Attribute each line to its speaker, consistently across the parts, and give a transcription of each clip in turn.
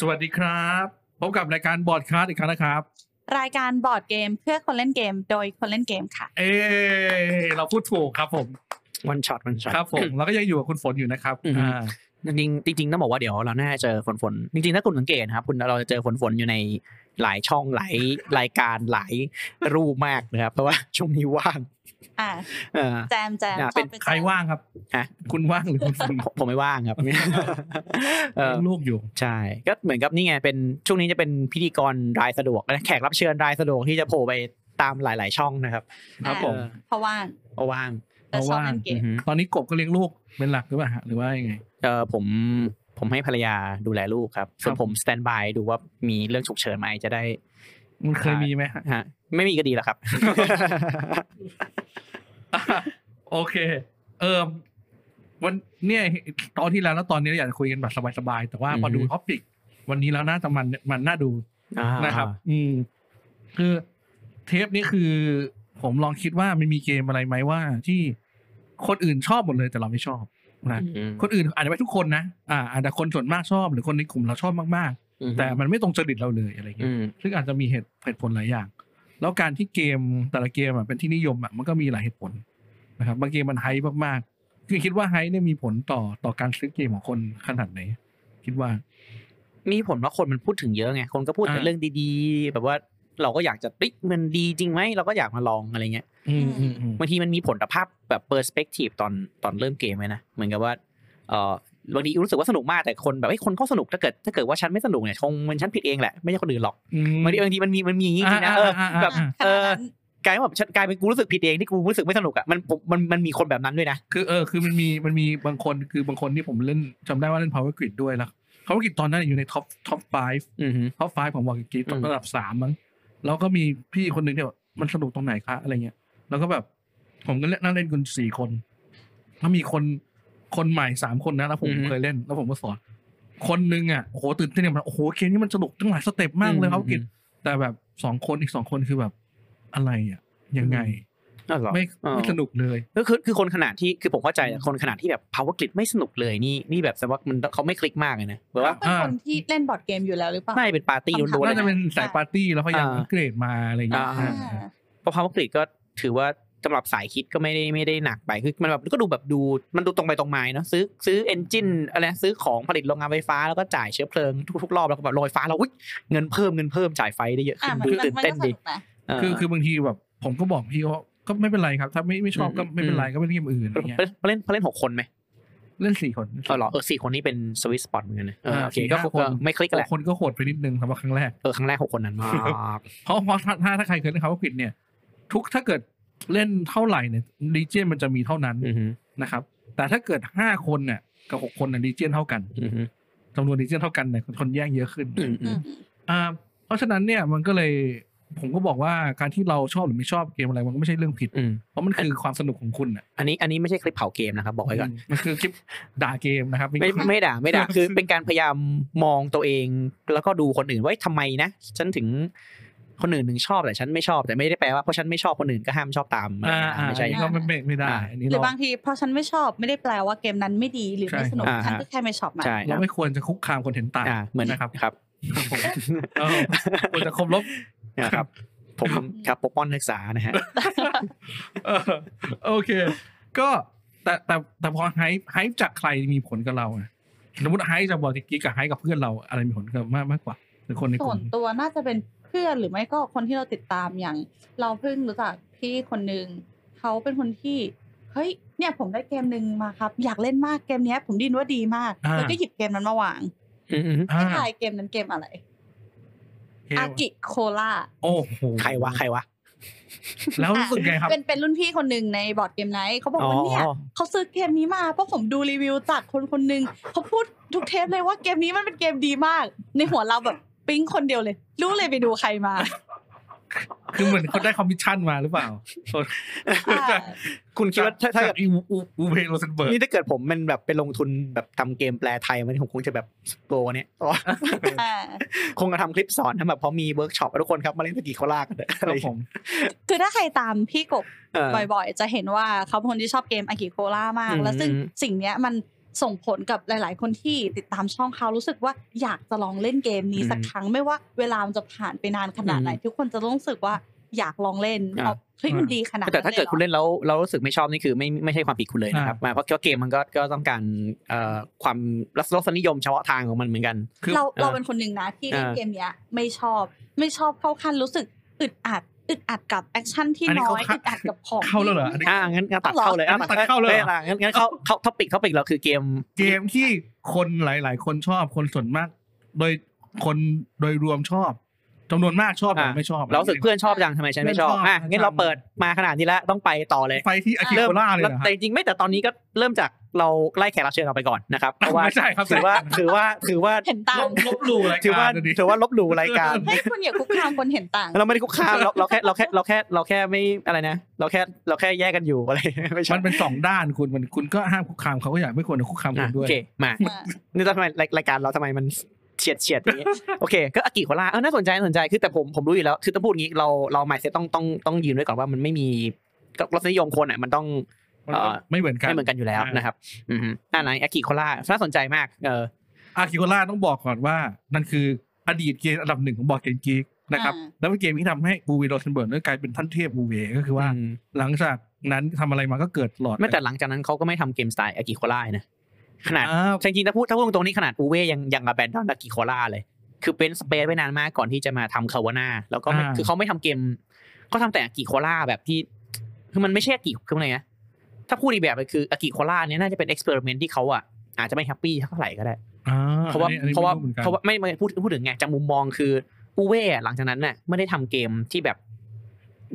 Speaker 1: สวัสดีครับ พบกับรายการบอร์ดคาร์ดอีกครั้งนะครับ
Speaker 2: รายการบอร์ดเกมเพื่อคนเล่นเกมโดยคนเล่นเกมค่ะ
Speaker 1: เอเราพูดถูกครับผม
Speaker 3: วันช็อตวันช็อต
Speaker 1: ครับผมเราก็ยังอยู่กับคุณฝนอยู่นะครับ
Speaker 3: อืม
Speaker 1: อ่า
Speaker 3: จริงๆจริงๆต้องบอกว่าเดี๋ยวเราน่าจะเจอฝนฝนจริงๆถ้าคุณสังเกตนะครับคุณเราจะเจอฝนฝนอยู่ในหลายช่องหลาย รายการหลายรูปมากนะครับ เพราะ ว่าช่วงนี้ว่าง
Speaker 2: อ่า
Speaker 3: เออ
Speaker 2: แจมแจม
Speaker 3: อ่ะ
Speaker 2: ชอบ
Speaker 3: เป็น
Speaker 2: ไแจม
Speaker 1: ใครว่างครับ
Speaker 3: ฮะ
Speaker 1: คุณว่างหรือคุณฝน
Speaker 3: ผมผมไม่ว่างครับ เอ
Speaker 1: เลี้
Speaker 3: อย
Speaker 1: งลูกอยู่
Speaker 3: ใช่ก็เหมือนกับนี่ไงเป็นช่วงนี้จะเป็นพิธีกรรายสะดวกและแขกรับเชิญรายสะดวกที่จะโผล่ไปตามหลาย ๆ ช่องนะครับ
Speaker 1: ครับผม
Speaker 3: เออ
Speaker 2: เพราะว่าง
Speaker 3: เอาว่าง
Speaker 2: แต่ชอบเล่นเก
Speaker 3: อื
Speaker 2: ม
Speaker 3: อฮึ
Speaker 1: ตอนนี้กบก็เลี้ยงลูกเป็นหลักหรือเปล่าฮะหรือว่ายังไง
Speaker 3: เออผมผมให้ภรรยาดูแลลูกครับส่
Speaker 1: ค
Speaker 3: ว
Speaker 1: น รับ
Speaker 3: ผมสแตนบายดูว่ามีเรื่องฉุกเฉินไหมจะได้
Speaker 1: มันเคยมีไห มฮะ
Speaker 3: ฮะไม่มีก็ดีแล้วครับ
Speaker 1: โอเค เออวันเนี่ยตอนที่แล้วแล้วตอนนี้เราอยากจะคุยกันแบบสบายๆแต่ว่าพอดู
Speaker 3: อือฮึ
Speaker 1: ท็อปิกวันนี้แล้วน่าจะมันมันน่าดู นะครับ อืม คือเทปนี้คือ ผมลองคิดว่ามันมีเกมอะไรไหมว่า ที่คนอื่นชอบหมดเลยแต่เราไม่ชอบนะ
Speaker 3: อืม
Speaker 1: คนอื่นอาจจะไม่ทุกคนนะอ่าอาจจะคนส่วนมากชอบหรือคนในกลุ่มเราชอบมาก
Speaker 3: อืม
Speaker 1: ๆ แต่มันไม่ตรงจริตเราเลยอะไร
Speaker 3: อื
Speaker 1: เงี้ย
Speaker 3: ม
Speaker 1: ซึ่งอาจจะมีเหตุเหตุผลหลายอย่าง แล้วการที่เกมแต่ละเกมอ่ะเป็นที่นิยมอ่ะมันก็มีหลายเหตุผลนะครับบางเกมมันไฮป์มากๆคือคิดว่าไฮป์เนี่ยมีผลต่อต่อการซื้อเกมของคนขนาดไหน คิดว่า
Speaker 3: มีผลว่าคนมันพูดถึงเยอะไง คนก็พูดแต่
Speaker 1: อ่า
Speaker 3: เรื่องดีๆ แบบว่าเราก็อยากจะเอ้ยมันดีจริงไหมเราก็อยากมาลองอะไรเงี้ย
Speaker 1: อืมอืมอืม
Speaker 3: บางทีมันมีผลต่อภาพแบบเปอร์สเปกทีฟตอนตอนเริ่มเกมเลยนะเหมือนกับว่าเออบางทีรู้สึกว่าสนุกมากแต่คนแบบไอ้ยคนเขาสนุกถ้าเกิดถ้าเกิดว่าฉันไม่สนุกเนี่ยคงมันฉันผิดเองแหละไม่ใช่คนอื่นหรอกบางทีบางทีมันมีมันมีอย่างงี้จริงนะเออ
Speaker 1: อ่าๆๆๆ
Speaker 3: แบบ
Speaker 1: อ่ะ
Speaker 2: ขนาดนั้น
Speaker 3: กลายว่าแบบฉันกลายเป็นกูรู้สึกผิดเองที่กูรู้สึกไม่สนุกอ่ะมันผมมันมันมีคนแบบนั้นด้วยนะ
Speaker 1: คือเออคือมันมีมันมีบางคนคือบางคนที่ผมเล่นจำได้ว่าเล่น power grid ด้วยแล้ว power grid ตอนนั้นอยู่ใน top top five
Speaker 3: อือฮึ
Speaker 1: top five ของวอลกิก
Speaker 3: อืม
Speaker 1: ระดับสามมั้งแล้วก็มีพี่คนหนึ่งที่แบบมันสนุกตรงไหนคะอะไรเงี้ย แล้วก็แบบ ผมก็เล่นนั่งเล่นกันสี่คน ถ้ามีคนคนใหม่สามคนนะแล้วผม
Speaker 3: อือฮึ
Speaker 1: เคยเล่น แล้วผมก็สอนคนหนึงอ่ะโอ้โหตื่นเต้นมันโอ้โหเกมนี้มันสนุกตั้งหลายสเต็ปมากเลย
Speaker 3: อืม
Speaker 1: power grid แต่แบบสองคนอีกสองคนคือแบบอะไรอ่ะยังไง
Speaker 3: อ้าวเหรอ
Speaker 1: ไม่
Speaker 3: อ๋อ
Speaker 1: ไม่สนุกเลย
Speaker 3: ก็คือคือคนขนาดที่คือผมเข้าใจแต่คนขนาดที่แบบ power grid ไม่สนุกเลยนี่นี่แบบแสดงว่ามันเขาไม่คลิกมากเลยนะแบบว่า
Speaker 2: เป็น
Speaker 1: อ่า
Speaker 2: คนที่เล่นบอร์ดเกมอยู่แล้วหรือเปล่า
Speaker 3: น่าจะเป็นปาร์ตี้ล้วนๆ
Speaker 1: น่า
Speaker 3: เลย
Speaker 1: จะ
Speaker 3: นะ
Speaker 1: เป็นสายปาร์ตี้แล้วพยายาม
Speaker 3: อ่า
Speaker 1: อัปเกรดมาอะไรอย่างเงี้ย
Speaker 3: อ่า
Speaker 1: อ่า
Speaker 3: เพราะ power grid ก็ถือว่าสำหรับสายคิดก็ไม่ได้ไม่ได้หนักไปคือมันแบบก็ดูแบบดูมันดูตรงไปตรงมาเนาะซื้อซื้อ engine อะไรนะซื้อของผลิตโรงงานไฟฟ้าแล้วก็จ่ายเชื้อเพลิงทุกทุกรอบแล้วก็แบบโรงไฟฟ้าเราอุ๊ยเงินเพิ่มเงินเพิ่มจ่ายไฟได้เยอะ
Speaker 2: อ่า
Speaker 3: ขึ้น
Speaker 2: มัน
Speaker 3: ดู
Speaker 2: มัน
Speaker 3: ตื่น
Speaker 2: มันก็
Speaker 3: เต้น
Speaker 2: ส
Speaker 3: ดี
Speaker 2: นุกนะ
Speaker 3: เออ
Speaker 1: คือคือบางทีแบบผมก็บอกพี่ว่าก็ไม่เป็นไรครับ ถ้าไม่ไม่ชอบ
Speaker 3: อืม
Speaker 1: ก็ไม่เป็นไร
Speaker 3: อืม
Speaker 1: ก็ไปเล่นเกมอื่นอะไรเงี้ย
Speaker 3: เล่นเล่นหกคนไหม
Speaker 1: เล่นสี่คน
Speaker 3: เออเหรอเออสี่คนนี่เป็นสวิตสปอตเหมือนกันนะเออโอเค
Speaker 1: สี่
Speaker 3: ก็
Speaker 1: ห้า
Speaker 3: เออไม่คลิ
Speaker 1: ห
Speaker 3: กแห
Speaker 1: ก
Speaker 3: ละ
Speaker 1: คนก็โหดไปนิดนึงสำหรับครั้งแรก
Speaker 3: เออครั้งแรกหก คนนั้นมาก
Speaker 1: เพราะเพราะถ้าถ้าถ้าใครเคยเล่นคาร์บอนิดเนี่ย ทุกถ้าเกิดเล่นเท่าไหร่เนี่ยดีเจนมันจะมีเท่านั้น
Speaker 3: อือฮึ
Speaker 1: นะครับ แต่ถ้าเกิดห้าคนเนี่ยกับหกคนน่ะดีเจนเท่ากัน
Speaker 3: อือฮึ
Speaker 1: จำนวนดีเจนเท่ากันเนี่ยคนแย่งเยอะขึ้น
Speaker 3: อือฮึ
Speaker 2: อืม
Speaker 1: อ่าเพราะฉะนั้นเนี่ยมันก็เลยผมก็บอกว่าการที่เราชอบหรือไม่ชอบเกมอะไรมันก็ไม่ใช่เรื่องผิด
Speaker 3: อืม
Speaker 1: เพราะมันคือความสนุกของคุณอ่ะ
Speaker 3: อันนี้อันนี้ไม่ใช่คลิปเผาเกมนะครับบอกไว้ก่อน
Speaker 1: อืมมันคือคลิปด่าเกมนะครับ
Speaker 3: ไม่ไม่ด่าไม่
Speaker 1: ค
Speaker 3: ด่า
Speaker 1: รับ
Speaker 3: คือเป็นการพยายามมองตัวเอง แล้วก็ดูคนอื่นว่าเอ้ยทำไมนะ ฉันถึงคนอื่นถึงชอบแต่ฉันไม่ชอบแต่ไม่ได้แปลว่าเพราะฉันไม่ชอบคนอื่นก็ห้ามชอบตามอะไร
Speaker 1: อ่า
Speaker 3: อย่างเงี้
Speaker 1: ไม่ใช่
Speaker 3: ยนะไม่ใช่อย่าง
Speaker 1: ก็
Speaker 3: นั้น
Speaker 1: ไม่ไม่ไม่ได้
Speaker 3: อ่า
Speaker 1: อันนี้
Speaker 2: หรือ
Speaker 1: เรา
Speaker 2: บางทีเพราะฉันไม่ชอบไม่ได้แปลว่าเกมนั้นไม่ดีหรือไม่
Speaker 1: ใช่
Speaker 2: สนุก
Speaker 3: อ่าฮะ
Speaker 2: ฉันก็แค่ไม่ชอบมัน
Speaker 3: ใช่
Speaker 1: เรา
Speaker 3: นะ
Speaker 1: ไม่ควรจะคุกคามคนเห็นต่าง
Speaker 3: อ่าเหมือน
Speaker 1: นะครับ
Speaker 3: ครับ
Speaker 1: ครับ ผมเออควรจะเคารพ
Speaker 3: นะครับ ผมครับปกป้องนักศึกษานะฮะ
Speaker 1: เออโอเค ก็แต่แต่แต่พอไฮไฮจากใครมีผลกับเราอะสมมติไฮจากบอติกี้กับไฮกับเพื่อนเราอะไรมีผลกับมากมากกว่าหรือคนในก
Speaker 2: ส่
Speaker 1: ลุ่
Speaker 2: วน
Speaker 1: ม
Speaker 2: ตัวน่าจะเป็นเพื่อนหรือไม่ก็คนที่เราติดตามอย่าง เราเพิ่งรู้จักพี่คนหนึ่งเขาเป็นคนที่เฮ้ยเนี่ยผมได้เกมหนึ่งมาครับ อยากเล่นมากเกมเนี้ย ผมไดยินว่าดีมากแล้วก็หยิบเกมนั้นมาวาง
Speaker 3: อืมอืม
Speaker 1: อ่า
Speaker 2: ทายเกมนั้นเกมอะไร
Speaker 1: เฮ้ย
Speaker 2: อากิโคล่า
Speaker 1: โอ้โห
Speaker 3: ใครวะใครวะ
Speaker 1: แล้วรู้สึกไงครับ
Speaker 2: เป็นเป็นรุ่นพี่คนหนึ่งในบอร์ดเกมไนท์เขาบอก
Speaker 3: อ๋อ
Speaker 2: ว่าเนี่ยเขาซื้อเกมนี้มาเพราะผมดูรีวิวจากคนคนหนึ่งเขาพูดทุกเทปเลยว่าเกมนี้มันเป็นเกมดีมาก ในหัวเราแบบปิ๊งคนเดียวเลย รู้เลยไปดูใคร มา
Speaker 1: คือเหมือนเขาได้คอมมิชชั่นมาหรือเปล่า
Speaker 2: อ่า
Speaker 3: คุณคิดว่าถ้าถ้า
Speaker 1: จกอีอูอูอูเบโรเซนเบิร์ก
Speaker 3: นี่ถ้าเกิดผมมันแบบไปลงทุนแบบทำเกมแปลไทยมันผมคงจะแบบโกรธเนี่ยอ๋อ
Speaker 2: อ่า
Speaker 3: คงจะทำคลิปสอนทำแบบพอมีเวิร์กช็อปทุกคนครับ มาเล่นสกีโคลากันเลย
Speaker 1: ครับผม
Speaker 2: คือถ้าใครตามพี่กบ
Speaker 3: เออ
Speaker 2: บ่อยๆ จะเห็นว่าเขาเป็นคนที่ชอบเกมอากิโคล่ามาก
Speaker 3: อืม
Speaker 2: แล้วซึ่ง
Speaker 3: อืม
Speaker 2: สิ่งเนี้ยมัน ส่งผลกับหลาย ๆ คนที่ติดตามช่องเขารู้สึกว่าอยากจะลองเล่นเกมนี้
Speaker 3: อืม
Speaker 2: สักครั้งไม่ว่าเวลามันจะผ่านไปนานขนาดไหน
Speaker 3: อืม
Speaker 2: ทุกคนจะรู้สึกว่าอยากลองเล่น
Speaker 3: อ่ะ
Speaker 2: เอาเฮ้ยมันดีขนาด
Speaker 3: แต่ถ้าเกิดคุณ
Speaker 2: ลยหรอ
Speaker 3: เล่นแล้วเรารู้สึกไม่ชอบนี่คือไม่ไม่ใช่ความผิดคุณเลยนะครับเพราะว่าเกมมันก็ก็ต้องการเอ่อความรสนิยมเฉพาะทางของมันเหมือนกัน
Speaker 1: คือ
Speaker 2: เรา
Speaker 3: เอ่อ
Speaker 2: เราเป็นคนหนึ่งนะที่เล่น
Speaker 3: อ่า
Speaker 2: เกมเนี้ยไม่ชอบไม่ชอบเข้าขั้นรู้สึกอึดอัดอึดอัดกับแอคชั่นที่
Speaker 1: อันนี้
Speaker 2: น้อย
Speaker 1: เข้า
Speaker 2: อึดอัดกับของ
Speaker 1: เข้าแล้วเหรออันนี้
Speaker 3: ่างั้นงั้นตัดเข้าเลยอ่ะ
Speaker 1: ตัดเข้าเลยเหรอ
Speaker 3: อ่ะงั้นงั้นเข้าเข้าท็อปิกท็อปิกเราคือเกม
Speaker 1: เกมที่คนหลาย ๆ คนชอบคนส่วนมาก โดยคนโดยรวมชอบจำนวนมากชอบแต่
Speaker 3: อ่ะ
Speaker 1: ไม่ชอบ
Speaker 3: เรารู้สึกเพื่อนชอบจังทำไมฉันไม่ชอบ
Speaker 1: เพื่อนชอบ
Speaker 3: อ่ะงั้นเราเปิดมาขนาดนี้แล้วต้องไปต่อเลย
Speaker 1: ไปที่อากิ
Speaker 3: เริ่ม
Speaker 1: โคล่าเลย
Speaker 3: แล้ว
Speaker 1: นะครั
Speaker 3: แต่
Speaker 1: บ
Speaker 3: จริงๆไม่แต่ตอนนี้ก็เริ่มจากเราไล่แขกรับเชิญเราไปก่อนนะครับเพราะว่า
Speaker 1: ไม่ใช่ครับ
Speaker 3: ถือว่าถือว่าถือว่า
Speaker 2: เห็นต่าง
Speaker 1: ลบลบหลู่ราย
Speaker 3: ถือ
Speaker 1: การ
Speaker 3: ว่า
Speaker 1: เดี๋ยนี้
Speaker 3: ถือว่าลบหลู่รายการ
Speaker 2: ให้ยคุณอย่าคุกคามคนเห็นต่าง
Speaker 3: เราไม่ได้คุกคามเราเราแค่เราแค่เราแค่เราแค่ไม่อะไรนะ เราแค่เราแค่แยกกันอยู่อะไร ไม่ใช่
Speaker 1: มันเป็นสองด้านคุณมันคุณก็ห้ามคุกคามเขาก็อยากไม่ควรจะคุกคามคุ
Speaker 3: อ่ะ
Speaker 1: ณด้
Speaker 3: โอ
Speaker 1: วย
Speaker 3: เคมา นี่ทำไมรายรายการเราทำไมมันเฉียดเฉียดอย่างนี้ โอเค ก็อากิโคล่าเออน่าสนใจน่าสนใจคือแต่ผมผมรู้อยู่แล้ว คือต้องพูดอย่างงี้เราเราหมายเซตต้องต้องต้องยืนไว้ก่อนว่ามันไม่มีก็รสนิยมคนอ่ะมันต้อง
Speaker 1: มันก็
Speaker 3: เอ่อ
Speaker 1: ไม่เหมือนกัน
Speaker 3: ไม่เหมือนกันอยู่แล้ว
Speaker 1: ใช่
Speaker 3: นะครับ อืมฮึอ่าไหนอากิโคล่าน่าสนใจมากเออ
Speaker 1: อากิโคล่าต้องบอกก่อนว่า นั่นคืออดีตเกมอันดับหนึ่งของบอร์ดเกมกีกนะครับ
Speaker 2: อ่า
Speaker 1: แล้วเป็นเกมที่ทำให้อูวีโรเซนเบิร์กกลายเป็นท่านเทพอูเวก็คือว่า หลังจากนั้นทำอะไรมาก็เกิดหลอด
Speaker 3: ไม่แต่หลังจากนั้นเขาก็ไม่ทำเกมสไตล์อากิโคล่านะ ขนาด
Speaker 1: อ้าว
Speaker 3: จริงๆถ้าพูดถ้าพูดตรงๆนี้ขนาดอูเว่ยังยังอแบนดอนอากิโคล่าเลย คือเป็นสเปซไว้นานมากก่อนที่จะมาทำคาวาน่าแล้วก็ไม่คือเขาไม่ทำเกมก็ทำแต่อากิโคล่าแบบที่คือมันไม่ใช่อากิคืออะไรนะถ้าพูดอีกแบบเลยคืออากิโคล่าเนี่ยน่าจะเป็นเอ็กซ์เพร์เมนที่เขาอ่ะอาจจะไม่แฮปปี้เท่าไหร่ก็ได้
Speaker 1: อ่
Speaker 3: เพราะว่า
Speaker 1: อันนี้อันนี้
Speaker 3: เพราะว่า
Speaker 1: ไม่หมือนกัน
Speaker 3: เพราะว่าไม่ไม่พูดพูดถึงไงจากมุมมองคืออูเว่อะหลังจากนั้นน่ะไม่ได้ทำเกมที่แบบ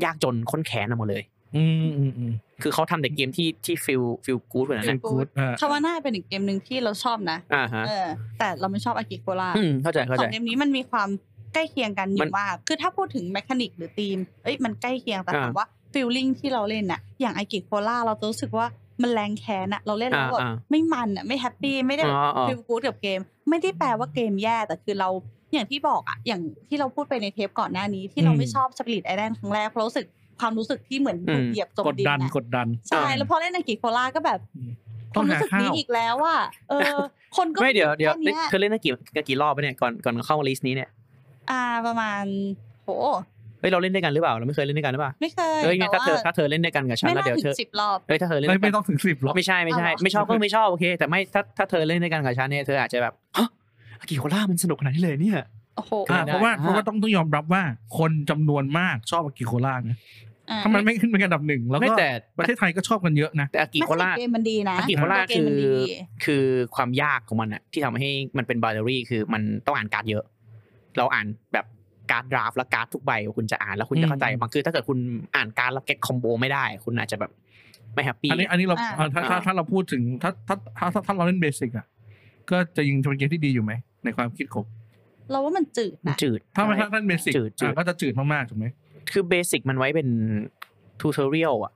Speaker 3: ยากจนค้นแขนออกมาเลย
Speaker 1: อืมอืมอืม
Speaker 3: คือเขาทำแต่เกมที่ที่ฟิลฟิลกู๊ดเหมือนนั้น
Speaker 1: ฟิล
Speaker 3: นะ
Speaker 1: กูดอ่า
Speaker 2: คาวาน่าเป็นอีกเกมหนึ่งที่เราชอบนะ
Speaker 3: อ่าฮะ
Speaker 2: เออ แต่เราไม่ชอบอากิโกล่า
Speaker 3: อืมเข้าใจเข้า
Speaker 2: สอ
Speaker 3: ใจ
Speaker 2: งเกมนี้มันมีความใกล้เคียงกันอ
Speaker 3: มั
Speaker 2: ยู่
Speaker 3: น
Speaker 2: มากคือถ้าพูดถึงแมคานิกหรือธีมเอ้ยมันใกล้เคียงแต่
Speaker 3: อ่า
Speaker 2: ถามว่าฟีลลิ่งที่เราเล่นน่ะอย่างอากิโกล่าเราจะรู้สึกว่ามันแรงแค้นอะเราเล่นแล้วแบบ
Speaker 3: อ่าอ่า
Speaker 2: ไม่มันอะไม่แฮปปี้ไม่ได้
Speaker 3: อ๋
Speaker 2: แบบ
Speaker 3: ออ๋อ
Speaker 2: ฟิลกู๊ดกับเกมไม่ได้แปลว่าเกมแย่ แต่คือเราอย่างที่บอกอะอย่างที่เราพูดไปในเทปก่อนหน้านี้ ที่เราไม่ชอบสปิริตไอแลนครั้งแรกเพราะรู้สึกความรู้สึกที่เหมือน
Speaker 3: อืม
Speaker 2: เหยียบจม
Speaker 1: กด
Speaker 2: ดิน
Speaker 1: ดัน
Speaker 2: อะ
Speaker 1: กดดัน
Speaker 2: ใช่แล้วพอเล่นอากิโคล่าก็แบบ
Speaker 1: ต้อง
Speaker 2: ความ
Speaker 1: หา
Speaker 2: รู้สึก
Speaker 1: ข้าว
Speaker 2: นี้อีกแล้วว่าเอ อ คนก็
Speaker 3: ไม่เดี๋ยวเดี๋ยว
Speaker 2: แค่นี้
Speaker 3: เธอเล่นกี่กี่รอบไปเนี่ยก่อนก่อนเข้าลิสต์นี้เนี่ย
Speaker 2: อ่าประมาณโห
Speaker 3: เฮ้ยเราเล่นด้วยกันหรือเปล่าเราไม่เคยเล่นด้วยกันหรือเปล่า
Speaker 2: ไม่เคย
Speaker 3: เฮ้ยงั้น
Speaker 2: แต่
Speaker 3: ถ้าเธอ
Speaker 2: ว่า
Speaker 3: ถ้าเธอเล่นด้วยกันกับฉัน
Speaker 2: ไม่
Speaker 3: แล้ว
Speaker 2: น่า
Speaker 3: เดี๋ยว
Speaker 2: ถึ
Speaker 3: เธอง
Speaker 2: สิบรอบ
Speaker 3: เฮ้ยถ้าเธอเล่น
Speaker 1: ไม่
Speaker 3: ด้วยกั
Speaker 1: ไม่
Speaker 3: น
Speaker 1: ต้องถึงสิบหรอก
Speaker 3: ไม่ใช่ไม่ใช่
Speaker 2: เอาเหรอ
Speaker 3: ไม่ชอบก็ไม่ชอบโอเค แต่ไม่ถ้าถ้าเธอเล่นด้วยกันกับฉันเนี่ยเธออาจจะแบบฮะอากิโคล่ามันสนุกขนาดนี้เลยเนี่ย
Speaker 2: โอ้โห
Speaker 1: อ่าเพราะว่า
Speaker 3: ได้
Speaker 1: เพราะว่าต้องต้องยอมรับว่าคนจำนวนมากชอบอากิโคล่านะ
Speaker 2: อ่า
Speaker 1: ถ้ามันไม่ขึ้นเป็นอันดับหนึ่งแล้ว
Speaker 3: ไม่
Speaker 1: ก็
Speaker 3: แต่
Speaker 1: ประเทศไทยก็ชอบกันเยอะนะ
Speaker 3: แต่อากิโคล่า
Speaker 2: แมสเซจเกมมันดีนะ
Speaker 3: อากิโคล่า
Speaker 2: เกม
Speaker 3: คื
Speaker 2: มัน
Speaker 3: อ
Speaker 2: ดี
Speaker 3: คือความยากของมันอะที่ทำให้มันเป็นบา i n อรี่คือมันต้องอ่านการ์ดเยอะ เราอ่านแบบการ์ดดราฟต์และการ์ดทุกใบว่าคุณจะอ่านแล้วคุณ
Speaker 1: อื
Speaker 3: จะ
Speaker 1: ม
Speaker 3: เข้าใจบางคือถ้าเกิดคุณอ่านการ์ดแล้วเก็ตคอมโบไม่ได้ คุณอาจจะแบบไม่แฮปปี้
Speaker 1: อันนี้อันนี้เราอ่าถ้าถ้าถ้าเราพูดถึงถ้าถ้าถ้าถ้าถ้าเราเล่นเบสิกอ่ะก็จะยิงจะเป็นเกมที่ดีอยู่ไหมในความคิดผม
Speaker 2: เราว่ามันจืดนะ
Speaker 3: จืด
Speaker 1: ถ้าไม่
Speaker 3: ใช่
Speaker 1: ถ้าเล่นเบสิก
Speaker 3: จืดจืด
Speaker 1: ก็จะจืดมากๆถูกไหม
Speaker 3: คือเบสิกมันไว้เป็นทูเทอเรียลอะ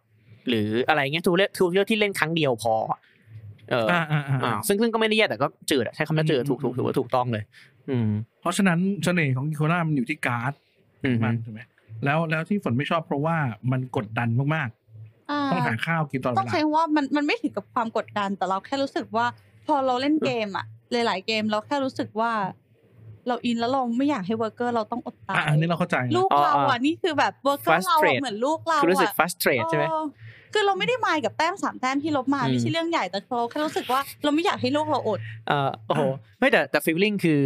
Speaker 3: หรืออะไรเงี้ยทูเลทูเรียลที่เล่นครั้งเดียวพอ เออ
Speaker 1: อ่าอ่า
Speaker 3: อ่า
Speaker 1: อ่า
Speaker 3: ซึ่งซึ่งก็ไม่ได้แย่แต่ก็จืดอะใช้คำว่าจืด
Speaker 1: อืม
Speaker 3: ถูกถูกถือว่าถูกต้องเลย อืม
Speaker 1: เพราะฉะนั้นเสน่ห์ของกิโคล่ามันอยู่ที่การ์ด
Speaker 3: อืม
Speaker 1: มันถูกไหมแล้วแล้วที่ฝนไม่ชอบเพราะว่ามันกดดันมากๆ ต้องหาข้าวกินตลอด
Speaker 2: ต้อง
Speaker 1: เวลา
Speaker 2: ใช้คำว่ามันมันไม่ถึงกับความกดดันแต่เราแค่รู้สึกว่า พอเราเล่นเกมอะหลาย ๆ เกมเราแค่รู้สึกว่า เราอินแล้วเราไม่อยากให้เวอร์เกอร์เราต้องอดตา
Speaker 1: อ่ะ
Speaker 2: ย
Speaker 1: อันนี้เราเข้าใจนะ
Speaker 2: ลูกเราอ่ะนี่คือแบบเวอร์เกอร์เราอะเหมือนลูกเรา
Speaker 3: คือรู้สึก
Speaker 2: อ่ะ
Speaker 3: frustrate ใช่ไหม
Speaker 2: เออคือเราไม่ได้มายกับแต้มสามแต้มที่ลบมา
Speaker 3: อืม
Speaker 2: ไม่ใช่เรื่องใหญ่แต่เราแค่รู้สึกว่าเราไม่อยากให้ลูกเราอด
Speaker 3: เออโอ้โหไม่แต่แต่ฟีลลิ่งคือ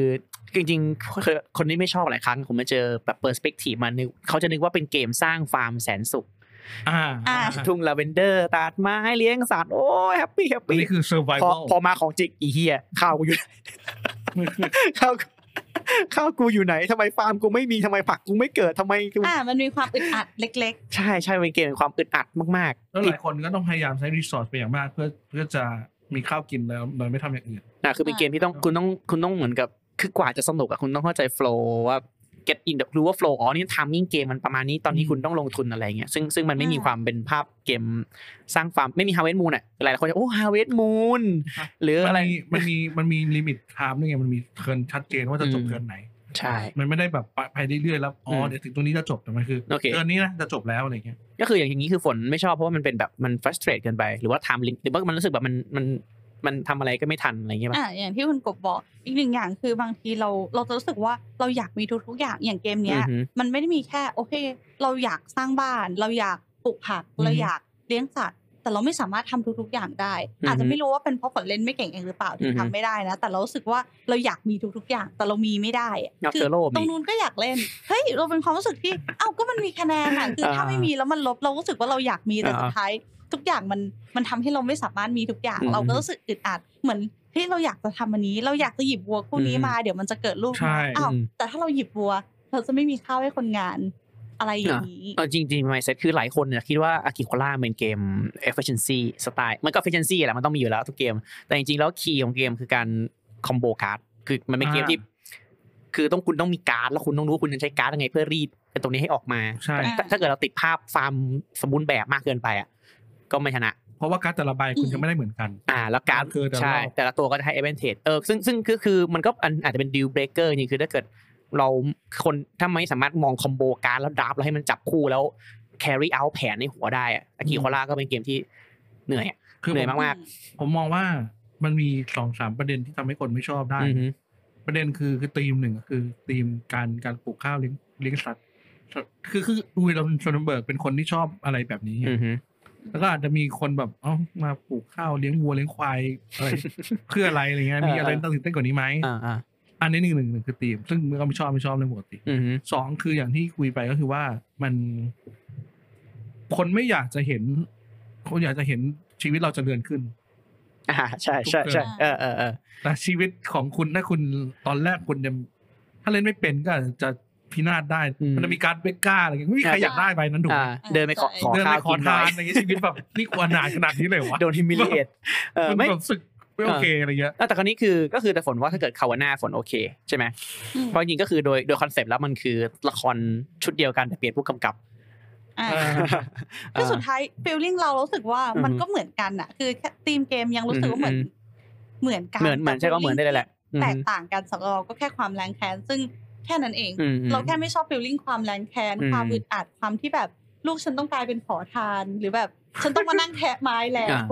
Speaker 3: จริงๆเคยคนที่ไม่ชอบหลายครั้ง ผมมาเจอแบบเปอร์สเปกทีมันนึกเขาจะนึกว่าเป็นเกมสร้างฟาร์มแสนสุข
Speaker 1: อ่า
Speaker 2: อ่า
Speaker 3: ทุ่งลาเวนเดอร์ตัดไม้เลี้ยงสัตว์ โอ้ยแฮปปี้แฮป
Speaker 1: อัน
Speaker 3: ปี้
Speaker 1: นี้คือ
Speaker 3: พอ
Speaker 1: survival
Speaker 3: พอมาของจริงอีเฮียข้าวกูอยู่ ข้าว กูข้าวกูอยู่ไหนทำไมฟาร์มกูไม่มีทำไมผักกูไม่เกิดทำไมกู
Speaker 2: อ่ามันมีความอึดอัดเล็ก
Speaker 3: ใช่ใช่เป็นเกมความอึดอัดมาก
Speaker 1: แล้ว
Speaker 3: ๆ
Speaker 1: ห
Speaker 3: อี
Speaker 1: ลายคนก็ต้องพยายามใช้รีสอร์ทไปนอย่างมากเพื่อเพื่อจะมีข้าวกินแล้วโดยไม่ทำอย่างอื่น
Speaker 3: อ่ะคือเป็นเกมที่ต้องคุณต้องคุณต้องเหมือนกับคือกว่าจะสนุกอะคุณต้องเข้าใจโฟล์ว่า get in รู้ว่าโฟล์อ๋อนี่ทามิ่งเกมมันประมาณนี้ตอนนี้
Speaker 1: อืม
Speaker 3: คุณต้องลงทุนอะไรเงี้ยซึ่งซึ่งมันไม่
Speaker 2: อ่ามี
Speaker 3: มีความเป็นภาพเกมสร้างฟาร์มไม่มี Harvest Moon อะหลายๆคนจะโอ้ Harvest Moon หรืออะไร
Speaker 1: มันมีมันมีมันมีลิมิตไทม์ด้วยไงมันมีเทิร์นชัดเจนว่าจะจบ
Speaker 3: อืม
Speaker 1: เทิร์นไหน
Speaker 3: ใช่
Speaker 1: มันไม่ได้แบบไปไปเรื่อยๆแล้วอ๋ออ
Speaker 3: ม
Speaker 1: เดี๋ยวถึงตรงนี้จะจบแต่มันคือ
Speaker 3: โอเค
Speaker 1: เทิร์นนี้นะจะจบแล้วอะไรเงี้ย
Speaker 3: ก็คืออย่างนี้คือฝนไม่ชอบเพราะว่ามันเป็นแบบมัน frustrate เกินไป หรือว่า time limit หรือว่ามันรู้สึกแบบมันมัน มันทำอะไรก็ไม่ทันอะไรอย่างเงี้ยป่ะ
Speaker 2: อ่ะอย่างที่คุณกบบอกอีกหนึ่งอย่างคือบางทีเราเราจะรู้สึกว่าเราอยากมีทุกๆอย่างอย่างเกมเนี้ย
Speaker 3: อือฮึ
Speaker 2: มันไม่ได้มีแค่โอเค เราอยากสร้างบ้าน เราอยากปลูกผัก เราอยากเลี้ยงสัตว์ แต่เราไม่สามารถทำทุก ๆ อย่างได้ อาจจะไม่รู้ว่าเป็นเพราะผลเล่นไม่เก่งเองหรือเปล่าถึงทำไม่ได้นะ แต่เรารู้สึกว่าเราอยากมีทุกๆ อย่าง แต่เรามีไม่ได้อะ
Speaker 3: เอา
Speaker 2: คื
Speaker 3: เซอโร่
Speaker 2: ตร
Speaker 3: มี
Speaker 2: งนู้นก็อยากเล่นเฮ้ยเราเป็นความรู้สึกที่ เอ้าก็มันมีคะแนนอะคือถ้า
Speaker 3: อ่า
Speaker 2: ไม่มีแล้วมันลบเรารู้สึกว่าเราอยากมีแต่
Speaker 3: อ่า
Speaker 2: สุดท้าย ทุกอย่างมันมันทำให้เราไม่สามารถมีทุกอย่าง
Speaker 3: อืม
Speaker 2: เราก็รู้สึกอึดอัดเหมือนเฮ้ยเราอยากจะทำอันนี้ เราอยากจะหยิบวัวคู่นี้
Speaker 3: อืม
Speaker 2: มาเดี๋ยวมันจะเกิดลูกนะ
Speaker 1: ใช่
Speaker 2: อ้าว
Speaker 3: อืม
Speaker 2: แต่ถ้าเราหยิบวัว เราจะไม่มีข้าวให้คนงานอะไรอย่างนี้
Speaker 3: เอาจริงๆ mindset คือหลายคนเนี่ยคิดว่าอากิโคล่าเป็นเกม efficiency สไตล์มันก็ efficiency แหละมันต้องมีอยู่แล้วทุกเกม แต่จริงๆ แล้วคีย์ของเกมคือการ combo card คือมันเป็นเกมที่ คือต้องคุณต้องมีการ์ดแล้วคุณต้องรู้ว่าคุณจะใช้การ์ดยังไงเพื่อรีดไอ้ตรงนี้ให้ออกมา
Speaker 1: ใช่
Speaker 3: แต่ถ้าถ้าเกิดเราติดภาพฟาร์มสมบูรณ์แบบมากเกินไปอ่ะก็ไม่ชนะ
Speaker 1: เพราะว่าการดแต่ละใบคุณจะไม่ได้เหมือนกัน
Speaker 3: อ่าแล้วการ์ด
Speaker 1: มันคือแต่ละ
Speaker 3: ใช่
Speaker 1: รอบ
Speaker 3: แต่ละตัวก็จะให้ advantage เออซึ่งซึ่งก็คือมันก็อันอาจจะเป็น deal breaker จริงๆคือถ้าเกิดเราคนถ้าไม่สามารถมองคอมโบการ์ดแล้วดราฟแล้วให้มันจับคู่แล้ว carry out แผนในหัวได้อะอากิโคล่าก็เป็นเกมที่เหนื่อยอะ
Speaker 1: คือ
Speaker 3: เหนื่
Speaker 1: ผ
Speaker 3: อย
Speaker 1: ม
Speaker 3: มาก
Speaker 1: ผมมองว่ามันมีสองสามประเด็นที่ทำให้คนไม่ชอบได้
Speaker 3: อือฮึ
Speaker 1: ประเด็นคือคือธีมหนึ่งก็คือธีมการการปลูกข้าวเลี้ยงเลี้ยงสัตว์คือคือวิลเลมชนเบิร์กเป็นคนที่ชอบอะไรแบบนี้ไง
Speaker 3: อือฮึ
Speaker 1: แล้วก็อาจจะมีคนแบบเอ้ามาปลูกข้าวเลี้ยงวัวเลี้ยงควายอะไร เพื่ออะไรอะไรเงี้ยมีอะไรต้องตื่นเต้นกว่านี้ไหม
Speaker 3: อ่าอ่า
Speaker 1: อันนี้หนึ่งหนึ่งหนึ่งคือธีมซึ่งมันก็ไม่ชอบไม่ชอบเรื่องปกติ
Speaker 3: อือฮึ
Speaker 1: สองคืออย่างที่คุยไปก็คือว่ามัน คนไม่อยากจะเห็น คนอยากจะเห็นชีวิตเราเจริญขึ้น
Speaker 3: อ่าใช่ใช่ใช่เออเออเออ
Speaker 1: แต่ชีวิตของคุณถ้าคุณตอนแรกคุณยังถ้าเล่นไม่เป็นก็อาจจะพินาศได้ มันจะมีการดเบก้าอะไรอย่างเงี้ยไม่มีใครอยากได้ใบนั้นถูกไห
Speaker 3: อ่ามเดินไปขอขอ
Speaker 1: เดิน
Speaker 3: ข้า
Speaker 1: ไป
Speaker 3: ว
Speaker 1: ขอ
Speaker 3: กินหน่
Speaker 1: ทา
Speaker 3: อนย
Speaker 1: อะไรอย่างเงี้ยชีวิตแบบนี่กูอนาถขนาดนี้เลยวะ
Speaker 3: โดน humiliate เออ
Speaker 1: มัน
Speaker 3: ไม่
Speaker 1: แบบรู้สึกไม่โอเคอะไรเงี้ย
Speaker 3: อ่ะแต่คราวนี้คือก็คือแต่ฝนว่าถ้าเกิดคาวาน่าฝนโอเคใช่ไหม
Speaker 2: อืม
Speaker 3: เพราะจริงๆก็คือโดยโดยคอนเซปต์แล้วมันคือละครชุดเดียวกันแต่เปลี่ยนผู้กำกับ
Speaker 2: อ่า
Speaker 1: เออ
Speaker 2: ก็สุด
Speaker 3: เอ
Speaker 2: ท้ายฟีลลิ่งเรารู้สึกว่ามัน
Speaker 3: อือฮึ
Speaker 2: ก็เหมือนกันอะคือแค่ธีมเกมยังรู้สึกว่า
Speaker 3: อื
Speaker 2: เหมือนเห
Speaker 3: อฮึ
Speaker 2: มือนกั
Speaker 3: อน เหมือนเหมือน
Speaker 2: แต่
Speaker 3: ใช่ก็เหมือน
Speaker 2: feeling
Speaker 3: ได้เลยแหละอืม
Speaker 2: แตกต่างกันสำหรับเราก็แค่ความแรงแค้นซึ่งแค่นั้นเอง
Speaker 3: อืม
Speaker 2: เราแค่ไม่ชอบฟีลลิ่งความแรงแค้น
Speaker 3: อืม
Speaker 2: ความอึดอัดความที่แบบลูกฉันต้องกลายเป็นขอทาน หรือแบบฉันต้องมานั่งแทะไม้แล้ว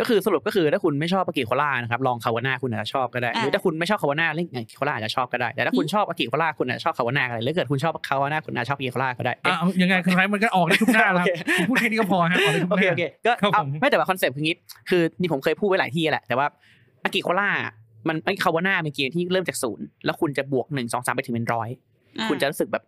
Speaker 3: ก็คือสรุปก็คือถ้าคุณไม่ชอบอากิโคล่านะครับลองคาวาน่าคุณอาจจะชอบก็ได้
Speaker 2: อ่า
Speaker 3: หรือถ้าคุณไม่ชอบคาวาน่าเล่นอากิโคล่าอาจจะชอบก็ได้แต่ถ้าคุณชอบอากิโคล่าคุณอาจจะชอบคาวาน่าก็ได้หรือเกิดคุณชอบคาวาน่าคุณอาจจะชอบอากิโคล่าก็ได้
Speaker 1: อ่ะเอายังไงคือไรมันก็ออกได้ทุกหน้า
Speaker 3: โอ
Speaker 1: แล้ว
Speaker 3: เค
Speaker 1: ผมพูดแค่นี้ก็พอฮะออกได้ทุกห
Speaker 3: โอเค
Speaker 1: น้า
Speaker 3: โอเคก็
Speaker 1: ครับ
Speaker 3: เอา
Speaker 1: ผม
Speaker 3: ไม่แต่ว่าคอนเซปต์คืองี้คือนี่ผมเคยพูดไว้หลายที่แหละแต่ว่าอากิโคล่ามันไอคาวาน่าเป็นเกมที่เริ่มจากศูนย์แล้วคุณจะบวกหนึ่งสองสามไปถึงเป็นร้อย
Speaker 2: อ่า
Speaker 3: คุณจะรู้สึกแบบ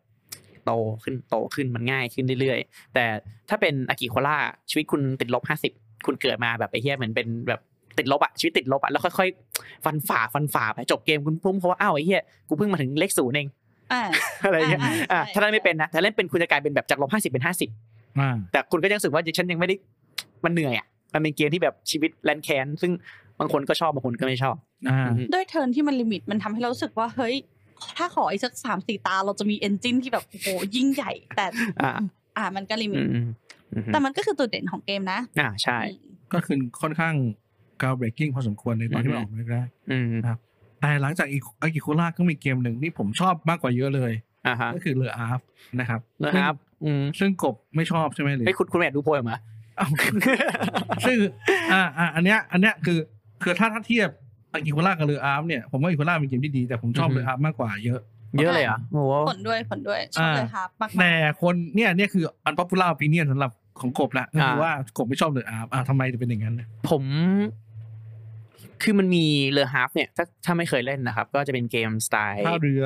Speaker 3: โตขึ้นโตขึ้นมันง่ายขึ้นเรื่อยๆ แต่ถ้าเป็นอากิโคล่าชีวิตคุณติดลบห้าสิบคุณเกิดมาแบบไอ้เหี้ยเหมือนเป็นแบบติดลบอะชีวิตติดลบอะแล้วค่อยๆ ฟันฝ่าฟันฝ่าไปจบเกมคุณพุ่งเพราะว่าอ้าวไอ้เหี้ยกูเพิ่งมาถึงเลขศูนย์เอง
Speaker 2: อ่า
Speaker 3: อะไรเงี้ย
Speaker 2: อ่า
Speaker 3: อ่ะ
Speaker 2: ใช่
Speaker 3: ถ้าเล่นไม่เป็นนะถ้าเล่นเป็นคุณจะกลายเป็นแบบจากลบห้าสิบเป็นห้าสิบ
Speaker 1: อ่า
Speaker 3: แต่คุณก็ยังรู้สึกว่าฉันยังไม่ได้มันเหนื่อยอะมันเป็นเกมที่แบบชีวิตแลนแคนซึ่งบางคนก็ชอบบางคนก็ไม่ชอบ
Speaker 1: อ่า
Speaker 3: อืม
Speaker 2: ด้วยเทิร์นที่มันลิมิตมันทำให้เรารู้สึกว่าเฮ้ย ถ้าขออีกสักสามสี่ตาเราจะมีเอนจินที่แบบโอ้โหยิ่งใหญ่ แต่
Speaker 3: อ่า
Speaker 2: อ่ามันก็ลิมิ
Speaker 3: อื
Speaker 2: ต
Speaker 3: มอืมอืม
Speaker 2: แต่มันก็คือจุดเด่นของเกมนะ
Speaker 3: อ่าใช่
Speaker 2: อืม
Speaker 1: ก็คือค่อนข้างกาวเบรกกิ้งพอสมควรในตอนที่มันออกมาแรก
Speaker 3: อืม
Speaker 1: ๆแต่หลังจากอากิโคล่าก็มีเกมหนึ่งที่ผมชอบมากกว่าเยอะเลย
Speaker 3: อ่าฮะ
Speaker 1: ก็คือเลอาร์ฟนะครับ
Speaker 3: นะครับอืม
Speaker 1: ซึ่งกบไม่ชอบใช่ไหมหรือ
Speaker 3: เฮ้ยคุณคุณแม่ดูโพยออกมา
Speaker 1: เอ้า ซึ่งอ่าอ่าอันเนี้ยอันเนี้ยคือคือถ้าถ้าเทียบอากิโคล่ากับเรืออาร์มเนี่ยผมว่าอากิโคล่าเป็นเกมที่ดีแต่ผมชอบ
Speaker 3: อือฮึ
Speaker 1: เรืออาร์มมากกว่าเยอะ
Speaker 3: เยอะเลยเหรอ่ะโอ้โห
Speaker 2: ผลด้วยผลด้วยชอบ
Speaker 1: อ่า
Speaker 2: เลยครับมาก
Speaker 1: แต่คนเนี่ยเนี่ยคืออันป๊อปปูล่าอ n ิเนียสำหรับของกบละก็คืออา ว่ากบไม่ชอบเรืออาร์มอ่าทำไมถึงเป็นอย่างนั้นน่ะ
Speaker 3: ผม คือมันมีเรือฮาร์ฟเนี่ย ถ้าถ้าไม่เคยเล่นนะครับ ก็จะเป็นเกมสไตล์
Speaker 1: ท่าเรือ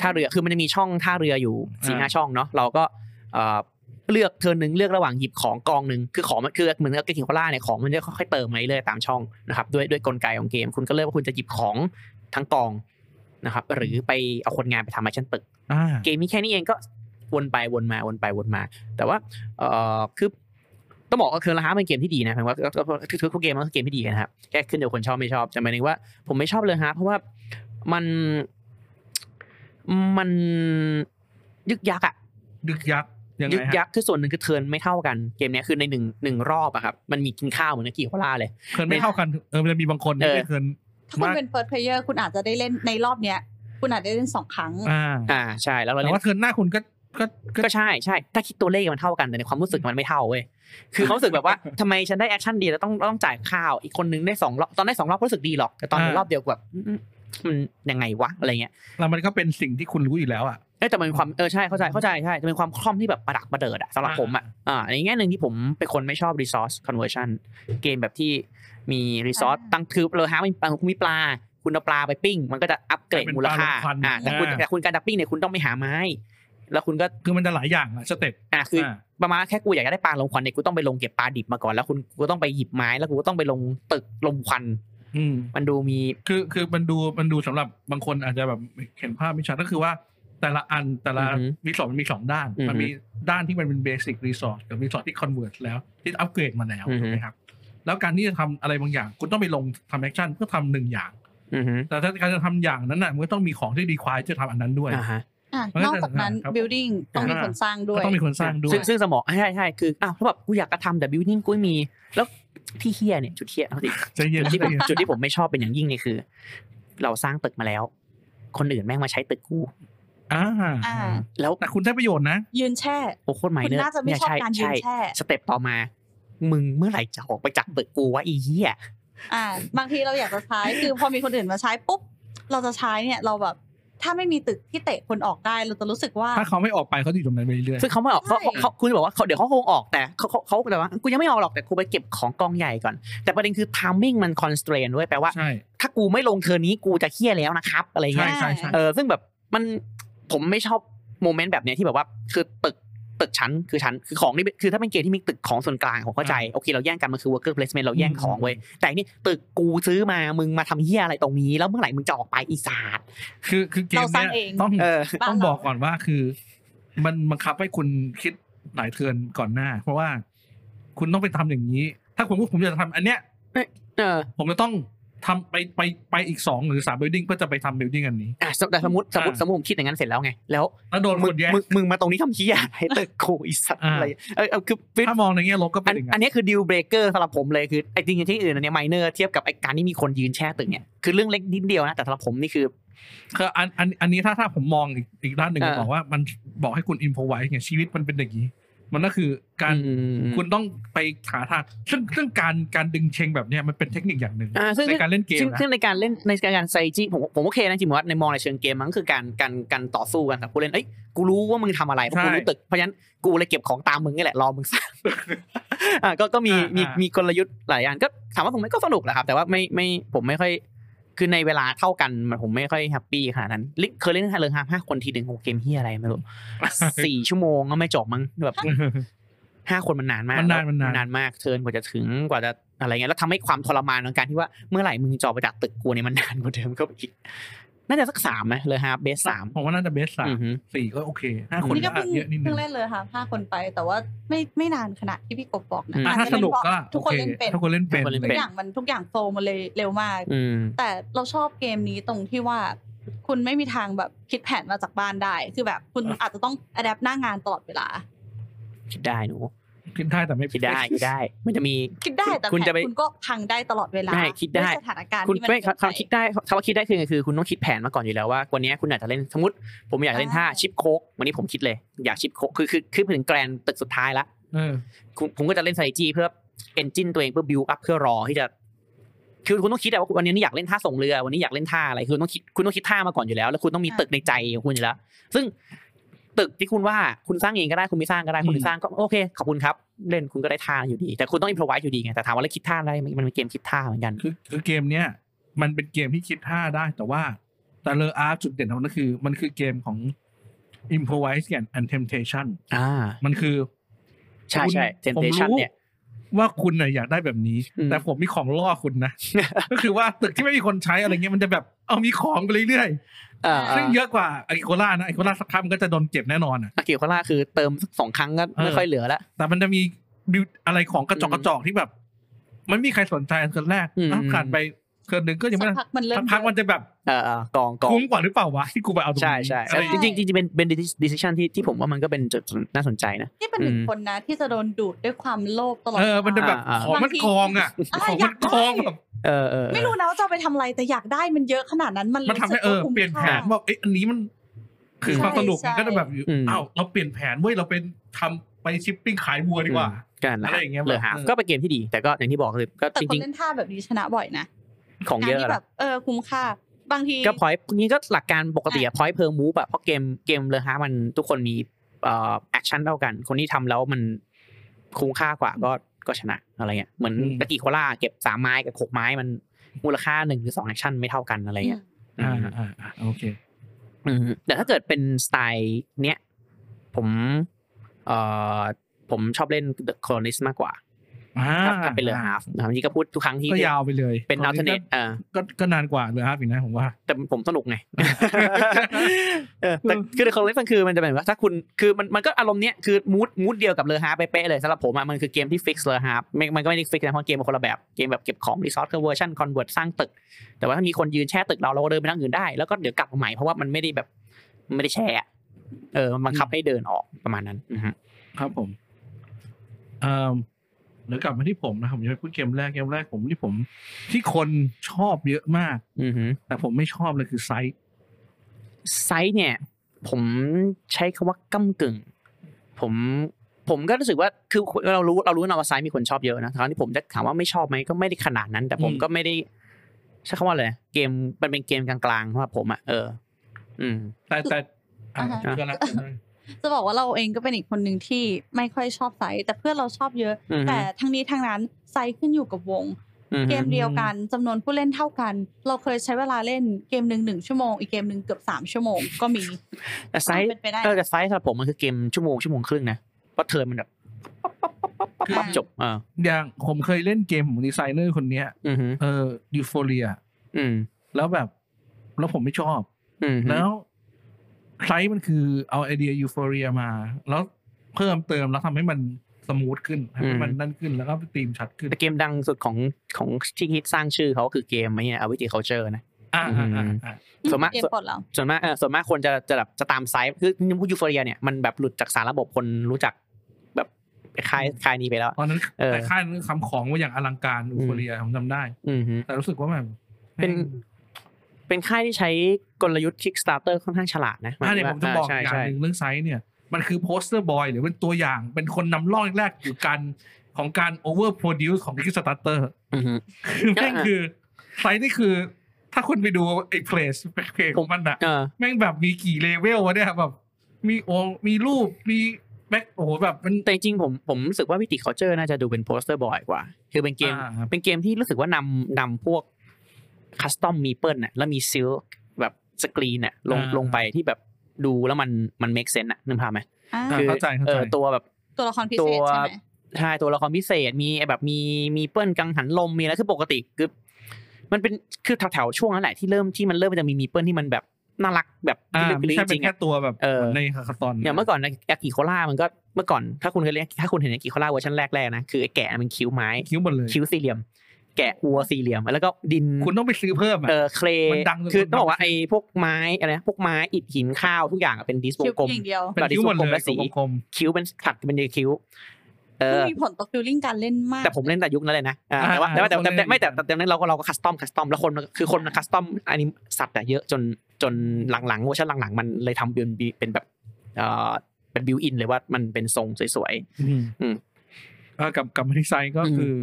Speaker 3: ท่าเรือคือมันจะมีช่องท่าเรืออยู่สี่ห้า
Speaker 1: อ่า
Speaker 3: ช่องเนาะเราก็เอ่อเลือกเทิร์นหนึ่งเลือกระหว่างหยิบของกองหนึ่งคือของมันคือเหมือนกับเกมคิโคล่าเนี่ยของมันจะค่อยๆเติมมาเรื่อยๆตามช่องนะครับด้วยด้วยกลไกของเกม คุณก็เลือกว่าคุณจะหยิบของทั้งกองนะครับ หรือไปเอาคนงานไปทำมาชั้นตึก
Speaker 1: อ่า
Speaker 3: เกมมีแค่นี้เองก็วนไปวนมาวนไปวนมา แต่ว่าเออคือต้องบอกว่าคือละฮะเป็นเกมที่ดีนะหมายว่าก็ก็ก็ทุกเกมมันก็เกมที่ดีนะครับแค่ขึ้นอยู่กับคนชอบไม่ชอบแต่หมายถึงว่าผมไม่ชอบเลยฮะเพราะว่ามันมันยึกยักอะ
Speaker 1: ดึกยักษ์ยัง
Speaker 3: ยึ
Speaker 1: ไง
Speaker 3: ก
Speaker 1: ฮะ
Speaker 3: ยักคือส่วนหนึ่งคือเทิร์นไม่เท่ากันเกมเนี้ยคือในหนึ่งหนึ่งรอบอะครับมันมีกินข้าวเหมือนกับกี่โคล่าเลย
Speaker 1: เคิร์นไม่เท่ากันเออมันจะมีบางคนที่
Speaker 3: เออ
Speaker 1: ไม่เคิร์น
Speaker 2: ถ้าคุณเป็นเฟิร์สเพลเยอร์คุณอาจจะได้เล่นในรอบเนี้ย คุณอาจจะได้เล่นสองครั้ง
Speaker 1: อ่า
Speaker 3: อ่าใช่แล้วเรา
Speaker 1: แต่
Speaker 3: เล่น
Speaker 1: ว่าเคิร์นหน้าคุณก็ ก็ก็
Speaker 3: ก็ใช่ใช่ถ้าคิดตัวเลขมันเท่ากันแต่ในความรู้สึกมันไม่เท่าเว้ยคือเขารู้สึกแบบ ว่า ทำไมฉันได้แอคชั่นดีแล้วต้องต้องจ่ายข้าว อีกคนนึงได้สองรอบตอนได้สองรอบก็รู้สึกดีหรอกแต่ตอนรอบเดียวแบบอืมมันยังไงวะอะไรเงี้ย
Speaker 1: แล้วมันก็เป็นสิ่งที่คุณรู้อยู่แล้วอ่ะ
Speaker 3: เอ้ยแต่มันเป็นความเออใช่เข้าใจเข้าใจใช่จะเป็นความคล่อมที่แบบประดักประเดิดอะสำหรับ
Speaker 1: อ่า
Speaker 3: ผมอะอ่าในแง่หนึ่งที่ผมเป็นคนไม่ชอบ resource conversion เกมแบบที่มี resource
Speaker 2: อ่า
Speaker 3: ตั้งคือเราหามีปลาคุณมีปลา คุณเอาปลาไปปิ้ง มันก็จะอัปเกรดมูลค่า
Speaker 1: เป็นปลาลมควัน
Speaker 3: อ่าแต่คุณ
Speaker 1: อ่า
Speaker 3: แต่คุณการจะปิ้งเนี่ยคุณต้องไปหาไม้ แล้วคุณก็
Speaker 1: คือมันจะหลายอย่างอ่ะสเต็ป
Speaker 3: อ่าคือ
Speaker 1: อ่า
Speaker 3: ประมาณแค่กูอยากจะได้ปลาลมควันเนี่ยกูต้องไปลงเก็บปลาดิบมาก่อนแล้วคุณกูก็ต้องไปหยิบไม้แล้วกูก็ต้องไปลงตึกลมควัน
Speaker 1: อืม
Speaker 3: มันดูมี
Speaker 1: คือคือมันดูมันดูสำหรับบางคนอาจจะแบบเห็นภาพไม่ชัดก็คือว่าแต่ละอันแต่ละ
Speaker 3: อือฮึ
Speaker 1: รีสอร์ทมันมีสองด้าน
Speaker 3: อือฮึ
Speaker 1: มันมีด้านที่มันเป็นเบสิกรีสอร์ทกับรีสอร์ทที่คอนเวิร์แล้วที่อัปเกรดมาแล้ว
Speaker 3: อือฮึ
Speaker 1: ถูกไหมครับ แล้วการที่จะทำอะไรบางอย่าง คุณต้องไปลงทำแอคชั่นเพื่อทำหนึ่งอย่าง
Speaker 3: อือฮึ
Speaker 1: แต่ถ้าการจะทำอย่างนั้นน่ะมันก็ต้องมีของที่ดีควายจะทำอันนั้นด้วย
Speaker 3: อ่าฮะ
Speaker 2: อ่ะ
Speaker 1: มันก็
Speaker 2: นอกจากนั้น
Speaker 1: ครับ
Speaker 2: building ต้องมีคนสร้างด้ว
Speaker 1: ก็
Speaker 2: ย
Speaker 1: ต้องมีคนสร้างด้วย
Speaker 3: ซึ่งซึ่งสมองใช่ใช่คืออ้าวถ้าแบบกูอยากจะทำแต่บิวติ้งกูไม่มี แล้วที่เฮียเนี่ยจุดเฮียเอาดิ
Speaker 1: ใจ เย็น
Speaker 3: จุดที่
Speaker 1: ใจ
Speaker 3: ผม
Speaker 1: เย็น
Speaker 3: จุดที่ผมไม่ชอบเป็นอย่างยิ่งเนี่ยคือ เราสร้างตึกมาแล้ว คนอื่นแม่งมาใช้ตึกกู
Speaker 1: อ่า
Speaker 2: อ่า
Speaker 3: แล้ว
Speaker 1: แต่คุณได้ประโยชน์นะ
Speaker 2: ยืนแช่
Speaker 3: โอ้โคตรไม่
Speaker 2: คุณ
Speaker 3: เนอ
Speaker 2: น่าจะไม่
Speaker 3: เนี่ย
Speaker 2: ชอบ
Speaker 3: ใช่
Speaker 2: การยืน
Speaker 3: ใช่
Speaker 2: แช่
Speaker 3: สเต็ปต่อมา มึงเมื่อไหร่จะออกไปจากตึกกูวะไอีเหี้ย
Speaker 2: อ่า บางทีเราอยากจะใช้ คือพอมีคนอื่นมาใช้ปุ๊บ เราจะใช้เนี่ยเราแบบ ถ้าไม่มีตึกที่เตะคนออกได้ เราจะรู้สึกว่า
Speaker 1: ถ้าเขาไม่ออกไปเขาจะอยู่ตรงนั้นไปเรื่อย
Speaker 3: ซึ่งเขาไม่ออกเขา
Speaker 2: ใช่
Speaker 3: เขาเขาคุณจะบอกว่าเขาเดี๋ยวเขาคงออกแต่เขาเขาเขาแต่ว่ากูยังไม่ออกหรอกแต่กูไปเก็บของกองใหญ่ก่อน แต่ประเด็นคือ timing มันคอนส r a i n ด้วยแปลว่า
Speaker 1: ๆใช่
Speaker 3: ถ้ากูไม่ลงเทอร์นนี้กูจะเครียดแล้วนะครับ อะไร
Speaker 1: ใช่
Speaker 3: เงี้ย
Speaker 1: ใช่ใช่
Speaker 3: เออซึ่งแบบมันผมไม่ชอบโมเมนต์แบบเนี้ยที่แบบว่าคือตึกตึกชั้นคือชั้นคือของนี่เป็นคือถ้าเป็นเกมที่มีตึกของส่วนกลางผมเข้าใจโอเคเราแย่งกันมันคือ worker placement เราแย่งของเว้ยแต่อันนี่ตึกกูซื้อมามึงมาทำเหี้ยอะไรตรงนี้แล้วเมื่อไหร่มึงจะออกไปอีสาน
Speaker 1: คือคือเกม
Speaker 2: เราส
Speaker 1: เนี้
Speaker 2: ร้าง
Speaker 1: ย
Speaker 2: เอง
Speaker 1: ต้อง
Speaker 3: เออ
Speaker 2: บ้าน
Speaker 1: ต้อง
Speaker 2: เรา
Speaker 1: บอกก่อนว่าคือ มันบังคับให้คุณคิดหลายเทิร์นก่อนหน้า เพราะว่าคุณต้องไปทำอย่างนี้ ถ้าคุณพูดผมจะทำอันเนี้ย
Speaker 3: เออ
Speaker 1: ผมจะต้องทำไปไปไปอีกสองหรือสามบิลดิ้งเพื่อจะไปทำบิลดิ้งอันนี้
Speaker 3: อ่ะสมแต่สมมติสมมติ
Speaker 1: อ่า
Speaker 3: สมมติผมคิดอย่างนั้นเสร็จแล้วไง แล้ว
Speaker 1: แล้วโดน
Speaker 3: มึ
Speaker 1: ค
Speaker 3: ง
Speaker 1: นแย่ง
Speaker 3: มึงมึงมาตรงนี้ทำเฮีย อะไรตึกโคอีสัตว์
Speaker 1: อ่า
Speaker 3: อะไรเออเออคือฟิต
Speaker 1: ถ้ามองในแง่ลบก็เป็
Speaker 3: อั
Speaker 1: น
Speaker 3: น
Speaker 1: อย่าง
Speaker 3: อั
Speaker 1: นั้น น
Speaker 3: นี้คือดีลเบรกเกอร์สำหรับผมเลยคือไอ้จริงๆที่อื่นอันเนี้ยไมเนอร์เทียบกับไอ้การที่มีคนยืนแช่ตึกเนี่ยคือเรื่องเล็กนิดเดียวนะแต่สำหรับผมนี่คือ
Speaker 1: คืออันอันอันนี้ถ้าถ้าผมมองอีกอีกด้านหนึ่ง
Speaker 3: อ่า
Speaker 1: บอกว่ามันบอกให้คุณอินโฟไว้ไงชีวิตมันเป็นอย่างนี้ มันก็คือการ
Speaker 3: อืม
Speaker 1: คุณต้องไปหาทางซึ่งซึ่งการการดึงเชงแบบเนี้ยมันเป็นเทคนิคอย่างหนึ่ง
Speaker 3: อ่าซึ่ง
Speaker 1: ใน
Speaker 3: ซึ่ง
Speaker 1: การเล่นเกม
Speaker 3: ซึ่ง
Speaker 1: นะ
Speaker 3: ซึ่งในการเล่นในการไซจีผมผมโอเคนะจริงๆว่าในมองในเชิงเกมมันก็คือการการการต่อสู้กันกับผู้เล่นเอ้ยกูรู้ว่ามึงทำอะไรเพราะกูรู้
Speaker 1: ใช่
Speaker 3: ตึกเพราะฉะนั้นกูเลยเก็บของตามมึงนี่แหละรอมึงส ร้าง อ่ะก็ก็มี
Speaker 1: อ่ามี
Speaker 3: มีมีกลยุทธ์หลายอย่างก็ถามว่าผมไม่ก็สนุกแหละครับ แต่ว่าไม่ไม่ผมไม่ค่อยคือในเวลาเท่ากันมันผมไม่ค่อยแฮปปี้ขนาดนั้นลิเคยเล่นฮาเลงห้าห้าคนทีหนึ่งโอเกมเฮียอะไรไม่ รู้ สี่ชั่วโมงก็ไม่จบมั้งแบบ ห้าคนมันนานมาก
Speaker 1: มันนานมันนาน
Speaker 3: นานมากเทิร์นกว่าจะถึงกว่าจะอะไรเงี้ยแล้วทำให้ความทรมานของการที่ว่าเมื่อไหร่มึงจะออกไปจากตึกกูเนี่ยมันนานกว่าเดิมก็อีกน่าจะสักสามไหมเลยฮะเบสสาม
Speaker 1: ผมว่าน่าจะเบสสาม
Speaker 3: อือฮึ
Speaker 1: สี่ก็โอเคห้าคน
Speaker 2: นี่ก็
Speaker 1: ก็
Speaker 2: เพิ่ง
Speaker 1: เยอะนิดนึ
Speaker 2: เพิ่
Speaker 1: ง
Speaker 2: งเล่นเลยค่ะห้าคนไป แต่ว่าไม่ไม่นานขนาดที่พี่กบบอกนะ
Speaker 3: อืม
Speaker 1: อ่ะถ้า
Speaker 2: อาจ
Speaker 1: ส
Speaker 2: จะเป็
Speaker 1: นุก
Speaker 2: เพราะ
Speaker 1: ก็
Speaker 2: ทุกคนเล่น
Speaker 1: โอ
Speaker 2: เป็น
Speaker 1: ทุกคนเล่นเป็น
Speaker 3: ทุกคนเล่น
Speaker 2: ทุ
Speaker 3: เป็
Speaker 2: กอย่างมันทุกอย่างโฟมาเลยเร็วมาก
Speaker 3: อืม
Speaker 2: แต่เราชอบเกมนี้ตรงที่ว่า คุณไม่มีทางแบบคิดแผนมาจากบ้านได้ คือแบบคุณอาจจะต้องอัดแอปหน้างานตลอดเวลา
Speaker 3: คิดได้หนู
Speaker 1: คิดได้แต่ไม่
Speaker 3: คิดได้คิดได้ มันจะมี
Speaker 2: คิดได้แต่แผ
Speaker 3: คุณจะไป
Speaker 2: นคุณก็พังได้ตลอดเวลา
Speaker 3: ไม่คิดได้
Speaker 2: วยสถานการณ์
Speaker 3: คุณ
Speaker 2: ที่มัน
Speaker 3: ไม่
Speaker 2: เปลี่ยน
Speaker 3: คำคิดได้คำว่าคิดได้คือไงคือคุณต้องคิดแผนมาก่อนอยู่แล้วว่าวันนี้คุณอยากจะเล่นสมมติผมอยากจะเล่นท่าชิปโคกวันนี้ผมคิดเลย อยากชิปโคกคือคือคือถึงแกรนตึกสุดท้ายละ
Speaker 1: เออ
Speaker 3: คุณผมก็จะเล่น strategy เพื่อ engine ตัวเองเพื่อ build up เพื่อรอที่จะ คือคุณต้องคิดอะว่าวันนี้นี่อยากเล่นท่าส่งเรือ วันนี้อยากเล่นท่าอะไรคือคุณต้องคิดคุณต้องคิดท่ามาก่อนอยู่แล้ว แล้วคุณต้องมีตึกในใจของคุณอยู่แล้ว ซึ่งตึกที่คุณว่าคุณสร้างเองก็ได้คุณไม่สร้างก็ได้
Speaker 1: อืม
Speaker 3: คุณสร้างก็โอเคขอบคุณครับ เล่นคุณก็ได้ท่าอยู่ดี แต่คุณต้องอินพรไวอยู่ดีไงแต่ถามว่าแล้วคิดท่าได้ไหมมันเป็นเกมคิดท่าเหมือนกัน
Speaker 1: คือคือเกมเนี้ยมันเป็นเกมที่คิดท่าได้แต่ว่าแต่เลออาร์จุดเด่นของมันก็คือ มันคือเกมของ improvise and and temptation
Speaker 3: อ่า
Speaker 1: มันคือ
Speaker 3: ใช่ใช่
Speaker 1: คุณ
Speaker 3: temptation
Speaker 1: ผมรู้
Speaker 3: เนี่ย
Speaker 1: ว่าคุณน่ะอยากได้แบบนี้
Speaker 3: อืม
Speaker 1: แต่ผมมีของล่อคุณนะ ก็คือว่าตึกที่ไม่มีคนใช้อะไรเงี้ยมันจะแบบเอามีของไปเรื่อย
Speaker 3: เอ่อ
Speaker 1: ๆซึ่งเยอะกว่าไอโคล่านะไอโคล่าสักครั้งมันก็จะโดนเก็บแน่นอนอ่ะ
Speaker 3: อากิโอคาร่าคือเติมสักสองครั้งก็ไม่ค่อยเหลือละ
Speaker 1: แต่มันจะมีบิวอะไรของกระจอก
Speaker 3: อืม
Speaker 1: กระจอกที่แบบ มันไม่มีใครสนใจเทิร์นแรก
Speaker 3: อืม
Speaker 1: อ้าวผ่านไปเทิร์นหนึ่งก็ยังไม่
Speaker 2: สั
Speaker 1: ได้
Speaker 2: กพักมันเริ่
Speaker 1: สั
Speaker 2: ม
Speaker 1: กพักมันจะแบบ
Speaker 3: เออเออกองกอง
Speaker 1: คุ้มกว่าหรือเปล่าวะที่กูไปเอาตรง
Speaker 3: ใช่
Speaker 1: นี้
Speaker 3: ใช่
Speaker 1: อะไรอย่าง
Speaker 3: จ
Speaker 1: เงี้ย
Speaker 3: ริงๆจริงๆเป็นเป็น decision ที่ที่ผมว่ามันก็เป็นจุดน่าสนใจนะ
Speaker 2: นี่เป็นหนึ่ง
Speaker 3: อืม
Speaker 2: คนนะที่จะโดนดูดด้วยความโลภตลอด
Speaker 1: เออ
Speaker 2: วลา
Speaker 1: มันจะแบบ
Speaker 3: อ่า
Speaker 1: ของมัน
Speaker 2: บางที
Speaker 1: กองอ่ะ
Speaker 2: อ่า
Speaker 1: ของ
Speaker 2: อ
Speaker 1: มั
Speaker 2: ยาน ก
Speaker 1: กอง
Speaker 2: ได้
Speaker 1: แบบ
Speaker 3: เออเออ
Speaker 2: ไม่รู้นะว่าจะเอาไปทำอะไรแต่อยากได้มันเยอะขนาดนั้นมัน
Speaker 1: มันทำให้เออ
Speaker 2: รู้สึกว่าคุ้
Speaker 1: เปลี่ยนแผน
Speaker 2: ค่า
Speaker 1: ว่าเอ๊ะอันนี้มัน คือความสนุกมันก็จะแบบอยู่
Speaker 3: อืม
Speaker 1: อ้าวเราเปลี่ยนแผนเว้ยเราเป็นทำไปชิปปิ้งขายวัวดีกว่า
Speaker 3: กันนะ
Speaker 1: อะไรอย่างเงี้ย
Speaker 3: เลอหา
Speaker 1: เออ
Speaker 3: ก็เป็นเกมที่ดี แต่ก็อย่างที่บอกคือก็
Speaker 2: แต่
Speaker 3: จ
Speaker 2: คน
Speaker 3: ริง
Speaker 2: เล่นท่าแบบนี้ชนะบ่อยนะ
Speaker 3: ๆของเย
Speaker 2: งาน
Speaker 3: อะ
Speaker 2: ที่แบ
Speaker 3: นะ
Speaker 2: บเออคุ้มค่า บางที
Speaker 3: ก็พอยนี้ก็หลักการปกติอะพอยเพิร์มูฟอะเพราะเกมเกมเลอฮามันทุกคนมีเอ่อแอคชั่นเท่ากัน คนที่ทำแล้วมันคุ้มค่ากว่าก็ก็ชนะอะไรเงี้ยเหมือน
Speaker 1: อืม
Speaker 3: ตะกี้โคล่าเก็บสามไม้กับหกไม้มันมูลค่าหนึ่งหรือสองแอคชั่นไม่เท่ากันอะไรเงี้ยอื
Speaker 1: อ่าม อ่าอ่าโอเค
Speaker 3: อืมแต่ถ้าเกิดเป็นสไตล์เนี้ยผมเอ่อผมชอบเล่น The Colonist มากกว่า
Speaker 1: อ่า
Speaker 3: ถ้าเป็นเรือฮาฟนะครับจริงๆก็พูดทุกครั้งที่
Speaker 1: ก็ยาวไปเลย
Speaker 3: เป็น
Speaker 1: ต
Speaker 3: alternate
Speaker 1: ก็
Speaker 3: เออ
Speaker 1: ก็ก็นานกว่าเรือฮาร์ฟอีกนะผมว่า
Speaker 3: แต่ผมสนุกไง เออ แต่คือ The Colonist มันคือมันจะเป็นว่าถ้าคุณคือมันมันก็อารมณ์เนี้ยคือมูดมูดเดียวกับเรือฮาร์ฟเป๊ะๆเลยสำหรับผมอะมันคือเกมที่ฟิกเรือฮาร์ฟไม่มันก็ไม่ได้ฟิกนะเพราะเกมมันคนละแบบเกมแบบเก็บของรีซอสคือเวอร์ชันคอนเวิร์สร้างตึก แต่ว่าถ้ามีคนยืนแช่ตึกเราเราก็เดินไปทางอื่นได้แล้วก็เดี๋ยวกลับมาใหม่เพราะว่ามันไม่ได้แบบไม่ได้แช่อะเออมันบังคับให้เดินออกประมาณนั้นอือฮึ
Speaker 1: ครับผมเอ่อเดี๋ยวกลับมาที่ผมนะครับผมจะไปพูดเกมแรกเกมแรกผมที่ผม ที่คนชอบเยอะมาก
Speaker 3: อือหือ
Speaker 1: แต่ผมไม่ชอบเลยคือไซส์
Speaker 3: ไซส์เนี่ย ผมใช้คำว่าก้ากึ่ง ผมผมก็รู้สึกว่าคือเรารู้เรารู้นะว่าไซส์มีคนชอบเยอะนะคราวนี้ผมจะถามว่าไม่ชอบไหมก็ไม่ได้ขนาดนั้น แต่ผมก็ไม่ได้ใช้คำว่าอะไรเกมมันเป็นเกมกลางๆสำหรับผมอ่ะเออ อืม
Speaker 1: แต่แต่อ่ะ
Speaker 2: อ่าฮะ
Speaker 1: ก็แล้ว
Speaker 2: จะบอกว่าเราเองก็เป็นอีกคนหนึ่งที่ไม่ค่อยชอบไซส์แต่เพื่อนเราชอบเยอะ
Speaker 3: อือฮึ
Speaker 2: แต่ทั้งนี้ทั้งนั้นไซส์ขึ้นอยู่กับวง
Speaker 3: อือ
Speaker 2: เก
Speaker 3: ฮึ
Speaker 2: มเดียวกันจำนวนผู้เล่นเท่ากัน เราเคยใช้เวลาเล่นเกมหนึ่งหนึ่งชั่วโมงอีกเกมหนึ่งเกือบสามชั่วโมงก็มี
Speaker 3: แต่ไซส์
Speaker 2: เป็นไปได้
Speaker 3: เออแต่ไซส์สำหรับผมมันคือเกมชั่วโมงชั่วโมงครึ่งนะเพราะเธอมันแบบปั๊บปั๊บจบเออ
Speaker 1: อย่างผมเคยเล่นเกมของดีไซเนอร์คนเนี้ย
Speaker 3: อือหือ
Speaker 1: เออยูโฟเรีย
Speaker 3: อืม
Speaker 1: แล้วแบบ แล้วผมไม่ชอบ
Speaker 3: อืมหือ
Speaker 1: แล้วไซส์มันคือเอาไอเดียยูโฟเรียมา แล้วเพิ่มเติมแล้วทำให้มันสมูทขึ้นให้มันนั่นขึ้นแล้วก็ตีมชัดขึ้น
Speaker 3: แต่เกมดังสุดของของที่ฮิตสร้างชื่อเขาก็คือเกมไอ้เนี่ยอวิติเคาเจอร์นะ
Speaker 1: อ่าอ่าอ่าอ่า
Speaker 3: ส่วนมาก
Speaker 2: เกมปลดเรา
Speaker 3: ส่วนมากเออส่วนมากคนจะจะแบบจะตามไซส์คือพูดยูโฟเรียเนี่ยมันแบบหลุดจากสารระบบคนรู้จักแบบคลายคลายนี้ไปแล้ว
Speaker 1: ตอนนั้น
Speaker 3: เออ
Speaker 1: แต่ค่ายนั้นคำของว่าอย่างอลังการอูโฟเรียผมจำได้
Speaker 3: อือฮึ
Speaker 1: แต่รู้สึกว่าแบบ
Speaker 3: เป็น เป็นค่ายที่ใช้กลยุทธ์ Kickstarter ค่อนข้างฉลาดนะ
Speaker 1: ถ้าเนี่ยผมจะบอก
Speaker 3: ใช่
Speaker 1: อย่าง
Speaker 3: ใช่
Speaker 1: หนึ่งเรื่องไซส์เนี่ย มันคือโปสเตอร์บอยหรือเป็นตัวอย่างเป็นคนนำร่องแรกๆอยู่การของการโอเวอร์โปรดิวซ์ของ Kickstarter
Speaker 3: อือฮึ
Speaker 1: คือแม่งคือไซส์นี่คือ ถ้าคุณไปดูไอ้เพลสเพลของมันอะ
Speaker 3: เออ
Speaker 1: แม่งแบบมีกี่เลเวลวะเนี่ยแบบ มีโอมีรูปมีแบ็คโอ้โหแบบมัน
Speaker 3: แต่จริงๆผมผมรู้สึกว่าวิติเคาเจอร์น่าจะดูเป็นโปสเตอร์บอยกว่า คือเป็นเกม
Speaker 1: อ่าครับ
Speaker 3: เป็นเกมที่รู้สึกว่านำนำพวกคัสตอมมีเปิลน่ะแล้วมีซิลแบบสกรีนน่ะลงลงไปที่แบบดูแล้วมันมันเมคเซนน่ะนึกภาพไหม
Speaker 2: อ่า
Speaker 1: อ่า
Speaker 3: คือ
Speaker 1: เข้าใจเข้าใจ
Speaker 3: เออตัวแบบ
Speaker 2: ตัวละครพิเศษใช่ไหม
Speaker 3: ใช่ตัวละครพิเศษมีไอ้แบบมีมีเปิ้ลกังหันลมมีอะไรคือปกติคือมันเป็นคือแถวๆช่วงนั้นแหละที่เริ่มที่มันเริ่มจะมีมีเปิ้ลที่มันแบบน่ารักแบบ
Speaker 1: อ่า
Speaker 3: ลึก
Speaker 1: ไม่
Speaker 3: ๆ
Speaker 1: ใช่
Speaker 3: จ
Speaker 1: เป็น
Speaker 3: ริงๆ
Speaker 1: แค่
Speaker 3: อะ
Speaker 1: ตัวแบบ
Speaker 3: เออ
Speaker 1: เหมือนในคาคาตอน
Speaker 3: อย่างเมื่อก่อนนะอากิโคล่ามันก็เมื่อก่อนถ้าคุณเคยเล่นถ้าคุณเห็นอากิโคล่าเวอร์ชันแรกๆนะคือไอ้แกะมันคิ้วไม้
Speaker 1: คิ้วหมดเลย
Speaker 3: คิ้วสี่เหลี่ยม แกะวัวสี่เหลี่ยม แล้วก็ดิน
Speaker 1: คุณต้องไปซื้อเพิ่มอะ
Speaker 3: เออเคล
Speaker 1: มันดังจน
Speaker 3: คือต้องบอกว่า
Speaker 1: คนจำ
Speaker 3: ไอ้พวกไม้อะไรนะพวกไม้อิฐหินข้าวทุกอย่างอะเป็นดิสว
Speaker 2: คิ้
Speaker 3: งกลม
Speaker 2: อย่างเดียว
Speaker 1: เป็นคิ้วหมดเลย
Speaker 3: แบบดิสก์วงกลมและสี
Speaker 1: กลม
Speaker 3: คิ้วเป็นถักเป็นเดียวคิ้วเอ
Speaker 2: ซึ่ง
Speaker 3: อ
Speaker 2: มีผลต่อฟิลลิ่งการเล่นมาก
Speaker 3: แต่ผมเล่นแต่ยุคนั้นเลยนะอ่า
Speaker 1: อ่า
Speaker 3: แต่ว่าแต่
Speaker 1: คน
Speaker 3: ว่าแต่
Speaker 1: เล่น
Speaker 3: แต่ไม่แต่แต่แต่นั้นเราก็เราก็คัสตอมคัสตอมแล้วคนคือคนคัสตอมอันนี้สัตว์อะเยอะจนจนหลังๆเวอร์ชันหลังๆ มันเลยทำเป็นเป็นแบบเอ่อเป็นบิวอินเลยว่ามันเป็นทรงสวย
Speaker 1: อืม
Speaker 3: อืม
Speaker 1: เอ่อกับกับมาริไซก็
Speaker 3: อืม
Speaker 1: คือ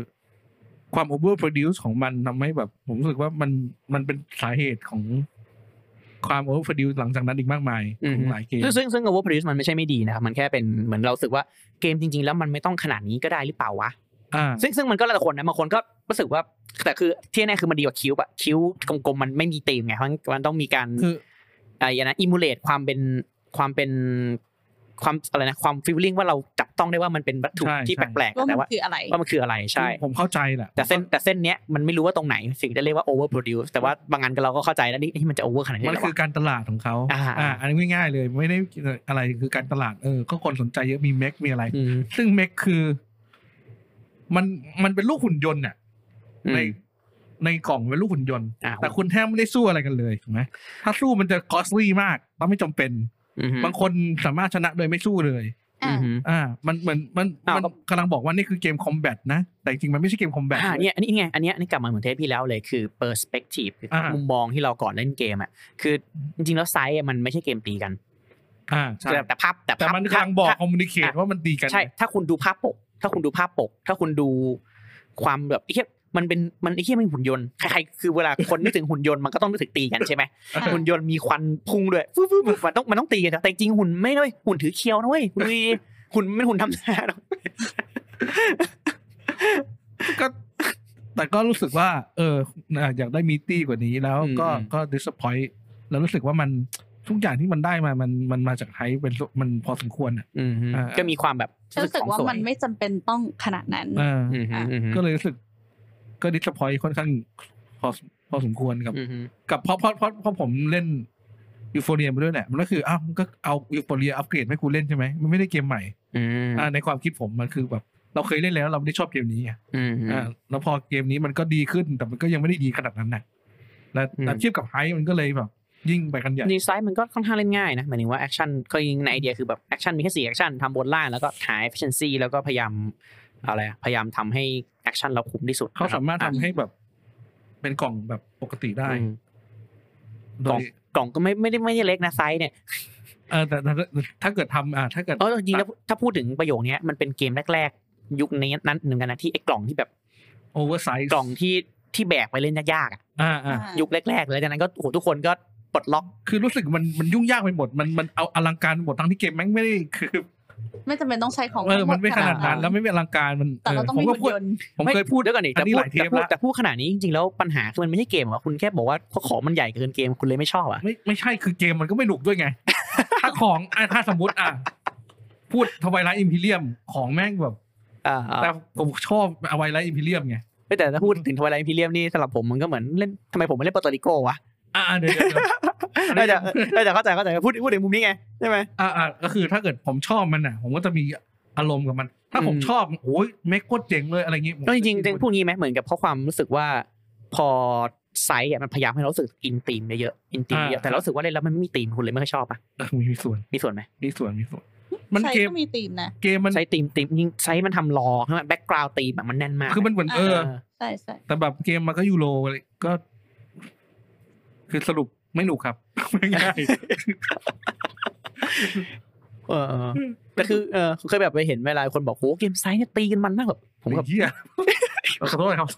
Speaker 1: ความโอเวอร์โปรดิวซ์ของมันทำให้แบบ ผมรู้สึกว่ามันมันเป็นสาเหตุของความโอเวอร์โปรดิวซ์หลังจากนั้นอีกมากมายของหลายเกม
Speaker 3: ๆ ซึ่งซึ่งซึ่ง over produce มันไม่ใช่ไม่ดีนะครับ มันแค่เป็นเหมือนเรารู้สึกว่าเกมจริง ๆ แล้วมันไม่ต้องขนาดนี้ก็ได้หรือเปล่าวะ
Speaker 1: อ่า
Speaker 3: ซึ่งซึ่งมันก็แล้วแต่คนนะบางคนก็รู้สึกว่าแต่คือที่แน่คือมันดีกว่าคิ้วอะคิ้วกลมๆมันไม่มีธีมไงเพราะงั้นมันต้องมีการ
Speaker 1: คือ
Speaker 3: ไอ้นะอิมูเลตความเป็นความเป็นความอะไรนะความฟีลลิ่งว่าเราจับต้องได้ว่ามันเป็นวัตถุ
Speaker 1: ใช่
Speaker 3: ที่
Speaker 1: ใช่
Speaker 3: แปลกๆอะ
Speaker 2: ว่า
Speaker 3: แต่
Speaker 2: มัน
Speaker 3: ว่า
Speaker 2: คืออะไร
Speaker 3: ว่ามันคืออะไรใช่
Speaker 1: ผมเข้าใจแหละ
Speaker 3: แต่เส้นแต่เส้นเนี้ยมันไม่รู้ว่าตรงไหนสิ่งจะเรียกว่าโอเวอร์โปรดิวแต่ว่าบางงานก็เราก็เข้าใจแล้วนี่เอ้ยมันจะโอเวอร์ขนาดนี้
Speaker 1: มัน
Speaker 3: เลย
Speaker 1: คือ
Speaker 3: วะ
Speaker 1: การตลาดของเขา
Speaker 3: อ่า
Speaker 1: อันนี้ง่ายๆเลย ไม่ได้อะไรคือการตลาดเออก็คนสนใจเยอะมีเมกมีอะไร
Speaker 3: อืม
Speaker 1: ซึ่งเมกคือ มันมันเป็นลูกหุ่นยนต์น่ะ
Speaker 3: อืม
Speaker 1: ในในกล่องเป็นลูกหุ่นยนต์
Speaker 3: อ่ะ
Speaker 1: แต่คุณแทบไม่ได้สู้อะไรกันเลยถูกไหมถ้าสู้มันจะคอสลี่มากแล้วไม่จำเป็น
Speaker 3: อืม
Speaker 1: บางคนสามารถชนะโดยไม่สู้เลย
Speaker 2: อ่า
Speaker 1: อ่า มันเหมือนมัน
Speaker 3: อ้าว
Speaker 1: มัน
Speaker 3: ก็
Speaker 1: กำลังบอกว่านี่คือเกมคอมแบทนะ แต่จริงๆมันไม่ใช่เกมคอมแบท
Speaker 3: อ่าเนี่ยอันนี้ไงอันเนี้ยอันนี้กลับมาเหมือนเทปพี่แล้วเลยคือ perspective คืออา
Speaker 1: มุ
Speaker 3: มุมมองที่เราก่อนเล่นเกมอ่ะคือจริงๆแล้วไซส์อะมันไม่ใช่เกมตีกัน
Speaker 1: อ่าใช่
Speaker 3: แต่แต่ภาพแต่
Speaker 1: แต่
Speaker 3: ภาพ
Speaker 1: มันกำลังบอก
Speaker 3: ถ้า
Speaker 1: คอมมูนิเคต
Speaker 3: อ่ะ
Speaker 1: ว่ามันดีกัน
Speaker 3: ใช่ ถ้าคุณดูภาพปก ถ้าคุณดูภาพปก ถ้าคุณดูความแบบไอ้เหี้ยมันเป็นมันไอ้เหี้ยมันหุ่นยนต์ ใครๆ คือเวลาคนนึกถึงหุ่นยนต์มันก็ต้องนึกถึงตีกันใช่ไหม
Speaker 2: อ่า
Speaker 3: หุ่นยนต์มีควันพุ่งด้วยฟึ๊บฟึ๊บฟึ๊บมันต้องมันต้องตีกัน แต่จริงๆหุ่นไม่เลยหุ่นถือเคียวนะเว้ยหุ่นดีหุ่นไม่หุ่นทำงาน
Speaker 1: ก็ แต่ก็รู้สึกว่า เอออ่ะอยากได้มีตี้กว่านี้แล้วก็
Speaker 3: อืมอืม
Speaker 1: ก็ดิสพอยต์แล้วรู้สึกว่ามันทุกอย่างที่มันได้มามันมันมาจากไฮป์เป็นมันพอสมควรอ่ะ
Speaker 3: อืมฮึ
Speaker 1: อ่า
Speaker 3: ก็มีความแบบ
Speaker 2: รู้สึกว่า
Speaker 3: ของสย
Speaker 2: มันไม่จำเป็นต้องขนาดนั้น
Speaker 1: เออ
Speaker 3: อืมฮึอืมฮึ
Speaker 1: ก็เลยรู้สึก ก็ดิสพอยต์ค่อนข้างพอพอสมควรกับ
Speaker 3: อืมฮึ
Speaker 1: กับเพราะเพราะเพราะเพราะผมเล่นยูโฟเรียไปด้วยแหละ มันก็คืออ้าวมันก็เอายูโฟเรียอัปเกรดให้กูเล่นใช่ไหมมันไม่ได้เกมใหม่
Speaker 3: อืม
Speaker 1: อ่าในความคิดผมมันคือแบบ เราเคยเล่นแล้วเราไม่ได้ชอบเกมนี้ไง
Speaker 3: อืมฮึ
Speaker 1: อ่าแล้วพอเกมนี้มันก็ดีขึ้นแต่มันก็ยังไม่ได้ดีขนาดนั้นนะและ
Speaker 3: อืม
Speaker 1: แต่เทียบกับไฮมันก็เลยแบบ ยิ่งไปกันใหญ่
Speaker 3: ดีไซน์มันก็ค่อนข้างเล่นง่ายนะหมายถึงว่าแอคชั่นก็ยิงในไอเดียคือแบบแอคชั่นมีแค่สี่แอคชั่นทำบนล่างแล้วก็หา efficiency แล้วก็พยายามอะไรอะพยายามทำให้แอคชั่นเราคุ้มที่สุด
Speaker 1: เขาสามารถทำ
Speaker 3: อ่ะ
Speaker 1: ให้แบบ เป็นกล่องแบบปกติได้
Speaker 3: อืม
Speaker 1: โด
Speaker 3: กล่อง
Speaker 1: ย
Speaker 3: กล่องก็ไม่ไม่ได้ไม่ได้เล็กนะไซส์เนี่ย
Speaker 1: เออแต่แต่แต่ถ้าเกิดทำอ่าถ้าเกิด
Speaker 3: เออจริงๆแล้วถ้าพูดถึงประโยคเนี้ยมันเป็นเกมแรกๆ ยุคนี้นั้นเหมือนกันนะที่ไอ้กล่องที่แบบ
Speaker 1: โอเวอร์ไซส์
Speaker 3: กล่องที่ที่แบกไปเล่นยากๆอ่ะ
Speaker 1: อ่าอ่า
Speaker 3: ยุคแรกๆเลยจากนั้นก็โอ้โหทุกคนก็ปลดล็อก
Speaker 1: คือรู้สึกมันมันยุ่งยากไปหมดมันมันเอาอลังการไปหมดทั้งที่เกมแม่งไม่ได้คือ
Speaker 2: ไม่จำเป็นต้องใช้ของ
Speaker 1: เออ
Speaker 2: ทั้งห
Speaker 1: มันไม่ขนาดนั้น
Speaker 3: ขนาดนั้น
Speaker 1: แล้วไม่เป็นอลังการมัน
Speaker 2: แต่เราต้อง
Speaker 1: ผม
Speaker 2: มี
Speaker 1: ก็
Speaker 2: หุ่น
Speaker 1: พูด
Speaker 2: ยนต์
Speaker 1: ผมเคยพูด
Speaker 3: เดี๋ยวก่อนดิ
Speaker 1: อั
Speaker 3: แต่
Speaker 1: นนี้
Speaker 3: พู
Speaker 1: ห
Speaker 3: ด
Speaker 1: ลายเทปละ
Speaker 3: แต่พูดแต่พูดขนาดนี้จริงๆแล้วปัญหาคือมันไม่ใช่เกมหรอกคุณแค่บอกว่าเพราะของมันใหญ่เกินเกมคุณเลยไม่ชอบอ่ะ
Speaker 1: ไม่ไม่ใช่คือเกมมันก็ไม่หนุกด้วยไง ถ้าของอ่ะถ้าสมมติอ่ะพูดทวายไลท์อิมพีเรียมของแม่งแบบ
Speaker 3: อ่า
Speaker 1: แต่ผมชอบทวายไลท์อิมพีเรียมไง
Speaker 3: เฮ้ยแต่ถ้าพูดถึงทวายไลท์พิเรียมนี่สำหรับผมมันก็เหมือนเล่นทำไมผมไม่เล่นปอร์ตริโกวะ
Speaker 1: อ่ะอ่ะเดี๋ยวเดี๋ยวเดี๋ยว
Speaker 3: ได้แต่ได้แต่เข้าใจเข้าใจพูดพูดถึงมุมนี้ไงใช่ไหม
Speaker 1: อ่ะอ่ะก็คือถ้าเกิดผมชอบมันอ่ะ ผมก็จะมีอารมณ์กับมัน ถ้าผม
Speaker 3: อืม
Speaker 1: ชอบโอ้ยแม่งโคตรเจ๋งเลยอะไรอย่างงี้ผม
Speaker 3: ก็จริงๆจริงพูดงี้ไหมเหมือนกับข้อความรู้สึกว่า พอไซส์อะมันพยายามให้เรารู้สึกอินตีมเยอะๆอินตีมเยอะแต่เรารู้สึกว่าเล่นแล้วมันไม่มีตีมคุณเลยไม่ค่อยชอบอ่ะ
Speaker 1: เออมีมีส่วน
Speaker 3: มีส่วนไหม
Speaker 1: มีส่วนมีส่วน มัน
Speaker 2: ใช้
Speaker 1: เกม
Speaker 2: ก็มีธีมนะ
Speaker 1: เกมมัน
Speaker 3: ไซส์ตีมตีมยิ่งไซส์มันทำรอใช่ไหมแบ็กกราวด์ตีมมันแน่นมาก
Speaker 1: คือมันเหมือน
Speaker 2: อ่ะ
Speaker 1: เออ
Speaker 2: ใช่ใช่
Speaker 1: แต่แบบเกมมันก็ยูโรอะไรก็ คือสรุปไม่หนุกครับ ไม่ง่าย
Speaker 3: เออเออแต่คือเออเคยแบบไปเห็นเวลาคนบอกโหเกมไซส์เนี่ยตีกันมันมากแบบผมแบบ
Speaker 1: ไอ้เฮีย ขอโทษครับ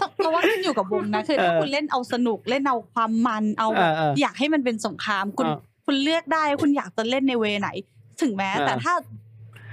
Speaker 2: ต้องเราว่าขึ้นอยู่กับวงนะคือ
Speaker 3: เออ
Speaker 2: ถ้าคุณเล่นเอาสนุกเล่นเอาความมันเอาแบบ
Speaker 3: เออเออ
Speaker 2: อยากให้มันเป็นสงคราม คุณ
Speaker 3: เออ
Speaker 2: คุณเลือกได้ว่าคุณอยากจะเล่นในเวไหน ถึงแม้
Speaker 3: เออ
Speaker 2: แต่ถ้า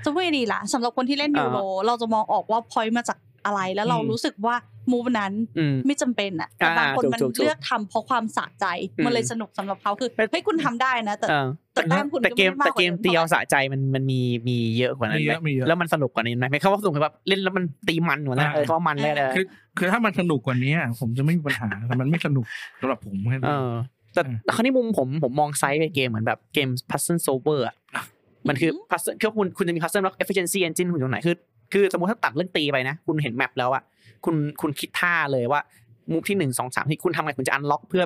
Speaker 2: จะไม่ดีล่ะสำหรับคนที่เล่น
Speaker 3: เออ
Speaker 2: ยูโรเราจะมองออกว่าพอยมาจากอะไร แล้วเรา
Speaker 1: อืม
Speaker 2: รู้สึกว่ามูฟนั้น
Speaker 3: อืม
Speaker 2: ไม่จำเป็นอ่ะแต่บางคน
Speaker 3: อ่า
Speaker 2: มัน
Speaker 3: ถูกๆๆ
Speaker 2: เลือกทำเพราะความสะใจ
Speaker 3: อืม
Speaker 2: มันเลยสนุกสำหรับเขาคือเฮ้ยคุณทำได้นะ แต่
Speaker 3: เออ
Speaker 2: แต่แต้มคุณ
Speaker 3: แต่เกม
Speaker 2: ไได้า
Speaker 3: แต่
Speaker 2: ว่า
Speaker 3: เกม
Speaker 2: ดิ
Speaker 3: ตี
Speaker 2: ท่า
Speaker 3: เอา
Speaker 2: ไหร่
Speaker 3: สะใจมันมันมีมีเยอะกว่านั้น
Speaker 1: มี
Speaker 3: ไห
Speaker 1: เย
Speaker 3: ม
Speaker 1: อะมีเยอะ
Speaker 3: แล้วมันสนุกกว่านี้ไหมไม่เข้าว่าสนุกแบบเล่นแล้วมันตีมันหมดนะ
Speaker 1: อ่า
Speaker 3: เออเพราะมันเลยเลย
Speaker 2: เ
Speaker 1: คือคือถ้ามันสนุกกว่านี้ผมจะไม่มีปัญหา แต่มันไม่สนุกสำหรับผมแค่นั้
Speaker 3: เอ
Speaker 1: น
Speaker 3: อ แต่
Speaker 1: เออ
Speaker 3: แต่คราวนี้มุมผมผมมองไซส์เป็นเกมเหมือนแบบเกม puzzle solver อะมันคือ puzzle คือคุณคุณจะมี puzzle แล้ว efficiency engine คุณอยู่ตรงไหนคือคือสมมติถ้าตัดเรื่องตีไปนะ คุณเห็นแมปแล้วอะคุณคุณคิดท่าเลยว่ามูฟที่หนึ่งสองสามที่คุณทำไงคุณจะ unlock เพื่อ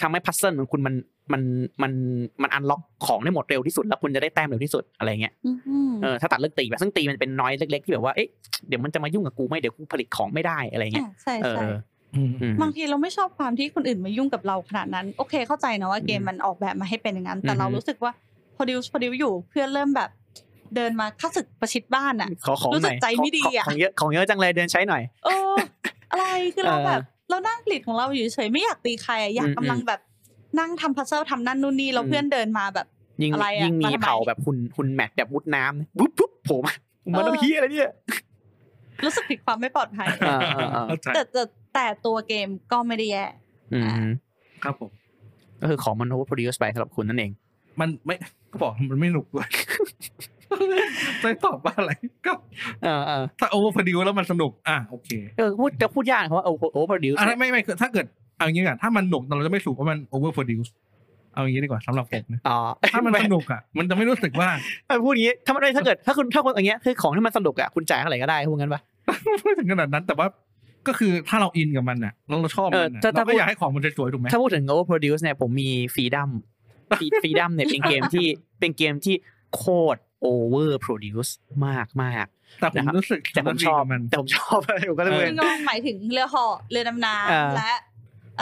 Speaker 3: ทำให้ puzzle ของคุณมันมันมันมัน unlock ของได้หมดเร็วที่สุด แล้วคุณจะได้แต้มเร็วที่สุดอะไรเงี้ย
Speaker 2: อืม
Speaker 3: เออถ้าตัดเรื่องตีไปซึ่งตีมันเป็นน้อยเล็กๆที่แบบว่าเอ๊ะเดี๋ยวมันจะมายุ่งกับกูไหมเดี๋ยวกูผลิตของไม่ได้อะไรเงี้ย
Speaker 2: อ่ะใช่
Speaker 3: เออ
Speaker 2: ใช่
Speaker 3: เออ
Speaker 1: ม
Speaker 3: อืม
Speaker 2: บางทีเราไม่ชอบความที่คนอื่นมายุ่งกับเราขนาดนั้น โอเคเข้าใจนะว่าเกมมันออกแบบมาให้เป็นอย่างนั้น แต่
Speaker 3: อือฮึ
Speaker 2: เรารู้สึกว่าพอดิวพอดิวอยู่เพื่อนเริ่มแบบ เดินมาค่าศึกประชิดบ้านอ่ะ
Speaker 3: ขอของ
Speaker 2: รู้
Speaker 3: ห
Speaker 2: สึ
Speaker 3: น่
Speaker 2: ก
Speaker 3: อย
Speaker 2: ใจไม่ดี
Speaker 3: ขอขอ
Speaker 2: อะ
Speaker 3: ของเยอะของเยอะจังเลยเดินใช้หน่อย
Speaker 2: เออ อะไรคือเรา
Speaker 3: เออ
Speaker 2: แบบ เรานั่งกลิดของเราอยู่เฉยไม่อยากตีใครอะอยาก
Speaker 3: อืม
Speaker 2: กำลังแบบนั่งทำพัซเซิลทำนั่นนู่นนี่แล้ว
Speaker 3: อืม
Speaker 2: เพื่อนเดินมาแบบ
Speaker 3: ยิ่ง
Speaker 2: อะไรอะ
Speaker 3: ยิ่งมี
Speaker 2: มาทำไม
Speaker 3: เผาแบบคุณคุณแมทแบบมุดน้ำปุ๊บปุ๊บโผมมันต้องเฮียอะไรเนี่ย
Speaker 2: รู้สึกถึงความไม่ปลอดภัย
Speaker 3: เออเออเออ
Speaker 1: เข้าใจ
Speaker 2: แต่แต่แต่ตัวเกมก็ไม่ได้แย่
Speaker 3: อืม
Speaker 1: ครับผม
Speaker 3: ก็คือของมันโอเวอร์โปรดิวส์ไปสำหรับคุณนั่นเอง
Speaker 1: มันไม่ก็บอกมันไม่หนุกด้วย จะตอบว่าอะไรก็
Speaker 3: เออเออ
Speaker 1: ถ้าโอเวอร์พดิวแล้วมันสนุก อ่ะโอเค
Speaker 3: เออพูดจะพูดยากเพราะว่าโอเวอร์โปรดิวส์
Speaker 1: อ่ะไม่ไม่คือถ้าเกิดเอางี้ก่อนถ้ามันหนุกเราจะไม่สูกว่ามันโอเวอร์พดิวเอางี้ดีกว่าสำหรับผมนะ
Speaker 3: อ๋อ
Speaker 1: ถ้ามันสนุกอ่ะ มันจะไม่รู้สึกว่า
Speaker 3: เออพูดอย่างงี้ถ้ามันไม่ถ้าเกิดถ้าคุณถ้าคนอย่างเงี้ยคือของที่มันสนุกอะคุณจ่ายเท่าไหร่ก็ได้พูดงั้นปะ
Speaker 1: ไม่ถึงขนาดนั้นแต่ว่าก็คือถ้าเราอินกับมันน่ะเราเราชอบมันน่ะ
Speaker 3: เออ
Speaker 1: เรา
Speaker 3: ถ้าถ้า
Speaker 1: ก็อยากให้ของมันสวยๆถูกไหม
Speaker 3: ถ้าพูดถึง overproduce เนี่ยผมมีฟรีดั มฟรีดัมเนี่ยเป็นเกมที่ เป็นเกมที่โคตร overproduce มากมาก
Speaker 1: แต่ผม
Speaker 3: นะครับ
Speaker 1: รู้สึก
Speaker 3: ๆแต่ผม
Speaker 1: ดี
Speaker 3: ชอบ
Speaker 1: กับมัน
Speaker 3: แต่ผมชอบ ผมก็เลย
Speaker 1: เออ
Speaker 2: ซึ่งก็หมายถึงเรือเหาะเรือดำ
Speaker 3: เออ
Speaker 2: น้ำและ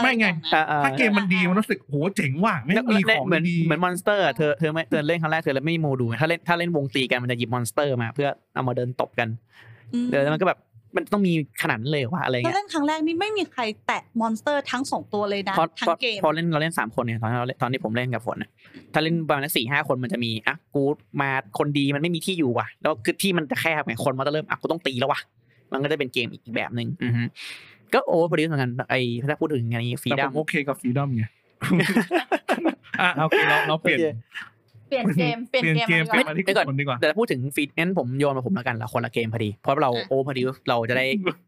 Speaker 1: ไม่ไง
Speaker 2: อย่างนั้น
Speaker 3: อ่าๆ
Speaker 1: ถ้าเกมมันดีมันรู้สึกโหเจ๋งว่ะไม่งมีของ
Speaker 3: เหมือน
Speaker 1: ดี
Speaker 3: เหมือนมอนสเตอร์เธอเธอไม่เธอเล่นครั้งแรกเธอเลยไม่มีโมดูลถ้าเล่นถ้าเล่นวงตีกันมันจะหยิบมอนสเตอร์มาเพื่อเอามาเดินตบกัน
Speaker 2: อืม
Speaker 3: เดินแล้วมันก็แบบมันต้องมีขนาดนั้นเลยเหรอว่าอะไร
Speaker 2: เรา
Speaker 3: เงี้ย
Speaker 2: เล่นครั้งแรกนี่ไม่มีใครแตะมอนสเตอร์ทั้งสองตัวเลยนะ
Speaker 3: เพราะ
Speaker 2: ทั้
Speaker 3: เพราะ
Speaker 2: งเกม
Speaker 3: เพราะเล่นเราเล่นสามคนเนี่ยตอนเราเล่นตอนที่ผมเล่นกับฝนน่ะถ้าเล่นประมาณสี่ห้าคนมันจะมีอ่ะกูมาคนดีมันไม่มีที่อยู่ว่ะ แล้วคือที่มันจะแคบไงคนมันจะเริ่มอ่ะกูต้องตีแล้วว่ะมันก็จะเป็นเกมอีกแบบหนึ่งอือฮึก็โอ้พอดีเหมือนกันไอ้ถ้าพูดถึงอันนี้ฟรี
Speaker 1: แต่
Speaker 3: ดั
Speaker 1: ผม มโอเคกับฟรีดอม ไง อ่ะโอเคเราเราเปลี่ยน
Speaker 3: โอเค
Speaker 2: เปลี่ยนเกมเปลี่ยนเกม
Speaker 1: เปลี่ยนเกม
Speaker 2: มา
Speaker 1: มา
Speaker 2: ดีก
Speaker 1: ที่คุ
Speaker 2: ว่า
Speaker 1: ณคนดีกว่า
Speaker 3: แต่ถ้าพูดถึงฟีดงั้นผมโยนมาผมแล้วกันละคนละเกมพอดี เพราะเรา
Speaker 2: อ่ะ
Speaker 3: โอ้พอดีเราจะได้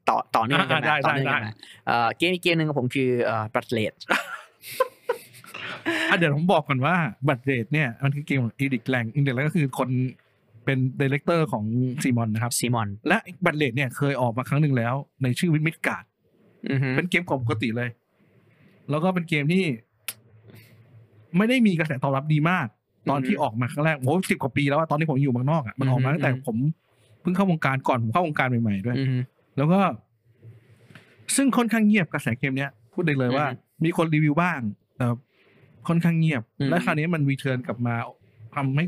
Speaker 3: ต่อต่อเนื่องกันมา
Speaker 1: อ่ะได้
Speaker 3: ต่อเนื่อง
Speaker 1: ได้
Speaker 3: กันมาเอ่อเกมอีกเกมหนึ่งของผมคือเอ่อบัตเลด
Speaker 1: อ่ะเดี๋ยวผมบอกก่อนว่าบัตเรดเนี่ยมันคือเกมของอีดิกแลงอีดิกแลงก็คือคนเป็นดีเลกเตอร์ของซีมอนนะครับ
Speaker 3: ซีมอน
Speaker 1: และบัตเรดเนี่ยเคยออกมาครั้งหนึ่งแล้ว ในชื่อวิมิดการ์ดเป็นเกมของปกติเลย แล้วก็เป็นเกมที่ ไม่ได้มีกระแสตอบรับดีมาก ตอนที่ออกมาครั้งแรกโอ้สิบกว่าปีแล้วอะตอนที่ผมอยู่เมืองนอกอะมันออกมาตั้งแต่ผมเพิ่งเข้าวงการก่อนผมเข้าวงการใหม่ๆด้วย
Speaker 3: อืม
Speaker 1: แล้วก็ ซึ่งค่อนข้างเงียบกระแสเกมเนี้ย พูดได้เลยว่า
Speaker 3: อือฮึ
Speaker 1: มีคนรีวิวบ้างแต่ค่อนข้างเงียบ
Speaker 3: อืม
Speaker 1: และคราวนี้มันรีเทิร์นกลับมาทำให้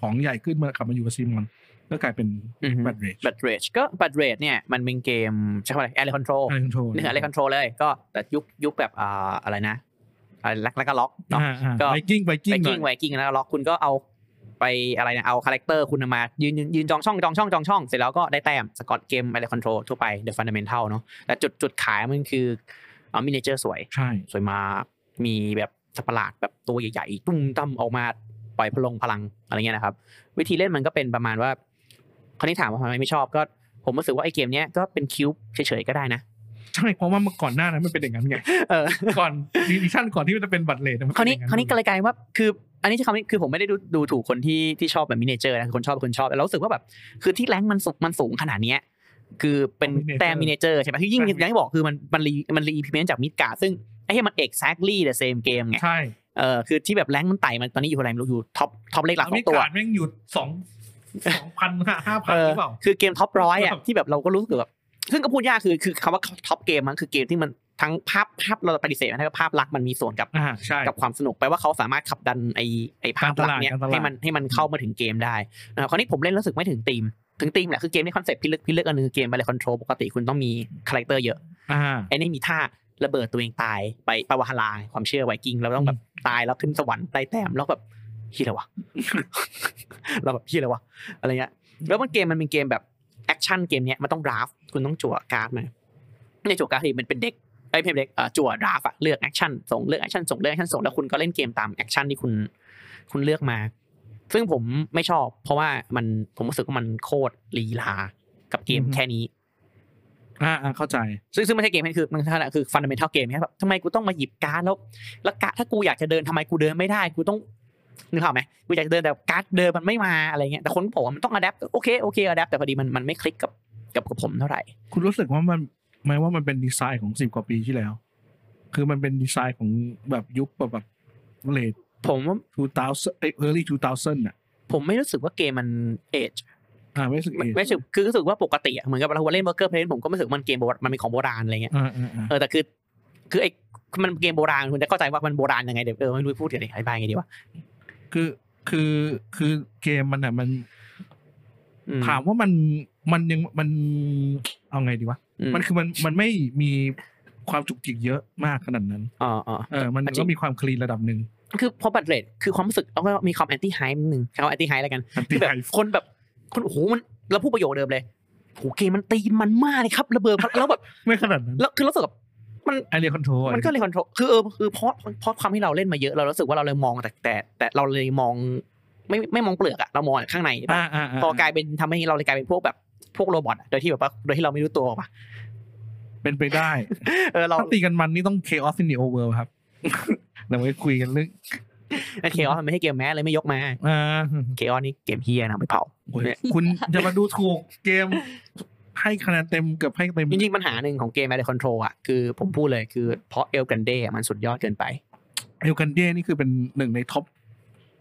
Speaker 1: ของใหญ่ขึ้นมากลับมาอยู่กับซีมอนก็กลายเป็น
Speaker 3: อืม
Speaker 1: แบตเรจ
Speaker 3: บัตเลดก็บัตเลดเนี่ยมันเป็นเกมใช้คำว่าอะไรแอร์คอนโทรล
Speaker 1: อะไรคอนโทรล
Speaker 3: เนื้อแอร์คอนโทรลเลย ก็แต่ยุคยุคแบบอ่าอะไรนะอะไรลักแล้วก็ล็อกเนาะ ก็
Speaker 1: ไวกิ้งไวกิ้
Speaker 3: ไว
Speaker 1: งหน่
Speaker 3: กิ้
Speaker 1: อง ย
Speaker 3: ไวกิ้งแล้วล็อกคุณก็เอาไปอะไรนะเอาคาแรคเตอร์คุณมายืนยืนยืนจองช่องจองช่องจองช่องเสร็จแล้วก็ได้แต้มสกอตเกมอะไรคอนโทรลทั่วไปเดอะฟันเดเมนทัลเนาะแต่จุดจุดขายมันคือเอามินิเจอร์สวย
Speaker 1: ใช่
Speaker 3: สวยมากมีแบบสัตว์ประหลาดแบบตัวใหญ่ๆ ตุ้มตั้มออกมาปล่อยพลงพลังอะไรเงี้ยนะครับ วิธีเล่นมันก็เป็นประมาณว่าคนที่ถามว่าทำไมไม่ชอบก็ ผมรู้สึกว่าไอ้เกมเนี้ยก็เป็นคิวบ์เฉยๆก็ได้นะ
Speaker 1: ใช่เพราะว่าเมื่อก่อนหน้านั้นมันเป็นอย่างนั้นไง
Speaker 3: เออ
Speaker 1: ก่อนดีดิชั่นก่อนที่มันจะเป็นบัตรเลทมัเป็
Speaker 3: คราวนี้
Speaker 1: อย่ง
Speaker 3: คราวนี้ก็เลยกลายว่าคือ อันนี้ใช้คำนี้คือผมไม่ได้ดูดูถูกคนที่ที่ชอบแบบมินิเจอร์นะคือคนชอบคนชอบแล้วรู้สึกว่าแบบคือที่แรงมันสูงมันสูงขนาดเนี้ยคือเป็นแต้มมินิเจอร์ใช่ไหมคือยิ่งอย่างที่บอกคือมันมันรีมันรีพิเมนจากมิดการ์ดซึ่งไอ้เหี้ยมัน exactly the same game ไง
Speaker 1: ใช่
Speaker 3: เออคือที่แบบแรงค์มันไต่มันตอนนี้อยู่อะไรไม่รู้อยู่ท็อปท็อปเลขหลักส
Speaker 1: มี
Speaker 3: องตัว
Speaker 1: การดแม่งหยุดสองสองพันห้าพันหรือเปล่า
Speaker 3: คือเกมท็อปร้อยอ่ะ
Speaker 1: ครับ
Speaker 3: ที่แบบเราก็รู้สึกแบบซึ่งก็พูดยากคือคือคำว่าท็อปเกมมันคือเกมที่มันทั้งภาพภาพเราปฏิเสธไม่ได้ว่าภาพลักษณ์มันมีส่วนกับ
Speaker 1: อ่าใช่
Speaker 3: กับความสนุกไปว่าเขาสามารถขับดันไอไอภาพลักษณ์เนี้ย
Speaker 1: การตลาด
Speaker 3: ให้มันให้มันเข้ามาถึงเกมได้นะครับคราวนี้ผมเล่นรู้สึกไม่ถึงธีมถึงธีมแหละคือเกมที่คอนเซ็ปต์พิลึกพิลึกอันนึงคือเกมอะไรคอนโทรลปกติคุณต้องมีคาแรคเตอร์เยอะ
Speaker 1: อ่า
Speaker 3: ไอ้นี่มีท่าระเบิดตัวเองตายไปปาวาฮาราความเชื่อไวกิ้งเราต้องแบบตายแล้วขึ้นสวรรค์ได้แต้มแล้วแบบเฮียอะไรวะ เราแบบเฮียอะไรวะอะไรเงี้ย แล้วมันเกมมันเป็นเกมแบบแอคชั่นเกมเนี้ยมันต้องดราฟคุณต้องจั่วการ์ดมาไม่ใช่จั่วการ์ดที่มันเป็นเด็กไอ้ยไม่ใช่เด็กเอ่อจั่วดราฟอะเลือกแอคชั่นส่งเลือกแอคชั่นส่งเลือกแอคชั่นส่งแล้วคุณก็เล่นเกมตามแอคชั่นที่คุณคุณเลือกมา ซึ่งผมไม่ชอบ เพราะว่ามันผมรู้สึกว่ามันโคตรลีลากับเกม
Speaker 1: อือฮึ
Speaker 3: แค่นี้
Speaker 1: อ่าอ่าเข้าใจ
Speaker 3: ซึ่งซึ่งไม่ใช่เกมแค่คือมันขนาดคือฟันดัมเบลเกมครับแบบทำไมกูต้องมาหยิบการ์ดแล้วแล้วการ์ดถ้ากูอยากจะเดินทำไมกูเดินไม่ได้กูต้องนึกภาพไหมกูอยากจะเดินแต่การ์ดเดินมันไม่มาอะไรเงี้ยแต่คนก็บอกว่ามันต้องอัดแอปโอเคโอเคอัดแอปแต่พอดีมันมันไม่คลิกกับกับกับผมเท่าไหร่
Speaker 1: คุณรู้สึกว่ามันไหมว่ามันเป็นดีไซน์ของสิบกว่าปีที่แล้ว คือมันเป็นดีไซน์ของแบบยุคแบบแบบเลท
Speaker 3: ผมว่า
Speaker 1: 2000เอ้ย early 2000อ่ะ
Speaker 3: ผมไม่รู้สึกว่าเกมมันเอจ
Speaker 1: อ่าไม่รู้สึก
Speaker 3: ไม่
Speaker 1: เอง
Speaker 3: ไม่รู้สึกคือรู้สึกว่าปกติอะเหมือนกับเราเล่นเบอร์เกอร์เพลนผมก็ไม่รู้สึกว่ามันเกมโบราณมันเป็นของโบราณอะไรเงี้ย
Speaker 1: อ่าอ่าอ่า
Speaker 3: เออแต่คือคือไอ้มันเกมโบราณคุณจะเข้าใจว่ามันโบราณยังไงเดี๋ยวเออไม่รู้พูดยังไงอธิบายยังไงดีวะ
Speaker 1: คือคือคือเกมมันอ่ะมัน
Speaker 3: อื
Speaker 1: ถามว่ามันมันยังมันเอาไงดีวะ
Speaker 3: อื
Speaker 1: มันคือมันมันไม่มีความจุกจิกเยอะมากขนาดนั้น
Speaker 3: อ๋ออ๋อ
Speaker 1: เออมันก็มีความคลีนระดับหนึ่ง
Speaker 3: คือพอบัตรเรทคือความรู้สึกแล้วก็มีความแอนตี้ไฮนิดนึงเขาแอนตี้ไฮแล้วกันคือแบบคนแบบคนโอ้โหมันเราพูดประโยคเดิมเลยโอ้โหเกมมันตีมันมากเลยครับระเบิดแล้วแบบ
Speaker 1: ไม่ขนาดนั้น
Speaker 3: แล้วคือรู้สึกแบบมัน
Speaker 1: ไอเรียคอนโทร
Speaker 3: มันก็เลยคอนโทรลคือเออคือเพราะเพราะความที่เราเล่นมาเยอะเรารู้สึกว่าเราเลยมองแต่แต่แต่เราเลยมองไม่ไม่มองเปลือกอะเรามองแต่ข้างใน
Speaker 1: อ่าอ่าา
Speaker 3: พอกลายเป็นทำให้เราเลยกลายเป็นพวกแบบพวกโรบอทอะโดยที่แบบว่าโดยที่เราไม่รู้ตัวป่ะ
Speaker 1: เป็นไปได้
Speaker 3: เออเรา
Speaker 1: ถ้าตีกันมันนี่ต้อง chaos in the old world ครับ เดี๋ยวไปคุยกันเรื่อง
Speaker 3: เคออมันไม่ให้เกมแม้เลยไม่ยกมา
Speaker 1: อ่า
Speaker 3: เคออนี่เกมเฮียนะไปเผา
Speaker 1: โอ้ยคุณ อย่ามาดูถูกเกม ให้คะแนนเต็มเกือบให้เต็ม
Speaker 3: จริงๆปัญหาหนึ่งของเกม a อ i คอนโทรอ่ะคือผมพูดเลยคือเพราะเอลกันเดมันสุดยอดเกินไป
Speaker 1: เอลกันเดนี่คือเป็นหนึ่งในท็อป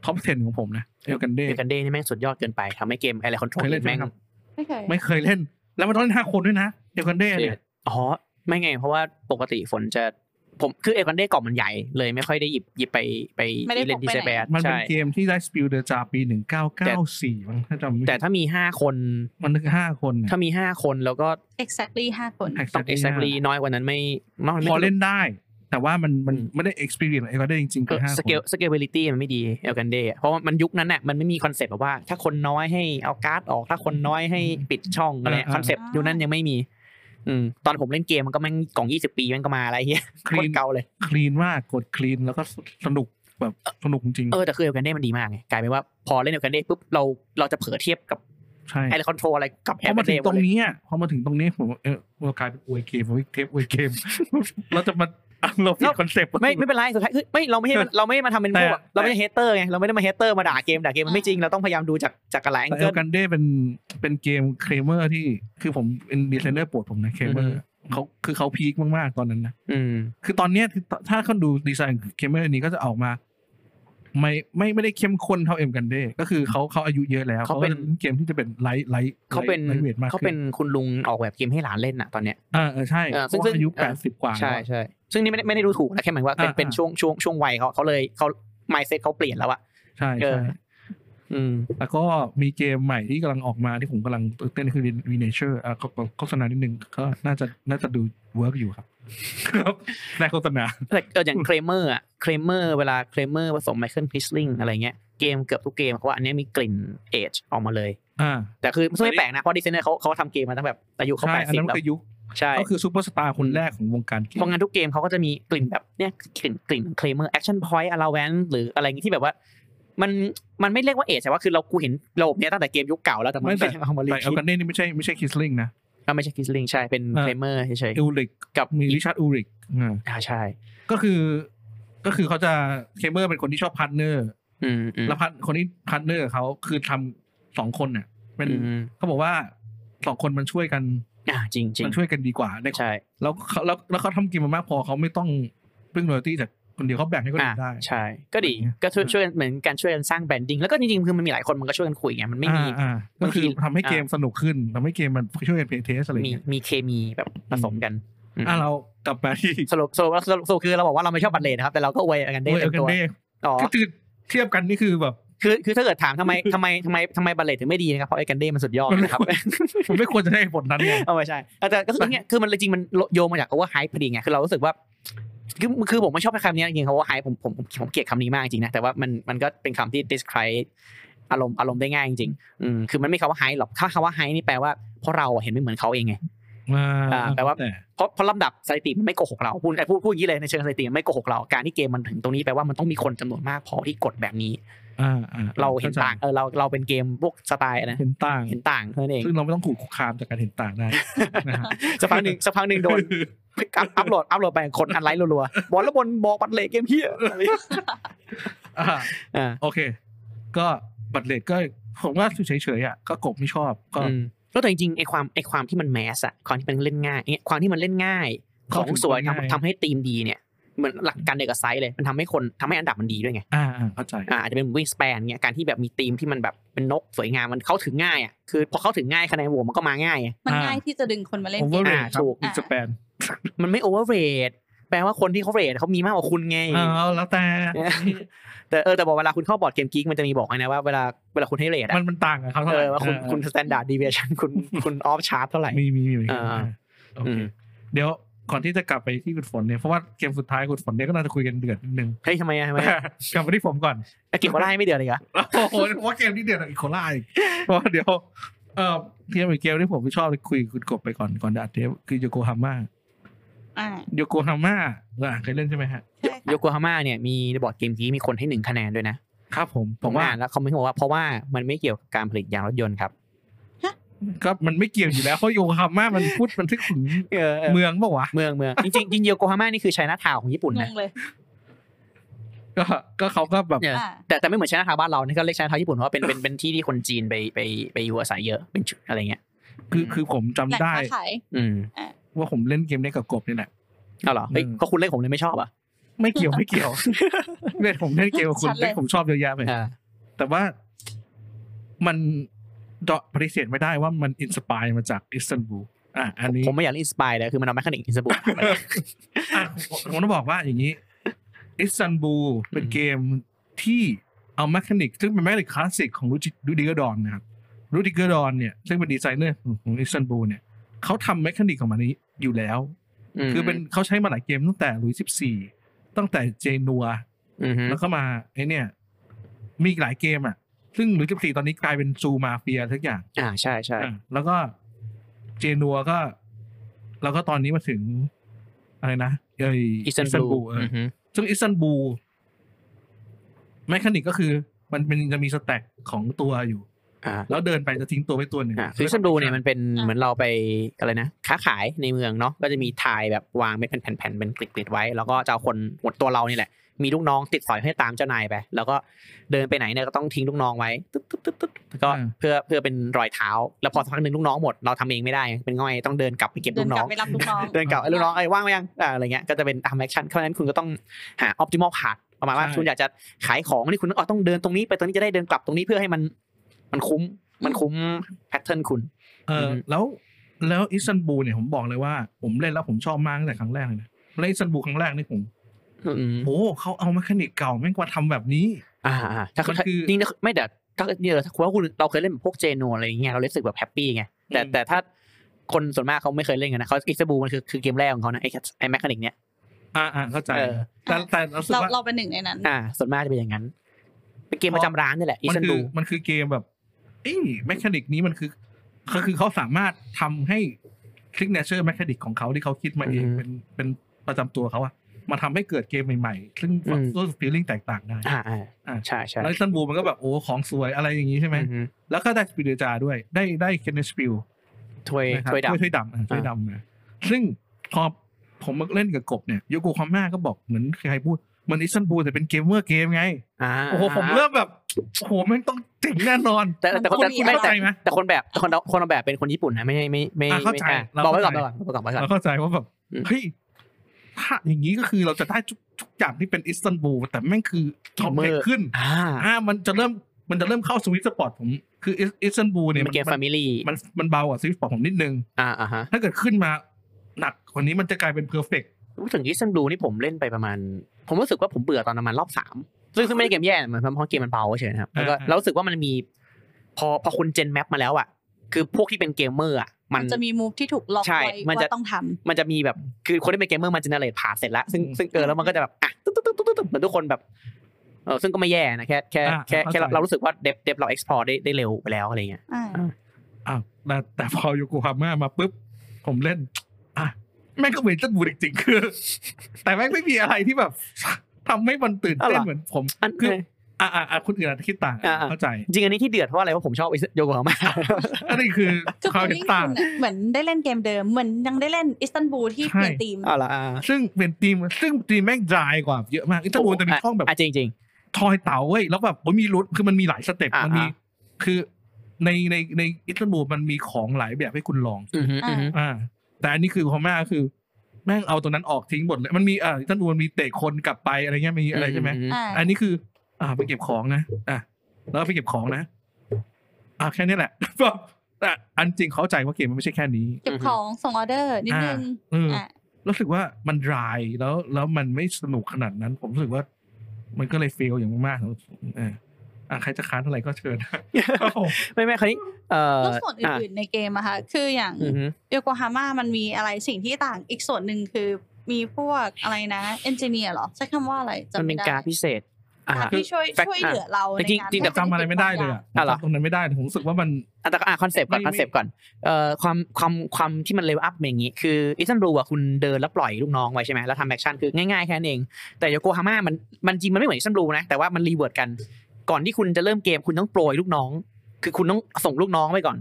Speaker 1: ท็อป10ของผมนะ เอลกันเด
Speaker 3: เอลกันเดนี่แม่งสุดยอดเกินไปทำให้เกม a อ i คอนโทร
Speaker 1: เคยเล่นไหม
Speaker 3: แม่ง
Speaker 1: ครับ
Speaker 2: ไม่เคย
Speaker 1: ไม่เคยเล่น แล้วมันต้องเล่นห้าคนด้วยนะ เอลกันเดเนี่ย
Speaker 3: อ๋อ ไม่ไง เพราะว่าปกติฝนจะ ผมคือเอกันเด้กล่องมันใหญ่เลยไม่ค่อยได้หยิบหยิบไปไป
Speaker 2: ไม่ได้
Speaker 3: เล่น
Speaker 2: พก
Speaker 3: ดี
Speaker 2: ไป
Speaker 3: เซ
Speaker 2: ไหน
Speaker 3: แบด
Speaker 1: มันเป็น
Speaker 3: ใช่
Speaker 1: เกมที่ได้สปิลเดอร์จาปีหนึ่งเก้าเก้าสี่มั้งถ้าจำไม่
Speaker 3: แต่ถ้ามีห้าคน
Speaker 1: มันนึกห้าคนน่ะ
Speaker 3: ถ้ามีห้าคนแล้วก็
Speaker 2: exactly ห้าคน
Speaker 3: ต้อง exactly น้อยกว่านั้นไม่น้อยกว่านั้นไม่
Speaker 1: พอเล่นได้ แต่ว่ามันมัน
Speaker 3: อืม
Speaker 1: ไม่ได้ experience เอ็กซ์เพรียนเอ็กซ์ได้จริงๆคือห้า
Speaker 3: ส
Speaker 1: ค
Speaker 3: เกล
Speaker 1: น
Speaker 3: สเกลเบลิตี้มันไม่ดีเอลกันเดเพราะว่ามันยุคนั้นน่ะมันไม่มีคอนเซปต์แบบว่า ถ้าคนน้อยให้เอาการ์ดออกถ้าคนน้อยให้ปิดช่องอะไร
Speaker 1: อ่า
Speaker 3: คอนเซปต์
Speaker 2: อ่า
Speaker 3: ยุคนั้นยังไม่มี อืมตอนผมเล่นเกมมันก็แม่งกล่องยี่สิบปีมันก็มาอะไรเฮียโคตรเก่าเลย
Speaker 1: คลีนมากกดคลีนแล้วก็สนุกแบบสนุกจริง
Speaker 3: เออ แต่คือเอลกันเดมันดีมากไงกลายเป็นว่าพอเล่นเอลกันเดปุ๊บเราเราจะเผลอเทียบกับ
Speaker 1: ๆใช่
Speaker 3: ไอคอนโทรอะไรกับ
Speaker 1: พอ
Speaker 3: เอล
Speaker 1: มา
Speaker 3: กัน
Speaker 1: ถึ
Speaker 3: เด
Speaker 1: งตรงนี้อ่ะพอมาถึงตรงนี้ผมเออเรากลายเป็นอวยเกมเทปอวยเกม เราจะมาเราผิดคอนเซปต์
Speaker 3: ไม่ไม่เป็นไรสุดท้ายเฮ้ยไม่เราไม่ให้มันเราไม่ได้มาทำเป็นพวกแบบ
Speaker 1: แต่
Speaker 3: เราไม่ได้เฮเตอร์ไงเราไม่ได้มาเฮเตอร์มาด่าเกมด่าเกมมันไม่จริงเราต้องพยายามดูจากจากกระแหลง
Speaker 1: แต่เอ
Speaker 3: เกิ
Speaker 1: ลกันเด้เป็นเป็นเกมเคลเมอร์ที่คือผมเป็นดีไซเนอร์โปรดผมนะเคลเมอร์เขาคือเขาพีคมากๆตอนนั้นนะ
Speaker 3: อืม
Speaker 1: คือตอนเนี้ยคือถ้าคนดูดีไซน์ของเกมเมอร์อันนี้ก็จะออกมา ไม่ไม่ไม่ได้เข้มข้นเท่าเอ็มกันเด้ก็คือเขาเขาอายุเยอะแล้ว
Speaker 3: เขาเป็
Speaker 1: ก็
Speaker 3: น
Speaker 1: จะเกมที่จะเป็นไลท์ไลท์
Speaker 3: เขาเป็น
Speaker 1: ไลท์เวทมาก
Speaker 3: เขา
Speaker 1: ขึ้
Speaker 3: เป็นคุณลุงออกแบบเกมให้หลานเล่นน่ะตอนเนี้ย
Speaker 1: เออเออใช่
Speaker 3: เออซึ่
Speaker 1: ซึ่
Speaker 3: ง
Speaker 1: ง
Speaker 3: ซึ่ง
Speaker 1: อายุ
Speaker 3: เออ
Speaker 1: แปดสิบกว่า
Speaker 3: ใช่
Speaker 1: แล้ว
Speaker 3: ใช่ซึ่งนี่ไม่ได้ไม่ได้ดูถูกนะแค่หมายว่าเป็น
Speaker 1: อ่า
Speaker 3: เป็น
Speaker 1: อ่า
Speaker 3: ช่วงช่วงช่วงวัยเขาเขาเลยเขาไมเซ็ตเขาเปลี่ยนแล้วอะ
Speaker 1: ใช่
Speaker 3: เอ
Speaker 1: ใช่
Speaker 3: อ อืม
Speaker 1: แล้วก็มีเกมใหม่ที่กำลังออกมาที่ผมกำลังตื่นเต้นคือวีเนเชอร์อ่ะก็ก็โฆษณานิดนึงก็น่าจะน่าจะดูเวิร์กอยู่ครับ ครับในโฆษณา
Speaker 3: แต่เอออย่างเคลเมอร์อะเคลเมอร์เวลาเคลเมอร์ผสมไมเคิลพิชลิงอะไรเงี้ยเกมเกือบทุกเกมเขาว่าอันเนี้ยมีกลิ่นเอจออกมาเลย
Speaker 1: อ่า
Speaker 3: แต่คือซึ่งไม่แปลกนะ เพราะดีไซเนอร์เขาเขาทำเกมมาตั้งแบบอายุเขา
Speaker 1: ใช่
Speaker 3: แปด
Speaker 1: อัน
Speaker 3: สิบ
Speaker 1: นั้น
Speaker 3: แล้ว
Speaker 1: คือยุค
Speaker 3: ใช่
Speaker 1: ก็คือซูเปอร์สตาร์คนแรกของวงการเกม
Speaker 3: เพราะงั้นทุกเกมเขาก็จะมีกลิ่นแบบเนี้ยกลิ่นกลิ่นเคลเมอร์แอคชั่นพอยต์อลาแวนหรืออะไรอย่างงี้ที่แบบว่า มันมันไม่เรียกว่าเอจแต่ว่าคือเรากูเห็นระบบเนี้ยตั้งแต่เกมยุคเก่าแล้วแต่มัน
Speaker 1: ไม่แต่
Speaker 3: ไม่ได้เอามารี
Speaker 1: แต่เอล
Speaker 3: คิด
Speaker 1: กันเด้นี่ไม่ใช่ไม่ใช่คิสลิงนะ
Speaker 3: ก็ไม่ใช่คิสลิงใช่ เป็น
Speaker 1: อ่า
Speaker 3: เคลเมอร์เฉย
Speaker 1: เอลลิก
Speaker 3: ๆกับ
Speaker 1: มีริชาร์ดอูริกอ่า
Speaker 3: อ่าใช่
Speaker 1: ก็คือก็คือเขาจะเคเมอร์เป็นคนที่ชอบพาร์ทเนอร์
Speaker 3: อืมอืม
Speaker 1: แล้วพาร์ทคนที่พาร์ทเนอร์เขาคือทำสองคนเนี่ยเป็น
Speaker 3: อืม
Speaker 1: เขาบอกว่าสองคนมันช่วยกัน
Speaker 3: อ่าจริงจริง
Speaker 1: มันช่วยกันดีกว่าใน
Speaker 3: ใช่
Speaker 1: แล้วเขาแล้วแล้วเขาทำกินมามากพอเขาไม่ต้องพึ่งรอยตี้จากคนเดียวเขาแบ่งให้คน
Speaker 3: อ่า
Speaker 1: อื่นได้
Speaker 3: ใช่ก็ดี
Speaker 1: อะไรเงี้ย
Speaker 3: ก็ช่วยช่วยกันเหมือนกันช่วยกันสร้างแบรนดิ้งแล้วก็จริงๆคือมันมีหลายคนมันก็ช่วยกันคุยไงมันไม่มี
Speaker 1: อ่าอ่าก็
Speaker 3: บางที
Speaker 1: คือทำให้
Speaker 3: อ่า
Speaker 1: เกมสนุกขึ้นทำให้เกมมันช่วยกันเพลย์เทสอะไรอย่าง
Speaker 3: มี
Speaker 1: เงี้ย
Speaker 3: มีเคมีแบบผสมกันม
Speaker 1: อ่ะเรากลับมาที่
Speaker 3: สรุปสรุปสรุปสรุปคือเราบอกว่าเราไม่ชอบบัตเลนนะครับ แต่เราก็อวยกันได้
Speaker 1: โอเอลกัน
Speaker 3: เต็มตัว
Speaker 1: เด้
Speaker 3: อ๋อ
Speaker 1: ก็คือเทียบกันนี่คือแบบ
Speaker 3: คือคือถ้าเกิดถามทำไมทำไมทำไมทำไมบัตเลนถึงไม่ดีนะครับเพราะไอ้กันเด้มันสุดยอดนะครับ
Speaker 1: ผมไม่ควรจะให้ผลนั้นไง
Speaker 3: เออไม่ใช่แต่แต่ก็คือเนี่ย คือมันเลยจริงมันโยงมาจาก over hype พอดีไงคือเรารู้สึกว่าคือคือผมไม่ชอบคำนี้จริงๆเขาว่า hype ผมผมผมผมเกลียดคำนี้มากจริงๆนะแต่ว่ามันมันก็เป็นคำที่ describe อารมณ์อารมณ์ได้ง่ายจริงๆอืมคือมันไม่คำว่า hype หรอกถ้าคำว่า hype นี่แปลว่าเพราะเราอะเห็นไม่เหมือนเขาเองไง
Speaker 1: อ่า
Speaker 3: อ่าแปลว่า
Speaker 1: ต่
Speaker 3: เพราะเพราะลำดับสถิติมันไม่โกหกเราพูดไอ้พูดพูดอย่างนี้เลยในเชิงสถิติมันไม่โกหกเราการที่เกมมันถึงตรงนี้แปลว่ามันต้องมีคนจำนวนมากพอที่กดแบบนี้
Speaker 1: อ่าอ่า
Speaker 3: เราเห็นต่างเออเราเราเป็นเกมพวกสไตล์อะไรนะ
Speaker 1: เห็นต่าง
Speaker 3: เห็นต่างเท่านั้นเอง
Speaker 1: ซึ่งเราไม่ต้องถูกคุกคามจากการเห็นต่างได้ นะฮะ
Speaker 3: สักพักหนึ่งสักพักหนึ่งโดน อัพอัพโหลดอัพโหลดไปคนอันไลค์รัวๆบอลแล้วบนบอกบัตรเลขเกมเฮียอะไรอย่างเงี้ย
Speaker 1: อ่า
Speaker 3: อ่า
Speaker 1: โอเค ก็บัตรเลทก็ผมว่าเฉยๆอ่ะก็กบไม่ชอบก็
Speaker 3: อืมแล้วแต่จริงๆไอ้ความไอ้ความที่มันแมสอะความที่มันเล่นง่ายเนี่ยความที่มันเล่นง่าย ข
Speaker 1: เข้า
Speaker 3: อง
Speaker 1: ถึง
Speaker 3: สวย
Speaker 1: คนง่าย
Speaker 3: ทำทำให้ธีมดีเนี่ยเหมือนหลักการเด็กกับไซส์เลยมันทำให้คนทำให้อันดับมันดีด้วยไง
Speaker 1: อ่าอ่าเข้าใจ
Speaker 3: อ่าอาจจะเป็นวิ่งสเปนเนี่ยการที่แบบมีธีมที่มันแบบเป็นนกสวยงามมันเข้าถึงง่ายอ่ะคือพอเข้าถึงง่ายคะแนนโหวตมันก็มาง่ายไง
Speaker 2: มัน
Speaker 1: อ่า
Speaker 2: ง่ายที่จะดึงคนมาเล่น
Speaker 1: โอ
Speaker 2: เก
Speaker 1: เวอ
Speaker 2: ม
Speaker 1: ร์เรท
Speaker 3: อ่า
Speaker 1: ครั
Speaker 3: ถู
Speaker 1: บ
Speaker 3: ก
Speaker 1: อินสแปน
Speaker 3: มันไม่โอเวอร์เรทแปลว่าคนที่เขาเรทเขามีมากกว่าคุณไง
Speaker 1: อ้าวแล้ว แต่
Speaker 3: แต่เออแต่บอกเวลาคุณเข้าบอร์ดเกมกิ๊กมันจะมีบอกไว้นะว่าเวลาเวลาคุณให้เรทอะ
Speaker 1: มันมันต่างกับเขาเท่า
Speaker 3: เอ
Speaker 1: ไหร่
Speaker 3: อว่าคุณ
Speaker 1: อ่า
Speaker 3: คุณสแตนดาร์ดดีเวชันคุณคุณออฟชาร์ตเท่าไหร่
Speaker 1: มีมีมีเหมือนกัน
Speaker 3: อ่า
Speaker 1: อ่าโอ
Speaker 3: อื
Speaker 1: เค
Speaker 3: ม
Speaker 1: เดี๋ยวก่อนที่จะกลับไปที่คุณฝนเนี่ยเพราะว่าเกมสุดท้ายคุณฝนเนี่ยก็น่าจะคุยกันเดือดนิดนึง
Speaker 3: เฮ้ยทำไมอะทำไมอะ
Speaker 1: กลับมาที่ผมก่อน
Speaker 3: เก็บว่าไล่ไม่เดือดเลยเหรอะ
Speaker 1: โอ้โหผมว่าเกมที่เดือดกว่าอีโคล่าอีกเพราะว่าเดี๋ยว เออเกมอีกเกมที่ผมชอบคุยกับคุณกบไปก่อนก่อนจะอัดเทปคือโยโกฮาม่า
Speaker 2: อ่า
Speaker 1: โยโกฮาม่าอ่ะเคยเล่นใช่ไหมฮะ
Speaker 2: ใช่ค่ะ
Speaker 3: โยโกฮาม่าเนี่ยมีในบอร์ดเกมนี้มีคนให้หนึ่งคะแนนด้วยนะครับ
Speaker 1: ผม
Speaker 3: ผมอ่านแล้วเขาไม่บอกว่าเพราะว่ามันไม่เกี่ยวกับการผลิตยางรถยนต์ครับ
Speaker 1: ก็มันไม่เกี่ยวอยู่แล้ว เพราะโยโกฮาม่ามันพูดมันทึกถึง
Speaker 3: เออ
Speaker 1: เมืองปะวะ
Speaker 3: เมืองเมืองจริงๆจริงโยโกฮาม่านี่คือชายนาทาวของญี่ปุ่น
Speaker 2: ง
Speaker 3: นะ
Speaker 2: งเลย
Speaker 1: ก็ก็เขาก็แบบ
Speaker 3: เออ
Speaker 2: อ่า
Speaker 3: แต่แต่ไม่เหมือนชายนาทาวบ้านเรานี่ก็เรียกชายนาทาวญี่ปุ่นเพราะว่าเป็นเป็นเป็นที่ที่คนจีนไปไปไปอยู่อาศัยเยอะเป็นชุดอะไรเงี้ย
Speaker 1: คือคือผมจำ
Speaker 2: แหล่ง
Speaker 1: ได้
Speaker 2: ค้าขาย
Speaker 3: อืม
Speaker 1: ว่าผมเล่นเกมนี้กับกบนี่แหละ
Speaker 3: เอาเหรอเฮ้ย
Speaker 1: อืม
Speaker 3: ก็คุณเล่นผมเลยไม่ชอบอ่ะ
Speaker 1: ไม่เกี่ยวไม่เกี่ยวเล่นผมเล่นเกมกับคุณ
Speaker 2: ชัดเลย
Speaker 1: เล่นผมชอบเยอะแยะไป
Speaker 3: อ่า
Speaker 1: แต่ว่ามันเดาะปฏิเสธไม่ได้ว่ามันอินสปายมาจากอิสตันบูลอ่ะอันนี้
Speaker 3: ผมไม่อยากเล่นอินสปายเลยคือมันเอาแมคคานิกอินสปาย
Speaker 1: อ่ะผมผมต้องบอกว่าอย่างนี้อิสตันบูลเป็นเกมที่เอาแมคานิกซึ่งเป็นแมคานิกคลาสสิกของรูจิรูดิเกอร์ดอนนะครับรูดิเกอร์ดอนเนี่ยซึ่งเป็นดีไซเนอร์ของอิสตันบูลเนี่ยเขาทำแมคานิกของมันนี้อยู่แล้ว
Speaker 3: ม
Speaker 1: คือเป็นเขาใช้มาหลายเกมตั้งแต่ลุยสิบสี่ตั้งแต่เจนัว
Speaker 3: อืมฮึ
Speaker 1: แล้วก็มาไอเนี่ย มีอีกหลายเกมอ่ะ ซึ่งลุยสิบสี่ตอนนี้กลายเป็นซูมาเฟียทุกอย่าง
Speaker 3: อ่าใช่ใช่
Speaker 1: อ่ะแล้วก็เจนัวก็ แล้วก็ตอนนี้มาถึง อะไรนะเออ
Speaker 3: อิ
Speaker 1: อิ
Speaker 3: สตันบูล
Speaker 1: เอออ
Speaker 3: อืมฮึ
Speaker 1: ซึ่งอิสตันบูลแมคานิกก็คือ มันเป็นจะมีสแต็กของตัวอยู่
Speaker 3: อ่า
Speaker 1: แล้วเดินไปจะทิ้งตัวไว้ตัวหนึ่ง
Speaker 3: อ่าคืออิสตันบูลเนี่ยมันเป็นเหมือนเราไปอะไรนะค้าขายในเมืองเนาะก็จะมีทายแบบวางเป็นแผ่นๆเป็นกริดๆไว้ แล้วก็จะเอาคนหดตัวเรานี่แหละ มีลูกน้องติดสอยให้ตามเจ้านายไป แล้วก็เดินไปไหนเนี่ยก็ต้องทิ้งลูกน้องไว้ตึ๊ดตึ๊ดตึ๊ดตึ๊ดแล้วก็เพื่อเพื่อเป็นรอยเท้า แล้วพอสักพักหนึ่งลูกน้องหมดเราทำเองไม่ได้เป็นง่อยต้องเดินกลับไปเก็บ
Speaker 2: เดิ
Speaker 3: ลู
Speaker 2: น
Speaker 3: ก
Speaker 2: ก
Speaker 3: น้
Speaker 2: ลั
Speaker 3: อบ ง
Speaker 2: ไปรับลูกน้อง
Speaker 3: เดินกลับไอ้ลูกน้องไอ้ว่างไหมยังอ่าอะไรเงี้ยก็จะเป็นทำแอคชั่นเพราะฉะนั้นคุณก็ต้องหาออ t i m a l p a t h ประมาณว่า
Speaker 1: ใช่
Speaker 3: คุณอยากจะขายของนี่คุณต้องอ๋อต้องเดินตรงนี้ไปตรงนี้จะได้เดินกลับตรงนี้เพื่อให้มัน มันคุ้มมันคุ้มแพทเทิร์นคุณ
Speaker 1: เอออ
Speaker 3: ม
Speaker 1: แล้วแล้วอิสตันบูลเนี่ยผมบอกเลยว่า ผมเล่นแล้วผมชอบมากตั้งแต่ครั้งแรกเลยนะแล้วอิสตันบูลครั้งแรกนี่ผม
Speaker 3: อืม
Speaker 1: โอ้เขาเอาแมคานิกเก่าแม่งมาทำแบบนี้
Speaker 3: อ่าอ่าถ้า
Speaker 1: มันคือ
Speaker 3: จริงๆไม่แต่ถ้าเนี่ยถ้าคุณว่าคุณเราเคยเล่นแบบพวกเจโนอะไรอย่างเงี้ยเรารู้สึกแบบแฮปปี้ไงแต่
Speaker 1: อืม
Speaker 3: แต่ถ้าคนส่วนมากเขาไม่เคยเล่นกันนะเขาอิสบูมันคือคือเกมแรกของเขานะไอ้ไอ้แมคานิกเนี้ย
Speaker 1: อ่าอ่าเข้าใจ
Speaker 3: เออ
Speaker 1: แต่แต่รู้สึก
Speaker 2: เรา
Speaker 1: ว่า
Speaker 2: เราเป็นหนึ่งในนั้น
Speaker 3: อ่า ส่วนมากจะเป็นอย่างนั้น เป็นเกมประจำร้านนี่แหละอิ
Speaker 1: มัน
Speaker 3: ส
Speaker 1: คื
Speaker 3: บู
Speaker 1: อมันคือเกมแบบเอ้ยแมคานิกนี้มันคือก็คือเขาสามารถทำให้คลิกเนเจอร์แมคานิกของเขาที่เขาคิดมาเอง
Speaker 3: อือฮึ
Speaker 1: เป็นเป็นประจำตัวเขาอะมาทำให้เกิดเกมใหม่ๆ ซึ่ง
Speaker 3: อืม
Speaker 1: รู้สึกฟีลลิ่งแตกต่างได้
Speaker 3: อ่าอ่าอ่าใช่ใช่
Speaker 1: แล้วซันบูมันก็แบบโอ้ของสวยอะไรอย่างนี้ใช่ไหม
Speaker 3: อือฮึ
Speaker 1: แล้วก็ได้สปิเดจาด้วย ได้ได้เคนเนสปิล
Speaker 3: ถ้วย
Speaker 1: นะครับ
Speaker 3: ถ้วยดำ
Speaker 1: ถ้วยดำอ่ะถ้วยดำนะซึ่งพอผมมาเล่นกับกบเนี่ยโยโกคาม่าก็บอกเหมือนใครพูดเหมันอิสตันบูลแต่เป็นเกมเมอร์เกมไง
Speaker 3: า
Speaker 1: โอ้โหผมเริ่มแบบโอ้โหแมันต้องเจ๋งแน่นอน
Speaker 3: แต่แต่คน
Speaker 2: มันคง
Speaker 3: แต่
Speaker 2: มี
Speaker 3: ไม่
Speaker 1: เข้าใจ
Speaker 3: แต่
Speaker 1: ไหม
Speaker 3: แต่คนแบบแต่คนเอาคนเอาแบบเป็นคนญี่ปุ่นนะไม่ไม่ไม่
Speaker 1: อ่ะเข้า
Speaker 3: ไม่
Speaker 1: ใจ
Speaker 3: อ่ะ
Speaker 1: เรา
Speaker 3: บอกไว้ก่อน
Speaker 1: เข้าใจ
Speaker 3: บอกไว้ก่อนบอกไว้ก่อน
Speaker 1: เราเข้าใจว่าแบบ
Speaker 3: อืม
Speaker 1: เฮ้ยถ้าอย่างนี้ก็คือเราจะได้ทุกทุกอย่างที่เป็นอิสตันบูลแต่แม่งคือทอม
Speaker 3: เมื่
Speaker 1: เทค
Speaker 3: อ
Speaker 1: ขึ้น
Speaker 3: อ่า
Speaker 1: อ่ามันจะเริ่มมันจะเริ่มเข้าสวิตสปอร์ตผมคืออิสอิสตันบูล
Speaker 3: เป็
Speaker 1: เนี่ย
Speaker 3: นเกมแฟมิลี่
Speaker 1: มันมันเบากว่าสวิตสปอร์ตผมนิดนึง
Speaker 3: อ่าอ่าฮะ
Speaker 1: ถ้าเกิดขึ้นมาหนักกว่านี้มันจะกลายเป็นเพอร์เฟก
Speaker 3: พูดถึงยิสันบลูนี่ผมเล่นไปประมาณ ผมรู้สึกว่าผมเบื่อตอนประมาณรอบสามซึ่งซึ่งไม่ได้เกมแย่มันเพราะเกมมันเบาเฉยๆนะครับแล้วก็เรารู้สึกว่ามันมี พอพอคุณเจนแมปมาแล้วอ่ะ คือพวกที่เป็นเกมเมอร์อ่ะมั
Speaker 2: มัน นจะมีมูฟที่ถูกล็อก
Speaker 3: ใช่
Speaker 2: ไว้
Speaker 3: มันจะ
Speaker 2: ว่าต้องทำ
Speaker 3: มันจะมีแบบคือคนที่เป็นเกมเมอร์มันเจเนเรตผ่าเสร็จแล้วซึ่งซึ่งเออแล้วมันก็จะแบบอ่ะตุ๊บตุ๊บตุ๊บตุ๊บตุ๊บเหมือนทุกคนแบบเออซึ่งก็ไม่แย่นะแค่แค่แค่แค่เราเรารู้สึกว่าเดฟเดฟเรา explore ได้ได้เร็วไปแล้วอะไรเงี้ย
Speaker 2: อ่า
Speaker 1: อ่ะแต่แต่พอโยโกฮาม่ามาปุ๊บ ผมเล่น อ่ะแม่งก็เป็นอิสตันบูลจริงๆคือ แต่แม่งไม่มีอะไรที่แบบทำให้มันตื่นเต้น
Speaker 3: อ๋อเหรอ
Speaker 1: เหมือนผม
Speaker 3: อัน
Speaker 1: คือ อ่ะอ่ะอ่ะคนอื่นอาจจะคิดต่าง
Speaker 3: อ่ะอ่ะ
Speaker 1: เข้าใจ
Speaker 3: จริงอันนี้ที่เดือดเพราะอะไรเพราะผมชอบไอ้โยโกฮาม่า
Speaker 1: อันนี้คือ
Speaker 2: คือ
Speaker 1: ความเห็น
Speaker 2: ฟีลลิ่ง
Speaker 1: ต่าง
Speaker 2: คุณอะเหมือนได้เล่นเกมเดิม เหมือนยังได้เล่นอิสตันบูลที่
Speaker 1: ใช่
Speaker 2: เปลี่ยนธีม
Speaker 3: เอาละอ่า
Speaker 1: ซึ่งเป็นทีมซึ่งทีมแม่งดรายกว่าเยอะมากอิตาลีจะมีช่องแบบ
Speaker 3: อ่ะจริงจริง
Speaker 1: ทอยเต๋าเว้ยแล้วแบบโอ้ยมีรุดคือมันมีหลายสเต็ป
Speaker 3: อ่ามั
Speaker 1: มันมี
Speaker 3: อ่า
Speaker 1: คือในในในอิตาลีมันมีของหลายแบบให้คุณลอง
Speaker 3: ๆอือฮึ
Speaker 2: อ่า
Speaker 3: อือฮึ
Speaker 1: อ่า แต่อันนี้คือพอม่าคือ แม่งเอาตัวนั้นออกทิ้งหมดเลยมันมีอ่าอิตาลีมันมีเตะคนกลับไปอะไรเงี้ยมีอะไรใช่ไหม
Speaker 3: อือฮึ
Speaker 2: อ่า
Speaker 1: อันนี้คือ อ่าไปเก็บของนะอ่ะแล้วไปเก็บของนะ อ่าแค่นี้แหละ แต่อันจริงเข้าใจว่าเกมมันไม่ใช่แค่นี้
Speaker 2: เก็บของส่งออเดอร์นิดนึง
Speaker 1: เออ
Speaker 2: อ่ะ
Speaker 1: รู้สึกว่ามัน dry แล้วแล้วมันไม่สนุกขนาดนั้น ผมรู้สึกว่า มันก็เลยเฟลอย่างมากๆสำหรับผมเอออ่ะใครจะค้านเท่าไหร่ก็เชิญ ครับผม
Speaker 3: ไม่ไม่คราวนี้เอ่อ
Speaker 2: แล้วส่วน
Speaker 3: อ่ะ
Speaker 2: อื่นๆในเกมอะค่ะ คืออย่าง
Speaker 3: อือฮึ
Speaker 2: โยโกฮาม่ามันมีอะไรสิ่งที่ต่างอีกส่วนหนึ่งคือมีพวกอะไรนะเอนจิเนียร์หรอ ใช้คำว่าอะไรจำ
Speaker 3: มัน
Speaker 2: ไม่
Speaker 3: เป็น
Speaker 2: ได้
Speaker 3: การดพิเศษอ่า
Speaker 2: การที่ช่วย
Speaker 3: fact
Speaker 2: ช่วยเหลือเรา
Speaker 3: แต่
Speaker 2: ใน
Speaker 3: จริง
Speaker 2: การ
Speaker 3: จริงแต่
Speaker 1: จำอะไรไม่ได้เลยอ่ะ
Speaker 3: อ่ะเหรอ
Speaker 1: จำตรงนั้นไม่ได้เลยผมรู้สึกว่ามัน
Speaker 3: อ่ะแต่ก็อ่ะคอนเซปต์ก่อน
Speaker 1: ไม่
Speaker 3: คอนเซปต์ก่อนเอ่อความความความที่มันเลเวลอัพเป็นอย่างนี้ คืออิสตันบูลอะคุณเดินแล้วปล่อยลูกน้องไว้ใช่ไหมแล้วทำแอคชั่นคือง่ายๆแค่นั้นเอง แต่โยโกฮาม่ามันมันจริงมันไม่เหมือนอิสตันบูลนะแต่ว่ามันรีเวิร์ดกัน ก่อนที่คุณจะเริ่มเกมคุณต้องโปรยลูกน้อง คือคุณต้องส่งลูกน้องไปก่อน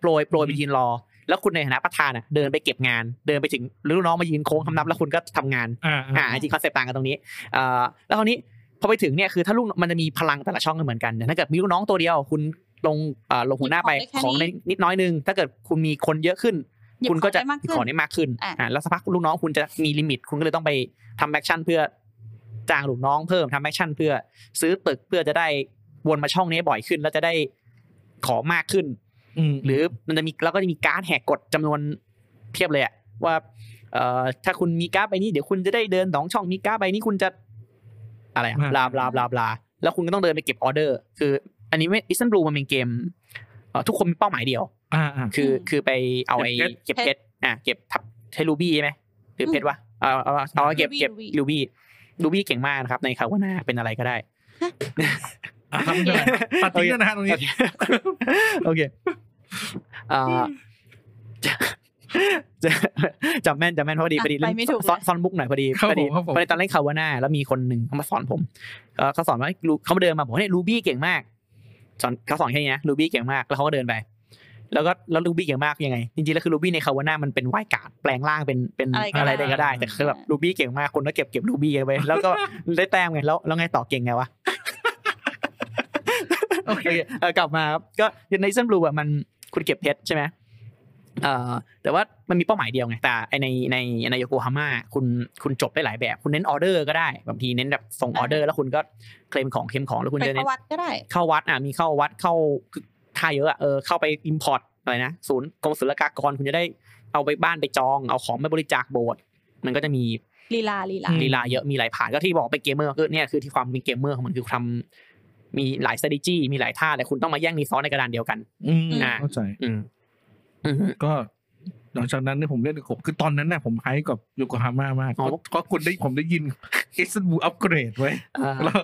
Speaker 3: โปรยโปรยไป
Speaker 1: อืม
Speaker 3: ยืนรอ แล้วคุณในฐานะประธานอะเดินไปเก็บงาน เดินไปถึงลูกน้องมายืนโค้งคำนับแล้วคุณก็ทำงาน
Speaker 1: อ่า
Speaker 3: อ่าจริงคอนเซปต์ต่างกันตรงนี้เอ่อแล้วคราวนี้พอไปถึงเนี่ยคือถ้าลูกมันจะมีพลังแต่ละช่องกันเหมือนกันนะถ้าเกิดมีลูกน้องตัวเดียวคุณลงเอ่อลงหัวหน้าไปของได้นิดน้อยนึง ถ้าเกิดคุณมีคนเยอะขึ้น
Speaker 2: หยิบ
Speaker 3: คุณก็จะ
Speaker 2: ของได้มากขึ้น
Speaker 3: ของได้มากขึ้น
Speaker 2: อ่ะ
Speaker 3: อ่าแล้วสักพักลูกน้องคุณจะมีลิมิต คุณก็เลยต้องไปทำแอคชั่นเพื่อจ้างลูกน้องเพิ่มทำแอคชั่นเพื่อซื้อตึกเพื่อจะได้วนมาช่องนี้บ่อยขึ้น แล้วจะได้ของมากขึ้น
Speaker 1: อืม
Speaker 3: หรือมันจะมีแล้วก็จะมีการ์ดแหกกฎจำนวนเพียบเลยอะว่า เอ่อถ้าคุณมีการ์ดใบนี้เดี๋ยวคุณจะได้เดินสองช่องมีการ์ดใบนี้คุณจะ อะไรอะ
Speaker 1: อ่า
Speaker 3: ลาบลาบลาบลาแล้วคุณก็ต้องเดินไปเก็บออเดอร์ คือ อันนี้ไม่อิสันบลูมันเป็นเกมเอ่อทุกคนมีเป้าหมายเดียว
Speaker 1: อ่าอ่า
Speaker 3: คือ
Speaker 2: อืม
Speaker 3: คือไปเอาไอ้
Speaker 1: เก็
Speaker 3: เก็
Speaker 1: บ
Speaker 2: เพช
Speaker 3: บ
Speaker 2: ร
Speaker 3: เพชรอ่ะเก็บทับเทลูบี้ใช่ไหมหรืออ
Speaker 2: ม
Speaker 3: เพชรวะเอาเอาเอาเอาเก็บ
Speaker 2: Ruby
Speaker 3: เก็บ
Speaker 2: Ruby
Speaker 3: ลูบี้ลูบี้เก่งมากนะครับในคาวาน่าเป็นอะไรก็ได้
Speaker 1: อ่าครับ ไม่เป็นไรตัดทิ้งด้วยนะฮะตรงนี้
Speaker 3: โอเคอ่าจะจะจำแม่นจำแม่นพอดี
Speaker 2: อ่ะ
Speaker 3: พอดีเล่น
Speaker 2: ไปไม่ถูกเลย
Speaker 3: ซ่อนซ่อนบุกหน่อยพอดี
Speaker 1: ครับ
Speaker 3: พอดี
Speaker 1: ผมครับผม
Speaker 3: พอดีตอนเล่นคาวาน่าแล้วมีคนหนึ่งเขามาสอนผมเอ่อเขาสอนว่าลูเขามาเดินมาบอกว่าเนี่ยลูบี้เก่งมากสอนเขาสอนแค่นี้นะลูบี้เก่งมากแล้วเขาก็เดินไป แล้วก็แล้วลูบี้เก่งมากยังไงจริงๆแล้วคือลูบี้ในคาวาน่ามันเป็นไวการ์ดแปลงร่างเป็นเป็น
Speaker 2: อะไรก็
Speaker 3: อะไร
Speaker 2: ได้
Speaker 3: ได้ก็ได้ แต่คือแบบลูบี้เก่งมากคนก็เก็บเก็บลูบี้กันไปแล้วก็ได้แต้มไงแล้วแล้วไงต่อเก่งไงวะ
Speaker 1: โอเค
Speaker 3: โอเคเอ่อกลับมาครับก็ในเส้นบลูอ่ะมันคุณเก็บเพชรใช่ไหมเอ่อแต่ว่ามันมีเป้าหมายเดียวไงแต่ไอ้ในในในโยโกฮาม่าคุณคุณจบได้หลายแบบ คุณเน้นออเดอร์ก็ได้บางทีเน้นแบบส่งออเดอร์ แล้วคุณก็เคลมของเคลมของแล้วคุณ
Speaker 2: ไปป
Speaker 3: จะเน้น
Speaker 2: ระวัติก็ได้
Speaker 3: เข้าวัดอ่ะมีเข้าวัดเข้าคือท่าเยอะอ่ะเออเข้าไปอิมพอร์ตอะไรนะศูนย์กรมศุลกากรคุณจะได้เอาไปบ้านไปจอง เอาของไปบริจาคโบสถ์มันก็จะมี
Speaker 2: ลีลาลีลา
Speaker 1: อืม
Speaker 3: ลีลาเยอะมีหลายผ่านก็ที่บอกไปนเกมเมอร์คือเนี่ยคือที่ความเป็นเกมเมอร์ของมันคือทำมีหลาย strategy มีหลายท่าแต่คุณต้องมาแย่งรีซอสในกระดานเดียวกัน
Speaker 1: อืม
Speaker 3: อ่า
Speaker 1: เข้าใจ
Speaker 3: อืมอืม
Speaker 1: ก็หลังจากนั้นเนี่ยผมเล่นกับกบคือตอนนั้นเนี่ยผมไฮป์กับโยโกฮาม่ามาก
Speaker 3: อ๋อ
Speaker 1: เพราะเพราะคุณได้ผมได้ยินเอสบูอัปเกรดไว้ย
Speaker 3: อ่า
Speaker 1: แล้ว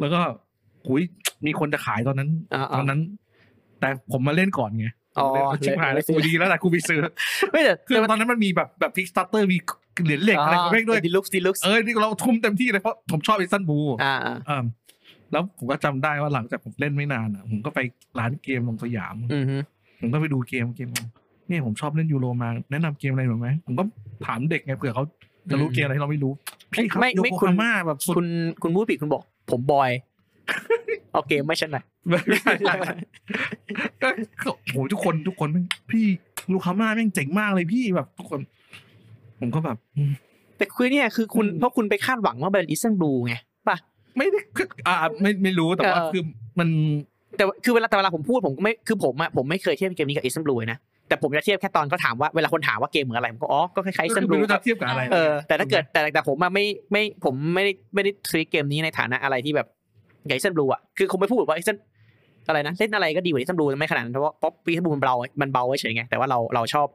Speaker 1: แล้วก็หุยมีคนจะขายตอนนั้นต
Speaker 3: อ่าอ่า
Speaker 1: อนนั้น แต่ผมมาเล่นก่อนไง
Speaker 3: อ๋อ
Speaker 1: ผมเล่นเอาชิบหาย
Speaker 3: เล
Speaker 1: แล้
Speaker 3: ยว ซื้อ
Speaker 1: กูดีแล้วแหละกูไป ซื้อ
Speaker 3: ไม่แต่
Speaker 1: คือตอนนั้นมันมีแบบแบบพิกสตัตเตอร์มีเหรียญเหล็กอะไรของแม่งด้วย
Speaker 3: ดิลุกดิลุก
Speaker 1: เอ้ยนี่เราทุ่มเต็มที่เลยเพราะผมชอบอิสตันบูล
Speaker 3: อ่าอ่า
Speaker 1: อ่าแล้วผมก็จำได้ว่าหลังจากผมเล่นไม่นานอ่ะ ผมก็ไปร้านเกมลงสยาม
Speaker 3: อืมฮึ
Speaker 1: ผมก็ไปดูเกมเกมเนี่ยผมชอบเล่นยูโรมาแนะนำเกมอะไรหน่อยไหมผมก็ถามเด็กไงเผื่อเขาจะรู้เกมอะไรที่เราไม่รู้พี่ครับ
Speaker 3: ไม่
Speaker 1: โย
Speaker 3: ไม่
Speaker 1: โก
Speaker 3: คุณ
Speaker 1: ฮาม่าแบบสุด
Speaker 3: คุณคุณพูดผิดคุณบอก ผมบ อยเอาเกมไม่ใช่ไหนอย
Speaker 1: ไม่ใช่ก็โอ้โหทุกคนทุกคนแม่งพี่ลูกฮาม่าแม่งเจ๋งมากเลยพี่แบบ ทุกคน ผมก็แบบอืม
Speaker 3: แต่คือเนี่ยคือคุณ
Speaker 1: อืม
Speaker 3: เพราะคุณไปคาดหวังว่าเป็นอีสเซนบลูไงป่ะ
Speaker 1: ไม่ได้คืออ่าไม่ไม่รู้แต่ว่า
Speaker 3: เออ
Speaker 1: คือมัน
Speaker 3: แต่ว่าคือเวลาแต่เวลาผมพูดผมก็ไม่คือผมอะผมไม่เคยเทียบเกมนี้กับอีสเซนบลูนะแต่ผมจะเทียบแค่ตอนเขาถามว่าเวลาคนถามว่าเกมเหมือนอะไรผมก็อ๋อก็คล้ายๆอีสเซ
Speaker 1: ก็
Speaker 3: น
Speaker 1: คือบ
Speaker 3: ลู
Speaker 1: ไม่รู้จะเทียบกับอะไร
Speaker 3: เออแต่ถ้าเกิดแต่แต่ผมอะไม่ไม่ผมไม่ได้ไม่ได้ซื้อเกมนี้ในฐานะอะไรที่แบบไอเซนบลูอะคือคงไม่พูดว่าไอเซนอะไรนะเล่นอะไรก็ดีกว่าไอเซนบลูไม่ขนาดนั้นเพราะว่าป๊อปปี้บลูมันเบามันเบาไว้เฉยไงแต่ว่าเราเราชอบ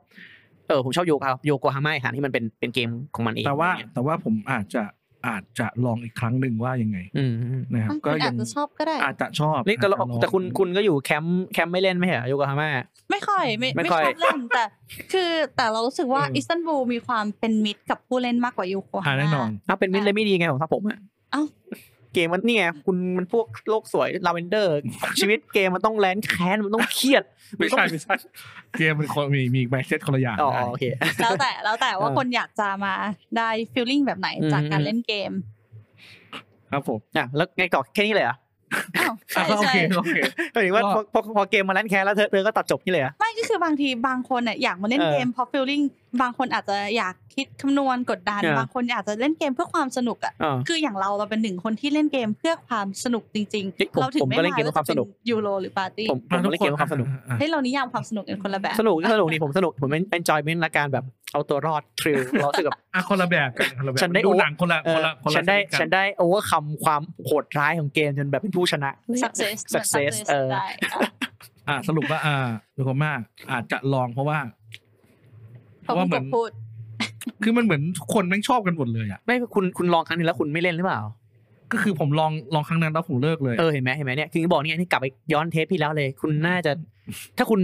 Speaker 3: เออผมชอบโยกาโยโกฮาม่าฐานที่มันเป็นเป็นเกมของมันเอง
Speaker 1: แต่ว่าแต่ว่าผมอาจจะอาจจะลองอีกครั้งหนึ่งว่ายังไง
Speaker 3: อืม
Speaker 1: นะครับ
Speaker 2: บางค
Speaker 1: ก็
Speaker 2: น
Speaker 1: ยั
Speaker 2: อาจ
Speaker 1: ง
Speaker 2: จะชอบก็ได้
Speaker 1: อาจจะชอบ
Speaker 3: เล่แต่เรา
Speaker 1: อาจจะลอง
Speaker 3: แต่คุณคุณก็อยู่แคมป์แคมป์ไม่เล่นไหมเหรอโยโกฮาม่า
Speaker 2: ไม่ค่อยไม่
Speaker 3: ไม่
Speaker 2: ไม่
Speaker 3: ค่
Speaker 2: ช
Speaker 3: อย
Speaker 2: อบเล่นแต่ คือแต่เรารู้สึกว่า
Speaker 1: เอออิ
Speaker 2: อิสตันบูลมีความเป็นมิตรกับผู้เล่นมากกว่ายูโกฮา
Speaker 1: อ่า
Speaker 2: ม่า
Speaker 1: แน่นอน
Speaker 3: เอาเป็นมิตรเลยไม่ดีไงของครับผมอะ
Speaker 2: เอ้า
Speaker 3: เกมมันนี่ไงคุณมันพวกโลกสวยลาเวนเดอร์ ชีวิตเกมมันต้องแลนแค้นมันต้องเครียด
Speaker 1: ไม่ใช่ไม่ใช่เกมมันคนมีมีแบ็กเซตคนละอย่าง
Speaker 3: อ๋อ
Speaker 1: ได้
Speaker 3: โอเค
Speaker 2: แล้วแต่แล้วแต่ว่า
Speaker 3: เออ
Speaker 2: คนอยากจะมาได้ฟีลลิ่งแบบไหนจากการ
Speaker 3: อืม
Speaker 2: เล่นเกม
Speaker 1: ครับผม
Speaker 3: อ่ะแล้วไงต่อแค่นี้ เลยเหรอ่ะ
Speaker 2: อ้าว
Speaker 1: อ่ะโอ
Speaker 2: ใช่
Speaker 1: เค
Speaker 2: ใช่
Speaker 1: โอเค
Speaker 3: หมายถึงว่าพอพอพอเกมมาแลนแค้นแล้วเธอเธอก็ตัดจบนี่เลยเหรอ่ะ
Speaker 2: ไม่ก็คือบางทีบางคนน่ะอยากมาเล่น
Speaker 3: เออ
Speaker 2: เกมเพราะฟีลลิ่งบางคนอาจจะอยากคิดคำนวณกดดัน
Speaker 3: เออ
Speaker 2: บางคนอาจจะเล่นเกมเพื่อความสนุกอ่ะ
Speaker 3: อ่า
Speaker 2: คืออย่างเราเราเป็นหนึ่งคนที่เล่นเกมเพื่อความสนุกจริง
Speaker 3: เฮ้ยผ
Speaker 2: ๆ
Speaker 3: ม
Speaker 2: เราถึง
Speaker 3: ผม
Speaker 2: ไม่
Speaker 3: ก็เล่นเกมเพื่อความสนุก
Speaker 2: ว่จะเป็ยูโรหรือปาร์ตี้
Speaker 3: ผมผมก็เล่นเกมด้วยความสนุก
Speaker 2: เฮ้ยเรานิยามความสนุกกันคนละแบบ
Speaker 3: สนุกสนุกนี่ผมสนุกผมเป็น enjoyment ละการแบบเอาตัวรอดทริลเราสึกแบบ
Speaker 1: อ่ะคนละแบบกันคนละแบบ
Speaker 3: ฉันได้
Speaker 1: ดู
Speaker 3: โอ้
Speaker 1: หนังคนละ
Speaker 3: เอ
Speaker 1: ค
Speaker 3: อน
Speaker 1: ละคนละ
Speaker 3: ฉันได้
Speaker 1: ชดกั
Speaker 3: ฉันได้ overcome ความโหดร้ายของเกมจนแบบเป็นผู้ชนะ
Speaker 2: success เหมือน
Speaker 3: success เออ
Speaker 2: ได้อ่ะ
Speaker 1: อ่ะสรุปว่าอ่าโดโคม่าอาจจะลองเพราะว่า
Speaker 2: เพราะ
Speaker 1: ว่า
Speaker 2: ว่า
Speaker 1: เห
Speaker 2: เห
Speaker 1: มื
Speaker 2: มื
Speaker 1: อ
Speaker 2: อน นพูด
Speaker 1: คือมันเหมือนทุกคนแม่งชอบกันหมดเลยอ่ะ
Speaker 3: ไม่คุณคุณลองครั้งหนึงแล้วคุณไม่เล่นหรือเปล่า
Speaker 1: ก็คือผมลองลองครั้งนั้นแล้วผมเลิกเลย
Speaker 3: เออเห็นไหมเห็นไหมเนี่ยคือบอกนี่ไงนี่กลับไปย้อนเทปที่แล้วเลย คุณน่า จะ ถ้าคุณ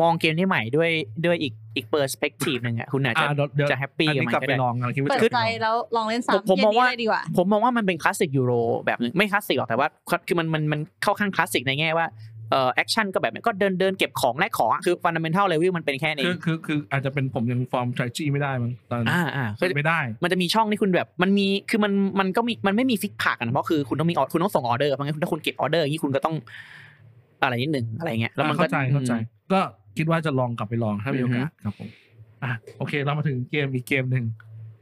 Speaker 3: มองเกมนี้ใหม่ด้วยด้วยอีกอีกเปอร์สเปกทีฟหนึ่งอ่ะคุณอาจจะ
Speaker 1: อ่ะเดี๋ยวเดี๋ยว
Speaker 3: จะแฮปปี้
Speaker 1: อัน
Speaker 3: กับ
Speaker 1: นี้
Speaker 3: มัน
Speaker 1: กลับ
Speaker 3: ก็
Speaker 1: ไป
Speaker 3: ได้
Speaker 1: ลองกันคิดว่า
Speaker 2: เปิด
Speaker 1: จะ
Speaker 2: ใจแล้วลองเล่นสาม
Speaker 3: ผมผมมองว่า
Speaker 2: เย็นนี้เลยดีกว่า
Speaker 3: ผมมองว่ามันเป็นคลาสสิกยูโรแบบหนึงไม่คลาสสิกหรอกแต่ว่าคือมันมันมันเข้าข้างคลาสสิกในแง่ว่าเอ่อแอคชั่นก็แบบนั้นก็เดินเดินเก็บของแลกของอะคือฟันดัมเบลเลเวลมันเป็นแค่นี้
Speaker 1: คือคือคืออาจจะเป็นผมยังฟอร์มไทจี้ไม่ได้มั้งตอน
Speaker 3: อ่าอ่าคือ
Speaker 1: ไม่ได้
Speaker 3: มันจะมีช่องที่คุณแบบมันมีคือมันมันก็มีมันไม่มีฟิกผักอะนะเพราะคือคุณต้องมีออคุณต้องส่งออเดอร์เพราะงั้นถ้าคุณเก็บออเดอร์อย่างนี้คุณก็ต้องอะไรนิดหนึ่งอะไรเงี้ยแล้วมันก็
Speaker 1: เข้าใจเข้าใจ ก็คิดว่าจะลองกลับไปลองถ้ามีโอกา
Speaker 3: อือ
Speaker 1: ส
Speaker 3: ฮึ
Speaker 1: ครับผมอ่ะโอเค เรามาถึงเกมอีกเกมหนึ่ง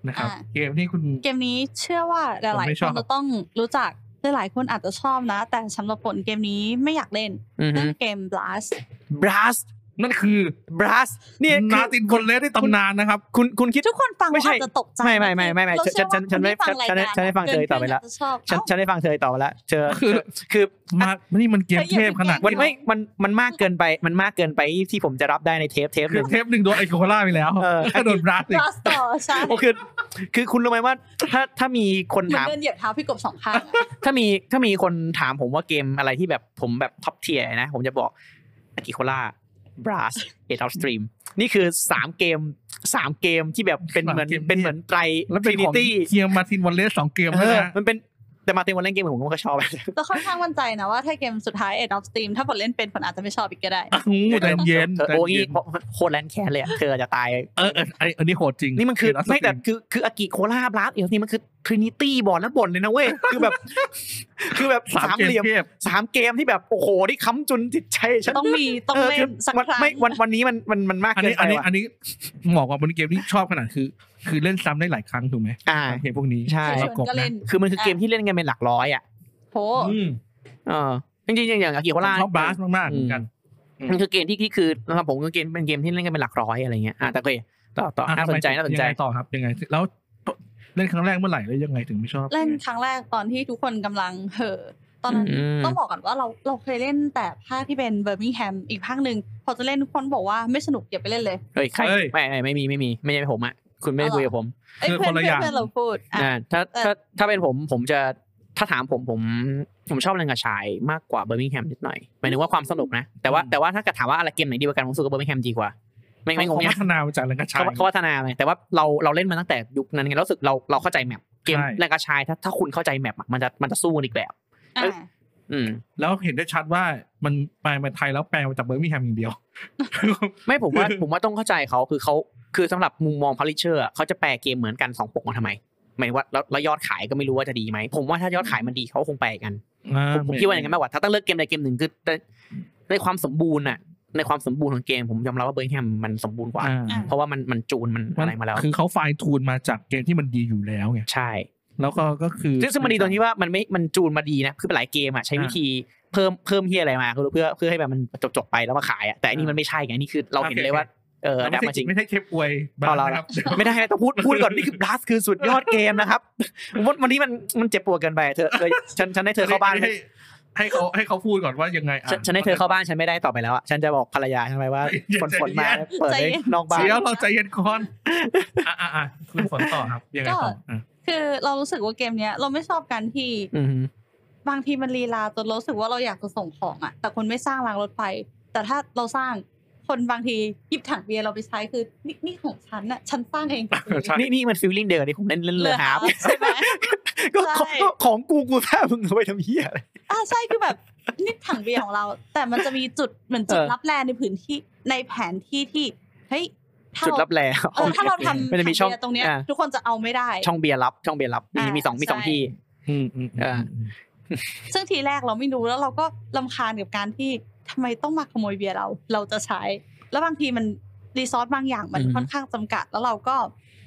Speaker 1: นะครับ
Speaker 2: อ่ะ
Speaker 1: เกมที่คุณ
Speaker 2: เกมนี้เชื่อว่าห
Speaker 1: ผม
Speaker 2: ลาย
Speaker 1: ไม่
Speaker 2: ๆ
Speaker 1: ช
Speaker 2: ค
Speaker 1: อบ
Speaker 2: นจะต้องรู้จักหลายๆคนอาจจะชอบนะ แต่สำหรับผลเกมนี้ไม่อยากเล่น
Speaker 3: อือฮึ
Speaker 2: นั่นเกม blast
Speaker 3: blast
Speaker 1: นั่นคือบ
Speaker 3: รัสเนี่ยคือ
Speaker 1: นาตินคนเลสในตำนานนะครับ
Speaker 3: คุณคุณคิด
Speaker 2: ทุกคนฟัง
Speaker 3: ไม่
Speaker 2: แล้ว
Speaker 3: ใช่
Speaker 2: อาจจะตกใจ
Speaker 3: ไม่ไม่ไม่ไม่ไม่
Speaker 2: เราเชื่อ
Speaker 3: ฉันฉัน
Speaker 2: ว่า
Speaker 3: ฉัน
Speaker 2: คที่
Speaker 3: ฉันฉันฉันฉันไม่ฟังเธอต่อไปละ
Speaker 2: กินครึ่งาจจะชอบ
Speaker 3: ฉันฉันได้ฟังเธอต่อแล้วเธอ
Speaker 1: คือ
Speaker 3: คือ
Speaker 1: มานี่มันเกมเทพขนาด
Speaker 3: มันไม่มันมันมากเกินไปมันมากเกินไปที่ผมจะรับได้ในเทปเทปห
Speaker 1: คือ
Speaker 3: นึ่
Speaker 1: ง เทปหนึ่งโดนไอโคล่าไปแล้ว
Speaker 3: เออ
Speaker 1: ถ้าโดนบรัสอีก
Speaker 2: รัสต่อใช่
Speaker 3: โอคือคือคุณรู้ไหมว่า ถ้าถ้ามีคน
Speaker 2: เหมือน
Speaker 3: ถาม
Speaker 2: เดินเหยียบเท้าพี่กบสองข้างอะ
Speaker 3: ถ้ามีถ้ามีคนถามผมว่าเกมอะไรที่แบบผมแบบท็อปเทียร์นะ ผมจะบอกอากิโคล่าบราสเอทออฟสตรีมนี่คือสามเกมสามเกมที่แบบเป็นเหมือนเป็นเหมือนไตร
Speaker 1: แล้วเป็นของ
Speaker 3: ตี้
Speaker 1: เคียมมาร์ตินวันเลสสองเกม
Speaker 3: เอ
Speaker 1: แล้ว
Speaker 3: อ
Speaker 1: นะ
Speaker 3: มันเป็นแต่มาเต็มวันเล่นเกมผมก็ชอบ
Speaker 2: แต่ค่อนข้างมั่นใจนะว่าถ้าเกมสุดท้ายเอ็ดออฟสตรีมถ้าผลเล่นเป็นผลอาจจะไม่ชอบอีกก็ได้
Speaker 1: อ้าวใจเย็น
Speaker 3: เธอ
Speaker 1: ใจ
Speaker 3: โอ้ย
Speaker 1: เย็น
Speaker 3: โคตรแลนแคนเลยอะเธอจะตาย
Speaker 1: เออเออไออันนี้โหดจริง
Speaker 3: นี่มันคือ
Speaker 1: เดี๋ยว
Speaker 3: ไม่แต่
Speaker 1: สติ
Speaker 3: คือคืออากิโคลาบลัสเอลนี่มันคือทรินิตี้บอลแล้วบ่นเลยนะเว้ย คือแบบ คือแบบ
Speaker 1: สา
Speaker 3: สาม ม
Speaker 1: เกม
Speaker 3: เหลี่ยม
Speaker 1: เทพ
Speaker 3: สามเกมที่แบบ โอ้โหที่ค้ำจุนจิตใจฉัน
Speaker 2: ต้องมีต้องเล่นสัก
Speaker 3: วัน
Speaker 2: ครั้ง
Speaker 3: ไม่วันวันนี้มันมันมันมาก
Speaker 1: อัน
Speaker 3: เกิน
Speaker 1: นี้อัน
Speaker 3: ไป
Speaker 1: นี้
Speaker 3: ว่ะ
Speaker 1: อันนี้หมอกว่าบนเกมที่ชอบขนาดคือ คือเล่นซ้ำได้หลายครั้งถูกไหม
Speaker 3: อ่า
Speaker 1: เกมพวกนี้
Speaker 3: ใช่
Speaker 2: ช
Speaker 1: ประ
Speaker 2: วน
Speaker 1: กบ
Speaker 2: ก็
Speaker 1: นะ
Speaker 2: เล่น
Speaker 3: คือมันคือเกมที่เล่นกันเป็นหลักร้อยอ่ะ
Speaker 2: โห
Speaker 1: อืม
Speaker 3: เออจริงๆอย่างอากิโค
Speaker 1: ผม
Speaker 3: ลา
Speaker 1: ชอบบาสมากๆเหมือนกัน
Speaker 3: มันคือเกมที่ที่คือสำหรับผมคือเกมเป็นเกมที่เล่นกันเป็นหลักร้อยอะไรเงี้ยอ่ะแต่ก็ต่อต่อ
Speaker 1: อ่ะ
Speaker 3: น่าสนใจ
Speaker 1: ทำไม
Speaker 3: น่าสนใจ
Speaker 1: ยังไงต่อครับยังไง แล้วเล่นครั้งแรกเมื่อไหร่แล้วยังไงถึงไม่ชอบ
Speaker 2: เล่นครั้งแรกตอนที่ทุกคนกำลังเห่อตอนนั้น
Speaker 3: อืม
Speaker 2: ต้องบอกก่อนว่าเราเราเคยเล่นแต่ภาคที่เป็นเบอร์มิงแฮมอีกภาคหนึ่งพอจะเล่นทุกคนบอกว่าไม่สนุกอย่าไปเล่นเลย
Speaker 3: เฮ้ยใคร
Speaker 1: เฮ้ย
Speaker 3: ไม่ไม่ไม่มีไม่มีไม่ใช่ผมอ่ะคุณไม่ได้
Speaker 2: เอาเหรอ
Speaker 3: คุยกับผม
Speaker 2: เอ้ย
Speaker 1: คือ
Speaker 2: เพื่อ
Speaker 1: ค
Speaker 2: น
Speaker 1: นละ
Speaker 2: เพื่
Speaker 1: อ
Speaker 2: อน
Speaker 1: ย่าง
Speaker 2: เพื่อนเราพูดอ่ะ
Speaker 3: อ่าถ้า
Speaker 2: เออ
Speaker 3: ถ้าถ้าเป็นผมผมจะถ้าถามผมผมผมชอบแรงกระชายมากกว่าเบอร์มิงแฮมนิดหน่อยหมายถึงว่าความสนุกนะ แต่ว่า
Speaker 1: อืม
Speaker 3: แต่ว่าถ้าเกิดถามว่าอะไรเกมไหนดีกว่ากันผมรู้สึกว่าเบอร์มิงแฮมดีกว่า ไม่ไม่งง
Speaker 1: เขา
Speaker 3: เนี่
Speaker 1: พั
Speaker 3: ย
Speaker 1: ฒนามาจากแรงกระชาย
Speaker 3: เขาเขาพัฒนาไงแต่ว่าเราเราเล่นมาตั้งแต่ยุคนั้นไงเรารู้สึกเราเราเข้าใจแมปเกม
Speaker 1: ใช่
Speaker 3: แรงกระชายถ้าถ้าคุณเข้าใจแมปอะมันจะมันจะสู้กันอีกแบบ
Speaker 2: อ่ะ
Speaker 3: เอ้ย อืม
Speaker 1: แล้วเห็นได้ชัดว่ามันไปมาไทยแล้วแปลมาจากเบอร์มิงแฮมอย่างเดียว
Speaker 3: ไม่ผม ว่า ผมว่าต้องเข้าใจเขาคือเขาคือสำหรับมุมมองพาริเชอร์เขาจะแปลเกมเหมือนกันสองปกมาทำไมหมายถึงว่าแล้วแล้วยอดขายก็ไม่รู้ว่าจะดีไหมผมว่าถ้ายอดขายมันดีเขาคงแปลกัน
Speaker 1: อ่
Speaker 3: ผมผมคิดว่าอย่างนั้นมากกว่าถ้าต้องเลือกเกมใดเกมหนึ่งคือแต่ในความสมบูรณ์อะในความสมบูรณ์ของเกมผมยอมรับว่าเบอร์แฮมมันสมบูรณ์กว่า
Speaker 1: อ่
Speaker 2: อ่ะ
Speaker 3: เพราะว่ามันมันจูนมันอะไรมาแล้ว
Speaker 1: คือเขาไฟทูนมาจากเกมที่มันดีอยู่แล้วไง
Speaker 3: ใช่
Speaker 1: แล้วก็ก็คือ
Speaker 3: ซึ่งซึ่งมันดีตรงที่ว่ามันไม่มันจูนมาดีนะคือหลายเกมอะใช้วิธีเพิ่มเพิ่มเฮียอะไรมาคือเพื่อเพื่อให้แบบมันจบจบๆไปแล้วมาขายอะแต่อันนี้มันไม่ใช่ไงอันนี่คือเราเห็นเลยว่าเออ
Speaker 1: ไม่
Speaker 3: ดับ
Speaker 1: ใช่
Speaker 3: มาจริง
Speaker 1: ไม่ใช่เทปอวยบ้
Speaker 3: เอาเรา
Speaker 1: นะครับ
Speaker 3: ไม่ได้ต้องพูดพูดก่อนนี่คือบลัสคือสุดยอดเกมนะครับ วันวันนี้มันมันเจ็บปวดเกินไปเธอเธอฉันฉันให้เธอเข้าบ้าน
Speaker 1: ให้ให้เขาให้เขาพูดก่อนว่ายังไงอ่ะ
Speaker 3: ฉันฉันให้เธอเข้าบ้านฉันไม่ได้ต่อไปแล้วอ่ะ ฉันจะบอกภรรยาฉันไปว่า
Speaker 1: ใจเย็น
Speaker 3: ฝนฝนมา
Speaker 1: ใจเย็น
Speaker 3: เปิด
Speaker 2: ใจเย็น
Speaker 3: ได้นอกบ้าน
Speaker 1: เสียวเราใจเย็นก่ อนอ่ะอ่ะอ่ะคุณฝนต่อครับยังไงต่ออ่ะ
Speaker 2: คือเรารู้สึกว่าเกมเนี้ยเราไม่ชอบการที่
Speaker 3: อืม
Speaker 2: บางทีมันลีลาจนเรารู้สึกว่าเราอยากจะส่งของอ่ะ แต่คนไม่สร้างรางรถไฟแต่ถ้าเราสร้างคนบางทีหยิบถังเบียร์เราไปใช้คือนี่นี่ของฉันน่ะฉันสร้างเอง
Speaker 3: นี่นี่มันฟิลลิ่งเดิมที่ผมเล่นเล่นเลยครับ
Speaker 2: ใช่ไหม
Speaker 3: ก็
Speaker 2: ใช่
Speaker 3: ก็ของกูกูแท้มึงเอาไปทำเหี้ยอะไร
Speaker 2: อ่าใช่คือแบบนี่ถังเบียร์ของเรา แต่มันจะมีจุดเหมือนจุด
Speaker 3: เออ
Speaker 2: รับแลในพื้นที่ในแผนที่ที่เฮ้ยถ้า
Speaker 3: จุด
Speaker 2: เรา
Speaker 3: รับแล
Speaker 2: เออถ้าเราทำ
Speaker 3: มันจะมีช่อง
Speaker 2: ถัเบียร์ตรงเนี้ย
Speaker 3: อ่า
Speaker 2: ทุกคนจะเอาไม่ได้
Speaker 3: ช่องเบียร์รับช่องเบียร์รับมี
Speaker 2: อ่ามี
Speaker 3: มีสองมีสอง
Speaker 2: ใช่
Speaker 3: ที่
Speaker 1: อืมอืมอืม
Speaker 3: อ่ะ
Speaker 2: ซึ่งทีแรกเราไม่รู้แล้วเราก็ลำคาญกับการที่ทำไมต้องมาขโมยเบียร์เรา เราจะใช้ แล้วบางทีมันรีซอสบางอย่างมัน
Speaker 3: อืม
Speaker 2: ค่อนข้างจำกัด แล้วเราก็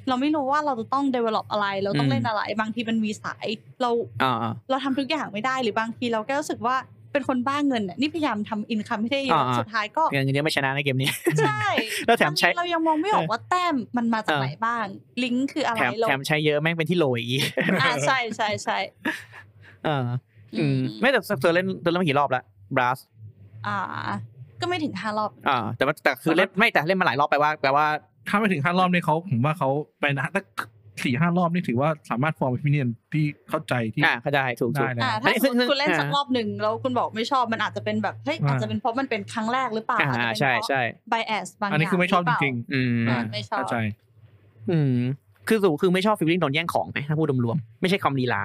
Speaker 2: เราไม่รู้ว่าเราจะต้อง develop อะไร เราต้อ
Speaker 3: อื
Speaker 2: ง
Speaker 3: ม
Speaker 2: เล่นอะไร บางทีมันมีสายเรา
Speaker 3: อ่าอ่า
Speaker 2: เราทำทุกอย่างไม่ได้หรือบางทีเราก็รู้สึกว่าเป็นคนบ้าเงินน่ะนี่พยายามทำอินคัมให้ได้เยอะ
Speaker 3: อ่าๆ
Speaker 2: สุดท้ายก็
Speaker 3: เงินเยอะไม่ชนะในเกมนี้
Speaker 2: ใช่
Speaker 3: แล้วแถมใช้
Speaker 2: บางทีเรายังมองไม่ออกว่าแต้มมันมาจาก
Speaker 3: เออ
Speaker 2: ไหนบ้าง ลิงก์คืออะไร
Speaker 3: แถม
Speaker 2: เรา
Speaker 3: แถมใช้เยอะแม่งเป็นที่โหลอีก
Speaker 2: อ่าใช่ใช่ใช่
Speaker 3: เอ่า
Speaker 2: อืม
Speaker 3: ไม่แต่เธอเล่นเธอเล่นมากี่รอบแล้วบลัส
Speaker 2: อ่า ก็ไม่ถึงห้ารอบ
Speaker 3: อ่า แต่ว่าแต่คือเล่นไม่แต่เล่นมาหลายรอบแปลว่าแปลว่า
Speaker 1: ถ้าไปถึงห้ารอบเนี่ยเขาผมว่าเขาไปนะถ้าสี่ห้ารอบนี่ถือว่าสามารถฟอร์มพิเนียนที่เข้าใจที่
Speaker 3: อ่าเข้าใจถูกถู
Speaker 1: ได้
Speaker 3: ก
Speaker 1: แล้ว
Speaker 2: อ่า
Speaker 3: อัน
Speaker 2: ถ้า
Speaker 3: นี้
Speaker 2: สมมติ
Speaker 3: ซึ่ง
Speaker 2: คุณเล่น
Speaker 3: อ่า
Speaker 2: สักรอบหนึ่งแล้วคุณบอกไม่ชอบมันอาจจะเป็นแบบเฮ้ย
Speaker 1: อ่า
Speaker 2: อาจจะเป็นเพราะมันเป็นครั้งแรกหรือเปล่า
Speaker 3: อ่า
Speaker 2: อาจจะเป็น
Speaker 3: ใช่
Speaker 2: เพราะ
Speaker 3: ใช่
Speaker 2: bias บางอย่าง
Speaker 1: อันนี้คือไม่ชอบจริง
Speaker 3: อืม
Speaker 1: ๆ
Speaker 2: า
Speaker 1: อ่ะ
Speaker 2: ไม่ชอบ
Speaker 1: เข้าใจ
Speaker 3: อืมคือสูคือไม่ชอบฟีลลิ่งโดนแย่งของไหมถ้าพูดรวมๆไม่ใช่ความลีลา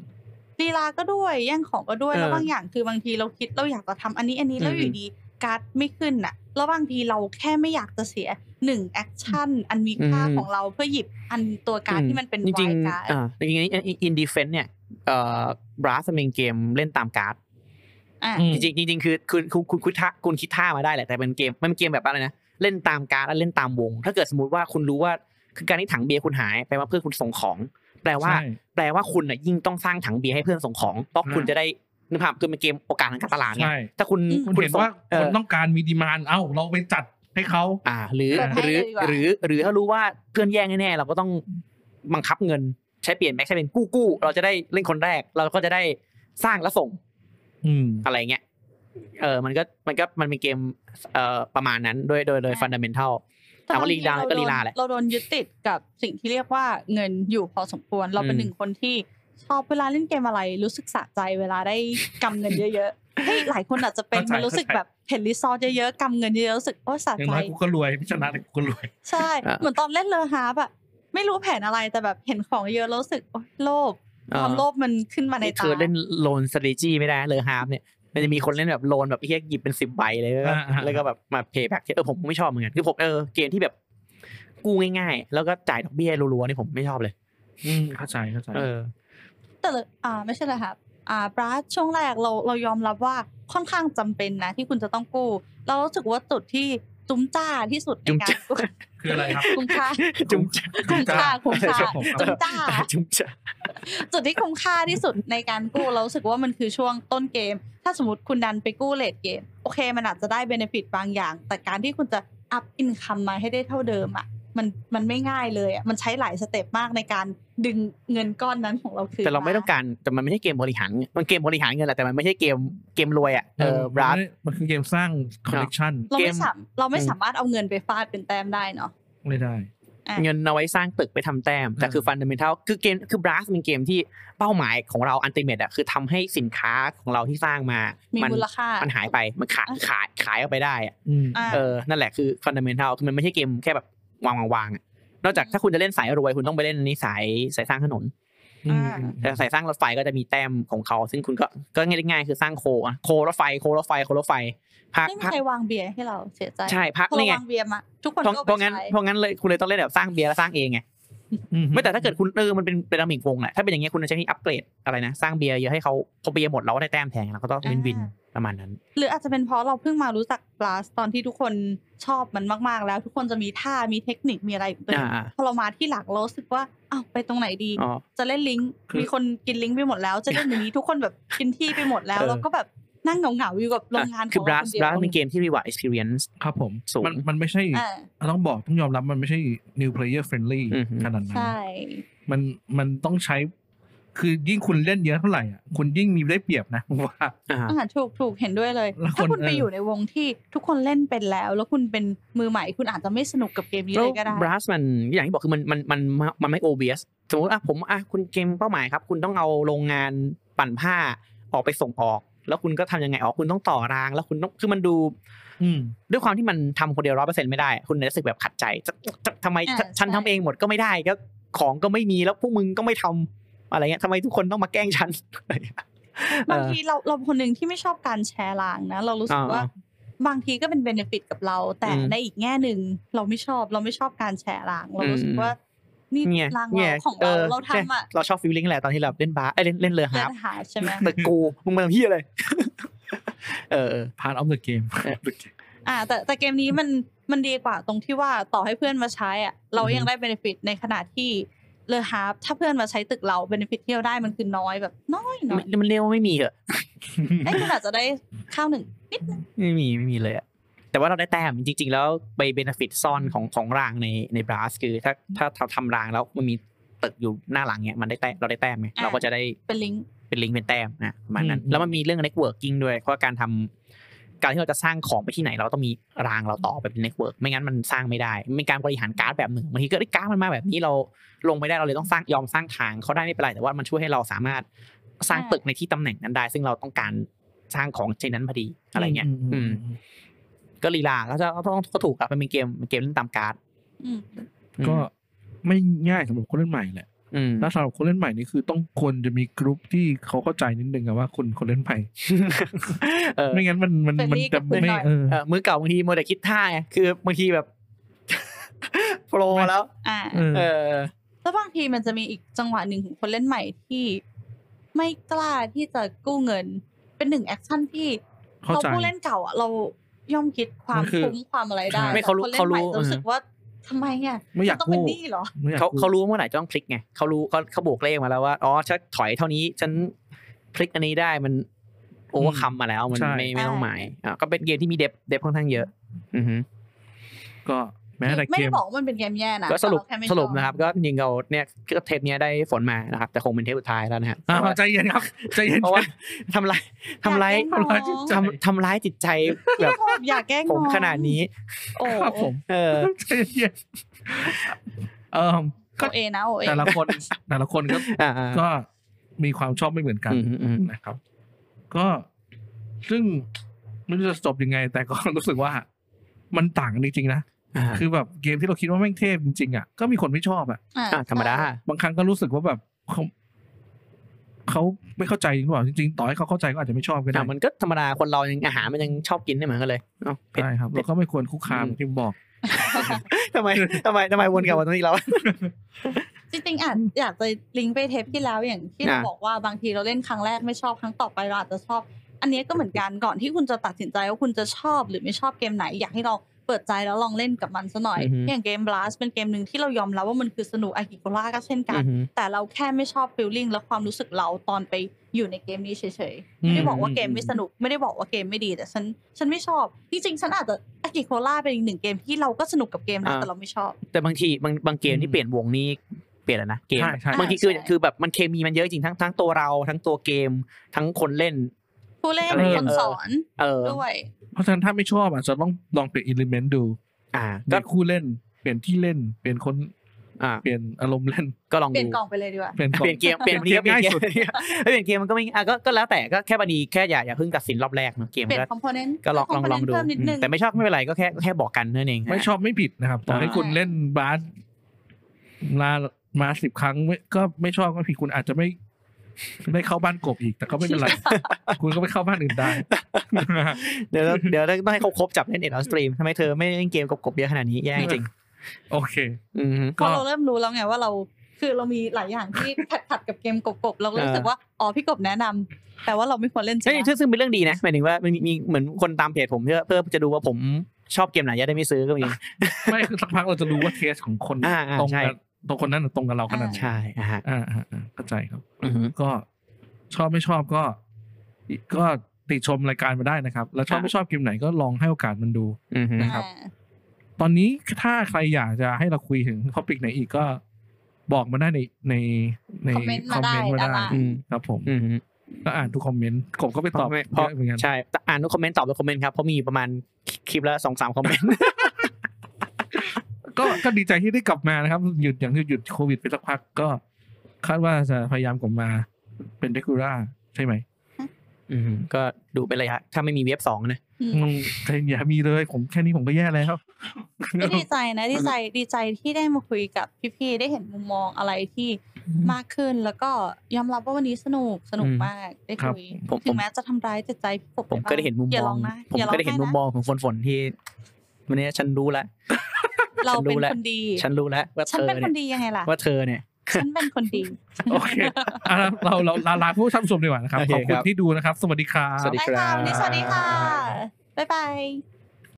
Speaker 2: ๆลีลาก็ด้วยแย่งของก็ด้วย
Speaker 3: เออ
Speaker 2: แล้วบางอย่างคือบางทีเราคิดเราอยากจะทำอันนี้อันนี้แล้วอ
Speaker 3: อื
Speaker 2: ยู่
Speaker 3: ม
Speaker 2: ดีการ์ดไม่ขึ้นน่ะแล้วบางทีเราแค่ไม่อยากจะเสียหนึ่งแอคชั่นอันมีค่าของเราเพื่อหยิบอันตัวการ์ดที่มันเป็น
Speaker 3: จ
Speaker 2: วา
Speaker 3: ริง
Speaker 2: ยการ์ด
Speaker 3: ๆอ่าจริงๆอินดีเฟนเนี่ยเอ่อบราสเป็นเกมเล่นตามการ์ด
Speaker 2: อ่ะ
Speaker 1: อืม
Speaker 3: จริงๆจริงๆคือคือคุณคุณคุณท่าคุณคิดท่ามาได้แหละแต่เป็นเกมมันเป็นเกมแบบอะไรนะเล่นตามการ์ดและเล่นตามวง ถ้าเกิดสมมติว่าคุณรู้ว่าคือการที่ถังเบียร์คุณหายแปลว่าเพื่อนคุณส่งของ แปลว่า
Speaker 1: ใช่
Speaker 3: แปลว่าคุณน่ะยิ่งต้องสร้างถังเบียร์ให้เพื่อนส่งของเพราะคุณ
Speaker 1: อ่า
Speaker 3: จะได้ นึกภาพคือเป็นเกมโอกาสทางการตลาดไง
Speaker 1: ใช่
Speaker 3: ถ้าคุณ
Speaker 2: อืม
Speaker 1: คุณเห็น
Speaker 3: ส่ง
Speaker 1: ว่า
Speaker 3: เอ
Speaker 1: คน
Speaker 3: อ
Speaker 1: ต้องการมีดีมานเอ้าเราไปจัดให้เขา
Speaker 3: อ่าหรือ
Speaker 2: เปิดให้
Speaker 3: ห
Speaker 2: เล
Speaker 3: รือ
Speaker 2: ยดีกว่า
Speaker 3: หรือหรือถ้ารู้ว่าเพื่อนแย่งแน่ๆเราก็ต้องบังคับเงินใช้เปลี่ยนแม็กใช้เป็นกู้กู้เราจะได้เล่นคนแรก เราก็จะได้สร้างและส่ง
Speaker 1: อืม
Speaker 3: อะไรเงี้ยเออมันก็มันก็มันเป็นเกมเอ่อประมาณนั้นโดยโดยโดยฟันดัมเบลทัล ถามว่าลีลา
Speaker 2: แต่บงที
Speaker 3: ก็ลีลาแหละ
Speaker 2: เราโดนยึดติดกับสิ่งที่เรียกว่าเงินอยู่พอสมควร เราเป็น
Speaker 3: อืม
Speaker 2: หนึ่งคนที่ชอบเวลาเล่นเกมอะไร รู้สึกสะใจเวลาได้กำเงินเยอะๆ เฮ้ยหลายคนอาจจะเป็น
Speaker 1: เข้าใจ
Speaker 2: มันรู้สึกแบบเห็นรีซอสเยอะๆกำเงินเยอะๆรู้สึกโอ้สะ
Speaker 1: อย่าง
Speaker 2: ใจ
Speaker 1: น้อยกูก็รวยพิชนะเลยกูก็รวย
Speaker 2: ใช่
Speaker 3: อ่ะ
Speaker 2: เหมือนตอนเล่นเลอฮาร์บอะไม่รู้แผนอะไรแต่แบบเห็นของเยอะแล้วรู้สึกโอ๊ยโลภความโลภมันขึ้นมาใน
Speaker 3: เธ
Speaker 2: ตา
Speaker 3: อเล่นโลนสตรีจีไม่ได้นะเลยฮาร์ปเนี่ยมันจะมีคนเล่นแบบโลนแบบเฮียหยิบเป็นสิบใบเลยแล้วก็
Speaker 1: อ่าอ่า
Speaker 3: แล้วก็แบบมาเพย์แบ็กเออผมไม่ชอบเหมือนกันคือผมเออเกมที่แบบกู้ง่าย ๆ แล้วก็จ่ายดอกเบี้ยรัวๆนี่ผมไม่ชอบเลย
Speaker 1: อืมเข้าใจเข้าใจ
Speaker 3: เออ
Speaker 2: แต่เลยอ่าไม่ใช่เลยครับอ่าบราสช่วงแรกเราเรายอมรับว่าค่อนข้างจำเป็นนะที่คุณจะต้องกู้ เรารู้สึกว่าจุดที่จุ้มจ้าที่สุดใน
Speaker 3: จุ้ม
Speaker 2: การ
Speaker 3: จ้า
Speaker 2: กู้
Speaker 1: คืออะไรครับ
Speaker 2: คุ้มค่า
Speaker 3: จุ๊มจ้า
Speaker 2: คุ้มค่า คุ้มค่า
Speaker 1: ครับผม
Speaker 2: จุดจ้า
Speaker 3: จุ๊บจ้า
Speaker 2: จุดที่คุ้มค่าที่สุดในการกู้เรารู้สึกว่ามันคือช่วงต้นเกม ถ้าสมมติคุณดันไปกู้เลทเกม โอเคมันอาจจะได้เบนฟิตบางอย่าง แต่การที่คุณจะอัพอินคัมมาให้ได้เท่าเดิมอ่ะ มันมันไม่ง่ายเลยอ่ะ มันใช้หลายสเต็ปมากในการดึงเงินก้อนนั้นของเราคืน
Speaker 3: แต่เราไม่ต้องการแต่มันไม่ใช่เกมบริหารเงินมันเกมบริหารเงินแหละแต่มันไม่ใช่เกมเกมรวยอ่ะเออบรัส
Speaker 1: มันคือเกมสร้างคอนเนคชั่น
Speaker 2: เรา
Speaker 3: เกม
Speaker 2: ไม่สามเราไม่สามารถเอาเงินไปฟาดเป็นแต้มได้เนาะ
Speaker 1: ไม่ได้
Speaker 2: อ่ะ
Speaker 3: เงินเอาไว้สร้างตึกไปทำแต้มแต่คือฟันเดเมนทัลคือเกมคือบรัสเป็นเกมที่เป้าหมายของเราอันติเมตอ่ะคือทำให้สินค้าของเราที่สร้างมา
Speaker 2: มี
Speaker 3: มั
Speaker 2: มูลค่า
Speaker 3: มันหายไปมันขายขายขายออกไปได้อะ
Speaker 1: อืม
Speaker 2: อ่ะ
Speaker 3: เออนั่นแหละคือฟันเดเมนทัลคือมันไม่ใช่เกมแค่แบบวางวางวางอะนอกจากถ้าคุณจะเล่นสายรวยคุณต้องไปเล่นอันนี้สายสายสร้างถนน
Speaker 1: อืม
Speaker 3: แต่สายสร้างรถไฟก็จะมีแต้มของเขา ซึ่งคุณก็ก็ง่ายๆคือสร้างโคอะโครถไฟโครถไฟโครถไฟภาค
Speaker 2: ไม่มี
Speaker 3: ภาค
Speaker 2: ใครวางเบียร์ให้เราเสียใจ
Speaker 3: ใช่ภาค
Speaker 2: พอเรา
Speaker 3: นี่ไง
Speaker 2: วางเบียร์มาทุกคน
Speaker 3: เพราะ
Speaker 2: ก็เอา
Speaker 3: เพราะ
Speaker 2: ไป
Speaker 3: งั้น
Speaker 2: ใช้
Speaker 3: เพราะงั้นเลยคุณเลยต้องเล่นแบบสร้างเบียร์แล้วสร้างเองไงไม่แต่ถ้าเกิดคุณเออมันเป็นเป็นดามิงวงแหละถ้าเป็นอย่างเงี้ยคุณจะใช้อัปเกรดอะไรนะสร้างเบียร์เยอะให้เขาพอเบียร์หมดเราก็ได้แต้มแทงแล้วก็ต้องวินวิน
Speaker 2: อ่า
Speaker 3: ประมาณนั้น
Speaker 2: หรืออาจจะเป็นเพราะเราเพิ่งมารู้จักบลัสตอนที่ทุกคนชอบมันมากๆ แล้ว ทุกคนจะมีท่ามีเทคนิคมีอะไรของตัวเอ
Speaker 3: อ่าง อ่า
Speaker 2: พอเรามาที่หลักเรารู้สึกว่าอ้าวไปตรงไหนดี
Speaker 3: อ๋อ
Speaker 2: จะเล่นลิงก์
Speaker 1: คือ
Speaker 2: มีคนกินลิงก์ไปหมดแล้ว จะเล่นอย่างนี้ ทุกคนแบบ กินที่ไปหมดแล้ว
Speaker 3: เออ
Speaker 2: เราก็แบบนั่งเหงาๆอยู่กับโรงงานข
Speaker 3: คือ
Speaker 2: อง
Speaker 3: บรั
Speaker 2: เราคนเดีย
Speaker 3: สบ
Speaker 2: ว
Speaker 3: รัสเป็นเกมที่มีว่า experience
Speaker 1: ครับผม
Speaker 3: สูง
Speaker 1: มันมันไม่ใช่
Speaker 2: อ่า
Speaker 1: ต้องบอกต้องยอมรับมันไม่ใช่ new player friendly
Speaker 3: อือฮึ
Speaker 1: ขนาดนั้น
Speaker 2: ใช่
Speaker 1: มันมันต้องใช้ คือยิ่งคุณเล่นเยอะเท่าไหร่อ่ะคุณยิ่งมีได้เปรียบนะผมว่า
Speaker 3: อ่า
Speaker 2: อาหารถูกถูกเห็นด้วยเลย
Speaker 1: แล้ว
Speaker 2: ถ้า
Speaker 1: คน
Speaker 2: คุณไป
Speaker 1: เออ
Speaker 2: อ
Speaker 1: อ
Speaker 2: ยู่ในวงที่ทุกคนเล่นเป็นแล้ว แล้วคุณเป็นมือใหม่คุณอาจจะไม่สนุกกับเกมนี้เลยก็ได้
Speaker 3: บรัสมันอย่างที่บอกคือมันมันมันมันไม่โอเบียสสมมติอ่ะผมอ่ะคุณเกมเป้าหมายครับ คุณต้องเอาโรงงานปั่นผ้าออกไปส่งออก แล้วคุณก็ทำยังไงออกคุณต้องต่อราง แล้วคุณต้องคือมันดู
Speaker 1: อืม
Speaker 3: ด้วยความที่มันทำคนเดียวร้อยเปอร์เซ็นต์ไม่ได้ คุณจะรู้สึกแบบขัดใจจะจะทำไม
Speaker 2: อ่า
Speaker 3: ฉันฉัน
Speaker 2: ใช่
Speaker 3: ทำเองหมดก็ไม่ได้ก็ของก็ไม่มีแล้วพวกมึงก็ไม่ทำอะไรเงี้ยทำไมทุกคนต้องมาแกล้งฉัน
Speaker 2: บางทีเราเราคนหนึ่งที่ไม่ชอบการแชร์ลางนะ เรารู้สึก
Speaker 3: อ่า
Speaker 2: ว่า บางทีก็เป็นเบนฟิตกับเรา แต่
Speaker 3: อืม
Speaker 2: ในอีกแง่หนึ่งเราไม่ชอบเราไม่ชอบการแชร์ลาง เรารู้สึก
Speaker 3: อืม
Speaker 2: ว่า นี่
Speaker 3: เนี่ย
Speaker 2: ลาง
Speaker 3: เนี่ย
Speaker 2: เราของ
Speaker 3: อ
Speaker 2: เรา
Speaker 3: อ
Speaker 2: เรา
Speaker 3: นี่ย
Speaker 2: ทำอ่ะ
Speaker 3: เราชอบฟีลลิ่งแหละตอนที่เราเล่นบาสเอ้ยเล่นเล่นเรือ
Speaker 2: เพื่
Speaker 3: หา
Speaker 2: อบ นหาใช่ไหม
Speaker 3: แต่กูมึงมาทำเพี้ยเลย เออ
Speaker 1: part of the game
Speaker 2: อ่า แต่แต่เกมนี้มันมันดีกว่าตรงที่ว่าต่อให้เพื่อนมาใช้อ่ะเรายังได้เบนฟิตในขณะที่เลอฮาร์ถ้าเพื่อนมาใช้ตึกเราเบนฟิตที่เราได้มันคือน้อยแบบน้อยน้อย
Speaker 3: มันเรียกว่าไม่มีเหรอ
Speaker 2: ไอ้ยคุณอาจจะได้ข้าวหนึ่งนิดนึง
Speaker 3: ไม่มีไม่มีเลยอะแต่ว่าเราได้แต้มจริง ๆ แล้วไปเบนฟิตซ่อนของของรางในในบราสคือถ้าถ้าถ้าทำรางแล้วมันมีตึกอยู่หน้าหลังเนี่ยมันได้แต้มเราได้แต้มไงเราก็จะได้
Speaker 2: เป็นลิงก์
Speaker 3: เป็นลิงก์เป็นแต้มนะประมาณนั้น
Speaker 1: อืม
Speaker 3: แล้วมันมีเรื่องเน็ตเวิร์กิ่งด้วยเพราะว่าการทำการที่เราจะสร้างของไปที่ไหน เราต้องมีรางเราต่อไปเป็นเน็ตเวิร์กไม่งั้นมันสร้างไม่ได้มันเป็นการบริหารการ์ดแบบหนึ่งบางทีก็ได้การ์ดมันมาแบบนี้เราลงไม่ได้เราเลยต้องสร้างยอมสร้างทางเขาได้ไม่เป็นไรแต่ว่ามันช่วยให้เราสามารถสร้างตึกในที่ตำแหน่งนั้นได้ ซึ่งเราต้องการสร้างของเช่นนั้นพอดีอะไรเงี้ยอืม ก็ลีลาก็จะก็ต้องก็ถูกครับมันเป็นเกมเป็นเกมเล่นตามการ์ด
Speaker 2: อืม
Speaker 3: อืม
Speaker 1: ก็ไม่ง่ายสำหรับคนเล่นใหม่แหละ
Speaker 3: อืม
Speaker 1: แล้วสำหรับคนเล่นใหม่นี่คือต้องควรจะมีกลุ่มที่เขาเข้าใจนิดนึงอะว่าคนคนเล่นใหม่
Speaker 3: เออ
Speaker 1: ไม่งั้นมันมันมัน
Speaker 2: friendly
Speaker 1: จะ
Speaker 2: กับคุณ
Speaker 1: ไม่
Speaker 2: หน่อย
Speaker 1: เออ
Speaker 3: เออมือเก่าบางทีมัวแต่คิดท่าไงคือบางทีแบบ โปรแล้ว
Speaker 2: อ่า
Speaker 1: เออ
Speaker 3: เออ
Speaker 2: แล้วบางทีมันจะมีอีกจังหวะหนึ่งของคนเล่นใหม่ที่ ไม่กล้าที่จะกู้เงิน เป็นหนึ่งแอคชั่นที่
Speaker 1: เข้า
Speaker 2: เรา
Speaker 1: ใจ
Speaker 2: ผู้เล่นเก่าอ่ะเราย่อมคิดความ
Speaker 1: มันคือ
Speaker 2: คุ้มความอะไรได้
Speaker 1: ใช่
Speaker 3: ไม่เขารู้
Speaker 2: แต่คนล่น
Speaker 3: เขารู้
Speaker 2: ใหม่จะรู้สึก
Speaker 3: เออ
Speaker 2: ว่าทำไมอ่ะ
Speaker 1: ไม่อยาก
Speaker 2: ต้องเป็น
Speaker 1: กู้
Speaker 2: หนี้เหรอ
Speaker 1: ไม่อยก
Speaker 3: เขา
Speaker 1: กู้
Speaker 3: เขารู้ว่าเมื่อไหร่จะต้องพลิกไงเขารู้เขาเขาบวกเลขมาแล้วว่าอ๋อฉันถอยเท่านี้ ฉันพลิกอันนี้ได้มัน โอเวอร์คัมมาแล้วมัน
Speaker 1: ใช่
Speaker 3: ไม่ไม่ต้องหมายอ่ะก็เป็นเกมที่มีเดฟเดฟค่อนข้างเยอะ อือฮึ
Speaker 1: ก็แม้แต่
Speaker 2: ไม่
Speaker 1: เก
Speaker 2: ได้
Speaker 1: ม
Speaker 2: บอกว่ามันเป็นเกมแย่นะ
Speaker 3: ก็สรุป
Speaker 2: แต่เาแไม่
Speaker 3: สรุป
Speaker 2: ชอ
Speaker 3: นะครับ ก็ยิงเราเนี่ยก็เทปเนี้ยได้ฝนมานะครับ แต่คงเป็นเทปสุดท้ายแล้วนะฮะ
Speaker 1: อ่าใจเย็น ครับใจเย็น
Speaker 3: เพราะว่าทำร้ายทำร้าย
Speaker 2: อยากแกล้งน้อง
Speaker 3: ทำทำร้ายจิตใจ
Speaker 2: พี่
Speaker 3: แบบ
Speaker 2: โทษอย่าแกล้ง
Speaker 3: ผม
Speaker 2: อง
Speaker 3: ขนาดนี้
Speaker 2: โอ้
Speaker 1: ครับผม
Speaker 3: เออ
Speaker 1: ใจเย็นเออ
Speaker 2: ก็เอนะโอเอ
Speaker 1: แต่ละคนแต่ละคนก็
Speaker 3: อ่าอ่า
Speaker 1: ก็มีความชอบไม่เหมือนกัน
Speaker 3: อืมอืมอืม
Speaker 1: นะครับ ก็ซึ่งไม่รู้จะจบยังไง แต่ก็ รู้สึกว่า มันต่างกันจริงๆนะ
Speaker 3: อ่า
Speaker 1: คือแบบเกมที่เราคิดว่าแม่งเทพจริงๆอ่ะก็มีคนไม่ชอบอ่ะ
Speaker 2: อ่ะ
Speaker 3: อ่าธรรมดา
Speaker 1: บางครั้งก็รู้สึกว่าแบบเขาเขาไม่เข้าใจจริงหรือเปล่าจริงๆต่อให้เขาเข้าใจก็อาจจะไม่ชอบก็ได้
Speaker 3: อ่ะมันก็ธรรมดาคนเรายังอาหารมันยังชอบกินได้เหมือนกันเลยเอ้าเผ็ด
Speaker 1: ใช่ครับเราก็ไม่ควรคุกคาม
Speaker 3: อืม
Speaker 1: ที่บอก
Speaker 3: ท ำไมทำไมทำไมวนกลับมาตรง นี้แล้ว
Speaker 2: จริงๆอ่ะอยากจะลิงก์ไปเทปที่แล้วอย่างที่
Speaker 3: อ่ะ
Speaker 2: เราบอกว่าบางทีเราเล่นครั้งแรกไม่ชอบครั้งต่อไปเราอาจจะชอบ อันนี้ก็เหมือนกันก่อนที่คุณจะตัดสินใจว่าคุณจะชอบหรือไม่ชอบเกมไหน อยากให้เราเปิดใจแล้วลองเล่นกับมันซะหน่อย
Speaker 3: อือฮึ
Speaker 2: อย่างเกม blast เป็นเกมหนึ่งที่เรายอมรับว่ามันคือสนุกอากิโกล่าก็เช่นกัน
Speaker 3: อือฮึ
Speaker 2: แต่เราแค่ไม่ชอบฟีลลิ่งและความรู้สึกเราตอนไปอยู่ในเกมนี้เฉยๆ ไม่ได้บอกว่าเกมไม่สนุกไม่ได้บอกว่าเกมไม่ดีแต่ฉันฉันไม่ชอบ จริงๆ ฉันอาจจะอากิโคล่าเป็นอีกหนึ่งเกมที่เราก็สนุกกับเกมนะ
Speaker 3: อ่า
Speaker 2: แต่เราไม่ชอบ
Speaker 3: แต่บางทีบางบางเกม
Speaker 1: อืม
Speaker 3: ที่เปลี่ยนวงนี่เปลี่ยนแล้วนะเกม
Speaker 1: ใช่ใช่
Speaker 3: บางทีคือ
Speaker 2: ใช่
Speaker 3: คือแบบมันเคมีมันเยอะจริงทั้งทั้งตัวเราทั้งตัวเกม ทั้งคนเล่น
Speaker 2: ผู้เล่น
Speaker 3: อะไรอ
Speaker 2: ค
Speaker 3: ย่าง
Speaker 2: น
Speaker 3: เออ
Speaker 2: สอน
Speaker 3: เออ
Speaker 2: ด้วย
Speaker 1: เพราะฉะนั้นถ้าไม่ชอบอาจจะต้องลองเปลี่ยนอิเลเมนต์ดู
Speaker 3: อ่า
Speaker 1: เป
Speaker 3: ก็
Speaker 1: ลี่ยนคู่เล่น เปลี่ยนที่เล่น เปลี่ยนคน
Speaker 3: อ่า
Speaker 1: เปลี่ยนอารมณ์เล่น
Speaker 3: ก็ลอง
Speaker 2: เปลี่ยน
Speaker 3: ดู
Speaker 2: กล่องไปเลยดีกว่า
Speaker 1: เปลี่ยนกล่อ
Speaker 3: เปลี่ย
Speaker 1: ง
Speaker 3: นเกมเปลี่ยน
Speaker 1: เปลี่ยนเกม
Speaker 3: เกม
Speaker 1: ง่าย
Speaker 3: เปลี่ยน
Speaker 1: สุด
Speaker 3: เกมเปลี่ยนเกมมันก็ไม่อ่ะก็ก็แล้วแต่ก็แค่บางทีแค่อย่าอย่าเพิ่งตัดสินรอบแรกเนอะเกม
Speaker 2: เปลี่ยน
Speaker 3: ก็
Speaker 2: คอมโพเนนต์
Speaker 3: ก็ลองลองลองดู
Speaker 2: เพิ่มนิดนึง
Speaker 3: แต่ไม่ชอบไม่เป็นไรก็แค่แค่บอกกันนั่นเอง
Speaker 1: ไม่ชอบไม่ผิดนะครับต่อให้
Speaker 2: อ่า
Speaker 1: คุณเล่นบาสมามาสิบครั้งไม่ก็ไม่ชอบก็ผิดคุณอาจจะไม่ได้เข้าบ้านกบอีก แต่ก็ไม่เป็นไร คุณก็ไปเข้าบ้านอื่นได้
Speaker 3: เดี๋ยว เดี๋ยวต้องให้เขาครบจับเล่นเอ็ดออสตรีมทำไมเธอไม่เล่นเกมกบกบเยอะขนาดนี้แย่จริง
Speaker 1: โอเค
Speaker 3: อืม
Speaker 2: เพราะเราเริ่มรู้แล้วไงว่าเราคือเรามีหลายอย่างที่ ขัดขัดกับเกมกบๆเราก็รู้สึกว่าอ๋อพี่กบแนะนำแต่ว่าเราไม่ควรเล่นใช่
Speaker 3: ใช่
Speaker 2: ไหม
Speaker 3: ซึ่งซึ่งเป็นเรื่องดีนะหมายถึงว่ามันมีมีเหมือนคนตามเพจผมเพื่อเพื่อจะดูว่าผมชอบเกมไหนจะได้ไม่ซื้อก็มี
Speaker 1: ไม่คือสักพักเราจะรู้ว่าเทสของคน
Speaker 3: อ่าอ่า
Speaker 1: ตรง
Speaker 3: ใช่
Speaker 1: กันตรงคนนั้นน่ะตรงกับเราขนาดไหน
Speaker 3: ใช่อ่ะฮะ
Speaker 1: อ่าอ่าอ่าเข้าใจครับ
Speaker 3: อือฮึ
Speaker 1: ก็ชอบไม่ชอบก็ก็ติชมรายการมาได้นะครับ แล้วชอบ
Speaker 3: อ่า
Speaker 1: ไม่ชอบเกมไหนก็ลองให้โอกาสมันดู
Speaker 3: อือฮึ
Speaker 1: นะครับ
Speaker 2: อ่า
Speaker 1: ตอนนี้ถ้าใครอยากจะให้เราคุยถึงท็อปิกไหนอีกก็บอกมาได้ในในใน
Speaker 2: คอมเมนต์
Speaker 1: ค
Speaker 2: มา
Speaker 1: อม
Speaker 2: ได้
Speaker 1: เมนต์มา
Speaker 2: ด้าน
Speaker 1: ได้
Speaker 2: ล่าง
Speaker 3: อืม
Speaker 1: ครับผม
Speaker 3: อือฮึ
Speaker 1: ก็อ่านทุกคอมเมนต์กบก็ไปตอบ
Speaker 3: เพราะไม่
Speaker 1: เย
Speaker 3: เพราะ
Speaker 1: อะเหมือนกัน
Speaker 3: ใช่แต่อ่านทุกคอมเมนต์ตอบทุกคอมเมนต์ครับเพราะมีอยู่ประมาณคลิปละสองสามคอมเมนต์
Speaker 1: ก็ก็ดีใจที่ได้กลับมานะครับ หยุดอย่างที่หยุดโควิดไปสักพักก็ คาดว่าจะพยายามกลับมาเป็นเดคูร่าใช่ไหม
Speaker 3: อือฮึก็ดูเป็นระยะถ้าไม่มีเว็บสองนะ
Speaker 2: อืม
Speaker 1: อืมแต่อย่ามีเลย ผมแค่นี้ผมก็แย่แล้ว
Speaker 2: ก็ดีใจนะดีใจดีใจที่ได้มาคุยกับพี่ๆได้เห็นมุมมองอะไรที่มากขึ้นแล้วก็ยอมรับว่าวันนี้สนุกสนุก
Speaker 3: อืม
Speaker 2: มากได้
Speaker 1: ครับ
Speaker 2: คุย
Speaker 3: ผม
Speaker 2: ถึ
Speaker 3: ผม
Speaker 2: งแม้จะทำร้ายจิตใจพี่กบ
Speaker 3: ผ
Speaker 2: ป
Speaker 3: ม
Speaker 2: บ้าง
Speaker 3: ก็ได้เห็นมุม
Speaker 2: อย่าม ร้
Speaker 3: อง
Speaker 2: นะ
Speaker 3: ผม
Speaker 2: อย่าร้
Speaker 3: ก็ได้เห็นมุมม
Speaker 2: นะ
Speaker 3: องของฝนฝนที่วันนี้ฉันรู้ละ
Speaker 2: เรา
Speaker 3: ฉันรู้
Speaker 2: เป็น
Speaker 3: แล้ว
Speaker 2: คนดี
Speaker 3: ฉันรู้แล้วว่า
Speaker 2: ฉั
Speaker 3: เธ
Speaker 2: น
Speaker 3: อ
Speaker 2: เป็นค
Speaker 3: เนี่
Speaker 2: น
Speaker 3: ย
Speaker 2: ดียังไงล่ะ
Speaker 3: ว่าเธอเนี่ย
Speaker 2: ฉันเป็นคนดี
Speaker 1: โอเคอ่ะเราเราลาลาผู้ชมชมดีกว่านะครับ
Speaker 3: โอเค
Speaker 1: ขอบคุ
Speaker 3: ค
Speaker 1: ณ
Speaker 3: รับ
Speaker 1: ที่ดูนะครับ สวัสดีครับ
Speaker 3: สวัสดี
Speaker 2: ได้ค่ะวันนี้สวัสดีค่ะ บ๊ายบาย